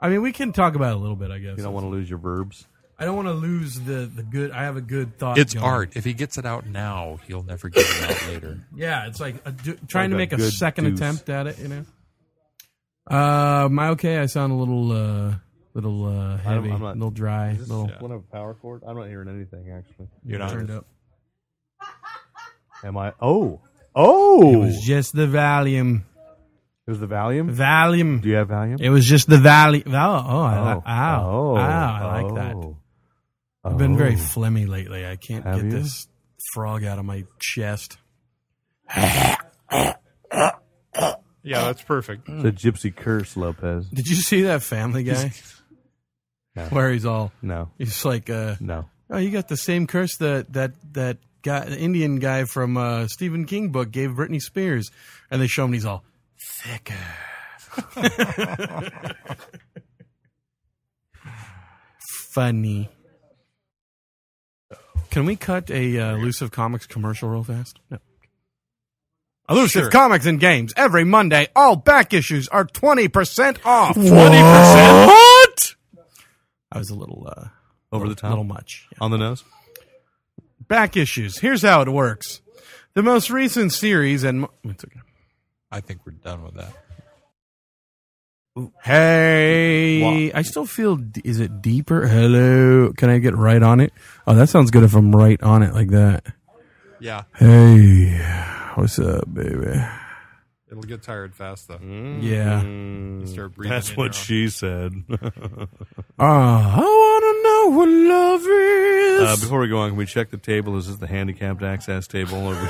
[SPEAKER 2] I mean, we can talk about it a little bit, I guess.
[SPEAKER 4] you don't want to lose your verbs
[SPEAKER 2] I don't want to lose the, the good. I have a good thought.
[SPEAKER 3] it's
[SPEAKER 2] going.
[SPEAKER 3] art if he gets it out now he'll never get it out later
[SPEAKER 2] Yeah, it's like a, do, trying to
[SPEAKER 4] Like
[SPEAKER 2] make
[SPEAKER 4] a
[SPEAKER 2] a
[SPEAKER 4] good
[SPEAKER 2] second
[SPEAKER 4] deuce.
[SPEAKER 2] attempt at it. You know. Uh, my okay. I sound a little, uh, little uh, heavy,
[SPEAKER 4] I'm
[SPEAKER 2] a
[SPEAKER 4] not-
[SPEAKER 2] little dry, a little
[SPEAKER 4] one of power cord? I'm not hearing anything actually.
[SPEAKER 3] you're not
[SPEAKER 2] turned up.
[SPEAKER 4] Am I? Oh, oh!
[SPEAKER 2] It was just the Valium.
[SPEAKER 4] the Valium. Do
[SPEAKER 2] Valium.
[SPEAKER 4] you have Valium?
[SPEAKER 2] It was just the Valium. Oh, oh, I,
[SPEAKER 4] Oh.
[SPEAKER 2] li- ow,
[SPEAKER 4] Oh.
[SPEAKER 2] ow, I like that.
[SPEAKER 4] Oh.
[SPEAKER 2] I've been very
[SPEAKER 4] Oh.
[SPEAKER 2] phlegmy lately. I can't
[SPEAKER 4] Have
[SPEAKER 2] get
[SPEAKER 4] you?
[SPEAKER 2] this frog out of my chest.
[SPEAKER 3] yeah that's perfect
[SPEAKER 4] It's a gypsy curse, Lopez.
[SPEAKER 2] Did you see that Family Guy?
[SPEAKER 4] No.
[SPEAKER 2] Where he's all,
[SPEAKER 4] No,
[SPEAKER 2] he's like, uh,
[SPEAKER 4] no.
[SPEAKER 2] Oh, you got the same curse that that that guy, the Indian guy from uh, Stephen King book, gave Britney Spears, and they show him and he's all thicker. Funny. Can we cut a uh, elusive comics commercial real fast? No. Elusive
[SPEAKER 3] Sure.
[SPEAKER 2] comics and games every Monday. All back issues are twenty percent off.
[SPEAKER 3] 20%
[SPEAKER 2] What? I was a little uh,
[SPEAKER 4] Over the top?
[SPEAKER 2] little much.
[SPEAKER 4] On the nose.
[SPEAKER 2] Back issues. Here's how it works. The most recent series and mo- it's okay.
[SPEAKER 3] i think we're done with that
[SPEAKER 2] Hey,
[SPEAKER 4] Wow.
[SPEAKER 2] I still feel. d- Is it deeper? Hello, can I get right on it? Oh, that sounds good if I'm right on it like that.
[SPEAKER 3] yeah
[SPEAKER 2] Hey, what's up, baby?
[SPEAKER 3] it'll get tired fast though
[SPEAKER 2] Yeah.
[SPEAKER 3] start breathing
[SPEAKER 4] That's
[SPEAKER 3] in
[SPEAKER 4] what
[SPEAKER 3] your own-
[SPEAKER 4] she said.
[SPEAKER 2] Uh, I wanna know what love is.
[SPEAKER 4] Uh, before we go on, can we check the table? Is this the handicapped access table? Over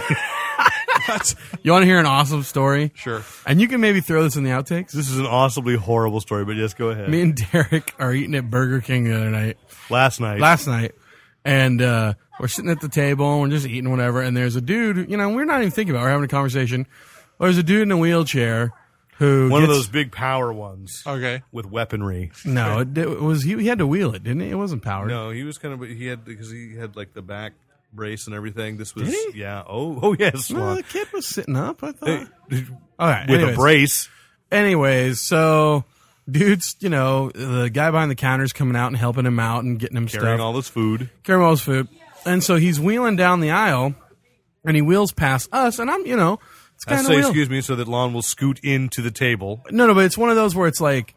[SPEAKER 3] That's-
[SPEAKER 2] You want to hear an awesome story?
[SPEAKER 3] Sure.
[SPEAKER 2] And you can maybe throw this in the outtakes.
[SPEAKER 4] This is an awesomely horrible story, but yes, go ahead.
[SPEAKER 2] Me and Derek are eating at Burger King the other night,
[SPEAKER 4] last night,
[SPEAKER 2] last night, and uh, we're sitting at the table and we're just eating whatever. And there's a dude, who- you know, we're not even thinking about. it. We're having a conversation. There's a dude in a wheelchair who
[SPEAKER 4] one of
[SPEAKER 2] gets-
[SPEAKER 4] those big power ones
[SPEAKER 3] okay.
[SPEAKER 4] with weaponry.
[SPEAKER 2] No, it, it was he, he had to wheel it, didn't he? It wasn't powered.
[SPEAKER 4] No, he was kind of he had because he had like the back brace and everything. This was yeah. Oh, oh yes,
[SPEAKER 2] No,
[SPEAKER 4] Lon.
[SPEAKER 2] the kid was sitting up. I thought.
[SPEAKER 4] Hey,
[SPEAKER 2] All right,
[SPEAKER 4] with
[SPEAKER 2] anyways.
[SPEAKER 4] a brace.
[SPEAKER 2] Anyways, so dudes, you know, the guy behind the counter's coming out and helping him out and getting him
[SPEAKER 4] Carrying
[SPEAKER 2] stuff.
[SPEAKER 4] all this food.
[SPEAKER 2] carrying all his food, and so he's wheeling down the aisle, and he wheels past us, and I'm, you know, it's
[SPEAKER 4] I
[SPEAKER 2] kind of
[SPEAKER 4] say
[SPEAKER 2] wheel.
[SPEAKER 4] excuse me so that Lon will scoot into the table.
[SPEAKER 2] No, no, but it's one of those where it's like,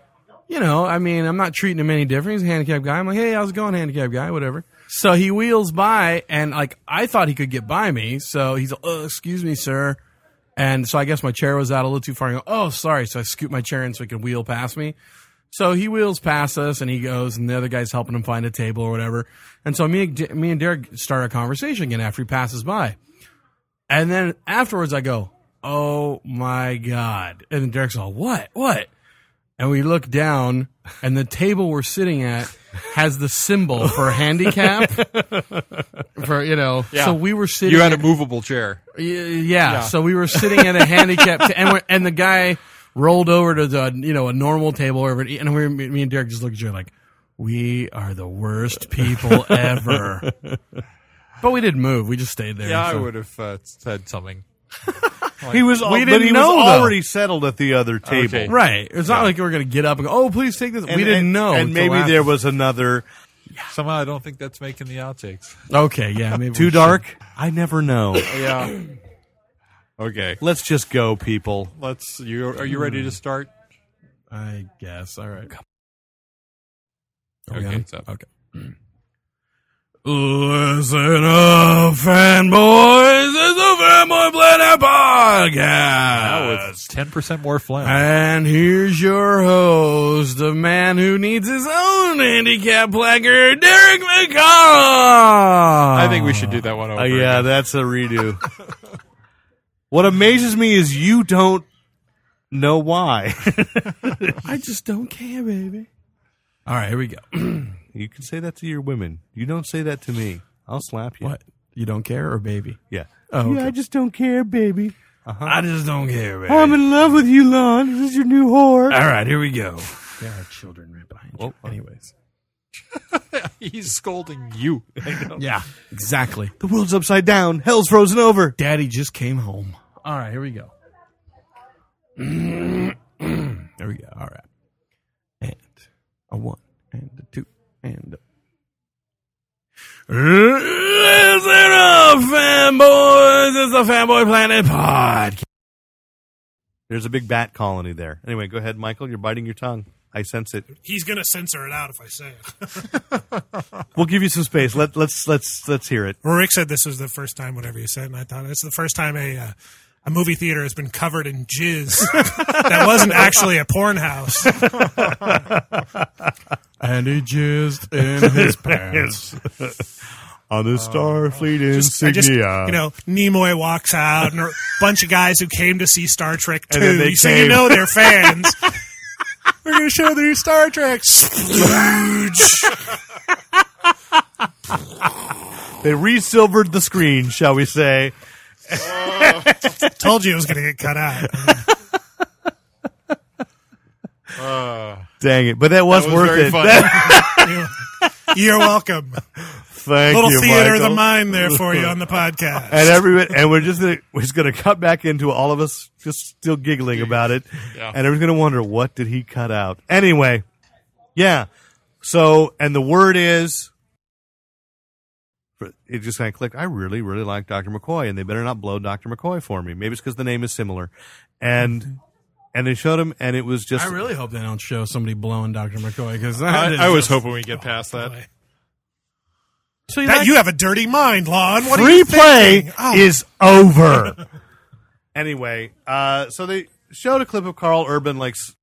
[SPEAKER 2] you know, I mean, I'm not treating him any different. He's a handicapped guy. I'm like, hey, how's it going, handicapped guy? Whatever. So he wheels by, and like, I thought he could get by me. So he's, oh, excuse me, sir. And so I guess my chair was out a little too far. I go, oh, sorry. So I scoot my chair in so he can wheel past me. So he wheels past us and he goes, and the other guy's helping him find a table or whatever. And so me, and D- me and Derek start a conversation again after he passes by. And then afterwards, I go, "Oh my god!" And then Derek's all, "What? What?" And we look down, and the table we're sitting at has the symbol for handicap. for you know, so we were sitting.
[SPEAKER 3] You had a
[SPEAKER 2] at-
[SPEAKER 3] movable chair.
[SPEAKER 2] Y- yeah, So we were sitting at a handicap, t- and we're, and the guy rolled over to the you know a normal table or whatever, and we, me and Derek just looked at each other like, "We are the worst people ever." But we didn't move. We just stayed there.
[SPEAKER 3] Yeah, I
[SPEAKER 2] so-
[SPEAKER 3] would have uh, said something.
[SPEAKER 4] He was, al-
[SPEAKER 2] We
[SPEAKER 4] but
[SPEAKER 2] didn't
[SPEAKER 4] he
[SPEAKER 2] know,
[SPEAKER 4] was
[SPEAKER 2] though.
[SPEAKER 4] already settled at the other table.
[SPEAKER 3] Okay.
[SPEAKER 2] Right. It's not like we were going to get up and go, oh, please take this.
[SPEAKER 4] And-
[SPEAKER 2] we didn't
[SPEAKER 4] and-
[SPEAKER 2] know.
[SPEAKER 4] and
[SPEAKER 2] until
[SPEAKER 4] maybe
[SPEAKER 2] after.
[SPEAKER 4] there was another
[SPEAKER 3] Somehow I don't think that's making the outtakes.
[SPEAKER 2] Okay, yeah. Maybe we
[SPEAKER 4] too
[SPEAKER 2] should.
[SPEAKER 4] dark. I never know.
[SPEAKER 3] Yeah. okay.
[SPEAKER 4] Let's just go, people.
[SPEAKER 3] Let's. You are you ready to start?
[SPEAKER 2] I guess. All right.
[SPEAKER 3] Okay,
[SPEAKER 2] on?
[SPEAKER 3] it's up.
[SPEAKER 2] Okay. Listen up, fanboys. This is the Fanboy Planet Podcast.
[SPEAKER 3] Oh, it's ten percent more phlegm.
[SPEAKER 2] And here's your host, the man who needs his own handicap placard, Derek McCall.
[SPEAKER 3] I think we should do that one over.
[SPEAKER 4] Uh, yeah, that's a redo. what amazes me is you don't know why.
[SPEAKER 2] I just don't care, baby. All right, here we go.
[SPEAKER 4] you can say that to your women. You don't say that to me. I'll slap you.
[SPEAKER 2] What? You don't care or baby?
[SPEAKER 4] Yeah.
[SPEAKER 2] Oh,
[SPEAKER 4] Yeah,
[SPEAKER 2] okay.
[SPEAKER 4] I just don't care, baby.
[SPEAKER 2] I just don't care, baby.
[SPEAKER 4] I'm in love with you, Lon. This is your new whore.
[SPEAKER 3] Uh,
[SPEAKER 2] All right, here we go. Oh, There are children right behind you. Anyways.
[SPEAKER 3] again. He's scolding you.
[SPEAKER 2] Yeah, exactly.
[SPEAKER 4] The world's upside down. Hell's frozen over.
[SPEAKER 2] Daddy just came home. All right, here we go. there we go. All right. And a one, and a two, and a. Listen up, fanboys! It's the Fanboy Planet Podcast.
[SPEAKER 4] There's a big bat colony there. Anyway, go ahead, Michael. You're biting your tongue. I sense it.
[SPEAKER 5] He's going to censor it out if I say it.
[SPEAKER 4] We'll give you some space. Let, let's let's let's hear it.
[SPEAKER 5] Rick said this was the first time, whatever you said, and I thought it's the first time a. Uh, a movie theater has been covered in jizz. that wasn't actually a porn house.
[SPEAKER 2] And he jizzed in his pants.
[SPEAKER 4] On the Starfleet insignia.
[SPEAKER 5] I Uh, just, you know, Nimoy walks out, and a bunch of guys who came to see Star Trek
[SPEAKER 4] And then they
[SPEAKER 5] two, so you
[SPEAKER 4] came.
[SPEAKER 5] know they're fans. We're gonna show the new Star Trek. Splooge.
[SPEAKER 4] They resilvered the screen, shall we say?
[SPEAKER 5] Told you it was gonna get cut out.
[SPEAKER 4] Dang it! But that was, worth it.
[SPEAKER 5] You're welcome.
[SPEAKER 4] Thank
[SPEAKER 5] Little
[SPEAKER 4] you,
[SPEAKER 5] theater of the
[SPEAKER 4] Michael.
[SPEAKER 5] mind there for you on the podcast.
[SPEAKER 4] And every and we're just gonna, we're just going to cut back into all of us just still giggling about it,
[SPEAKER 3] Yeah.
[SPEAKER 4] and everyone's going to wonder what did he cut out. Anyway, yeah. So and the word is. It just kind of clicked. I really, really like Dr. McCoy, and they better not blow Dr. McCoy for me. Maybe it's because the name is similar,
[SPEAKER 5] Mm-hmm.
[SPEAKER 4] and and they showed him, and it was just
[SPEAKER 2] I really hope they don't show somebody blowing Dr. McCoy because
[SPEAKER 3] I, I was hoping we
[SPEAKER 2] Oh,
[SPEAKER 3] get past that.
[SPEAKER 2] So you
[SPEAKER 5] That-
[SPEAKER 2] like-
[SPEAKER 5] you have a dirty mind, Lon. What are
[SPEAKER 4] free
[SPEAKER 5] you
[SPEAKER 4] play
[SPEAKER 5] thinking? Oh,
[SPEAKER 4] is over. anyway, uh, so they showed a clip of Carl Urban like s-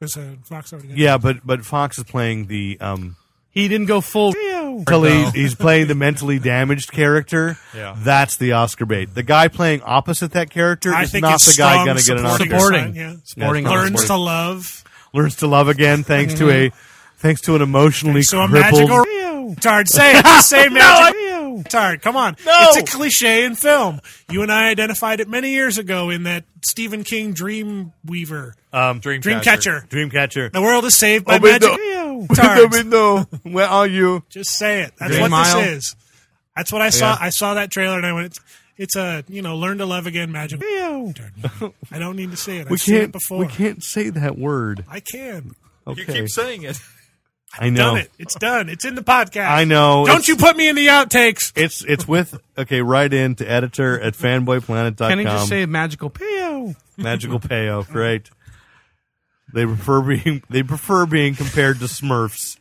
[SPEAKER 5] there's a uh, Fox over again.
[SPEAKER 4] yeah, but but Fox is playing the um
[SPEAKER 2] he didn't go full
[SPEAKER 5] no.
[SPEAKER 4] until he, he's playing the mentally damaged character.
[SPEAKER 3] Yeah.
[SPEAKER 4] That's the Oscar bait. The guy playing opposite that character
[SPEAKER 5] I
[SPEAKER 4] is
[SPEAKER 5] think
[SPEAKER 4] not
[SPEAKER 5] it's
[SPEAKER 4] the guy
[SPEAKER 5] strong
[SPEAKER 4] going to get an Oscar.
[SPEAKER 5] supporting
[SPEAKER 2] Supporting,
[SPEAKER 5] Yeah.
[SPEAKER 2] supporting,
[SPEAKER 4] Yeah, it's
[SPEAKER 5] Learns
[SPEAKER 2] learns.
[SPEAKER 5] to love.
[SPEAKER 4] Learns to love again thanks to a thanks to an emotionally
[SPEAKER 5] Mm-hmm. So a
[SPEAKER 4] crippled.
[SPEAKER 5] magical tard. Say it. Just say magic. Tard. Come on.
[SPEAKER 4] No.
[SPEAKER 5] It's a cliche in film. You and I identified it many years ago in that Stephen King Dream Weaver,
[SPEAKER 4] um,
[SPEAKER 5] Dreamcatcher.
[SPEAKER 4] Dreamcatcher.
[SPEAKER 5] The world is saved by
[SPEAKER 4] Open
[SPEAKER 5] magic.
[SPEAKER 4] the-
[SPEAKER 5] Tards.
[SPEAKER 4] window. Where are you?
[SPEAKER 5] Just say it. That's
[SPEAKER 2] Green
[SPEAKER 5] what
[SPEAKER 2] Mile?
[SPEAKER 5] this is. That's what I saw.
[SPEAKER 4] Yeah.
[SPEAKER 5] I saw that trailer and I went, it's, it's a, you know, learn to love again magic. Tard. I don't need to say it. I've
[SPEAKER 4] We
[SPEAKER 5] seen it
[SPEAKER 4] can't.
[SPEAKER 5] before.
[SPEAKER 4] We can't say that word.
[SPEAKER 5] I can.
[SPEAKER 4] Okay.
[SPEAKER 3] You keep saying it.
[SPEAKER 4] I know.
[SPEAKER 5] Done it. It's done. It's in the podcast.
[SPEAKER 4] I know.
[SPEAKER 5] Don't
[SPEAKER 4] It's-
[SPEAKER 5] you put me in the outtakes.
[SPEAKER 4] It's it's with okay. Write in to editor at fanboyplanet.com.
[SPEAKER 2] Can he just say magical peo?
[SPEAKER 4] Magical payoff, great. They prefer being they prefer being compared to Smurfs.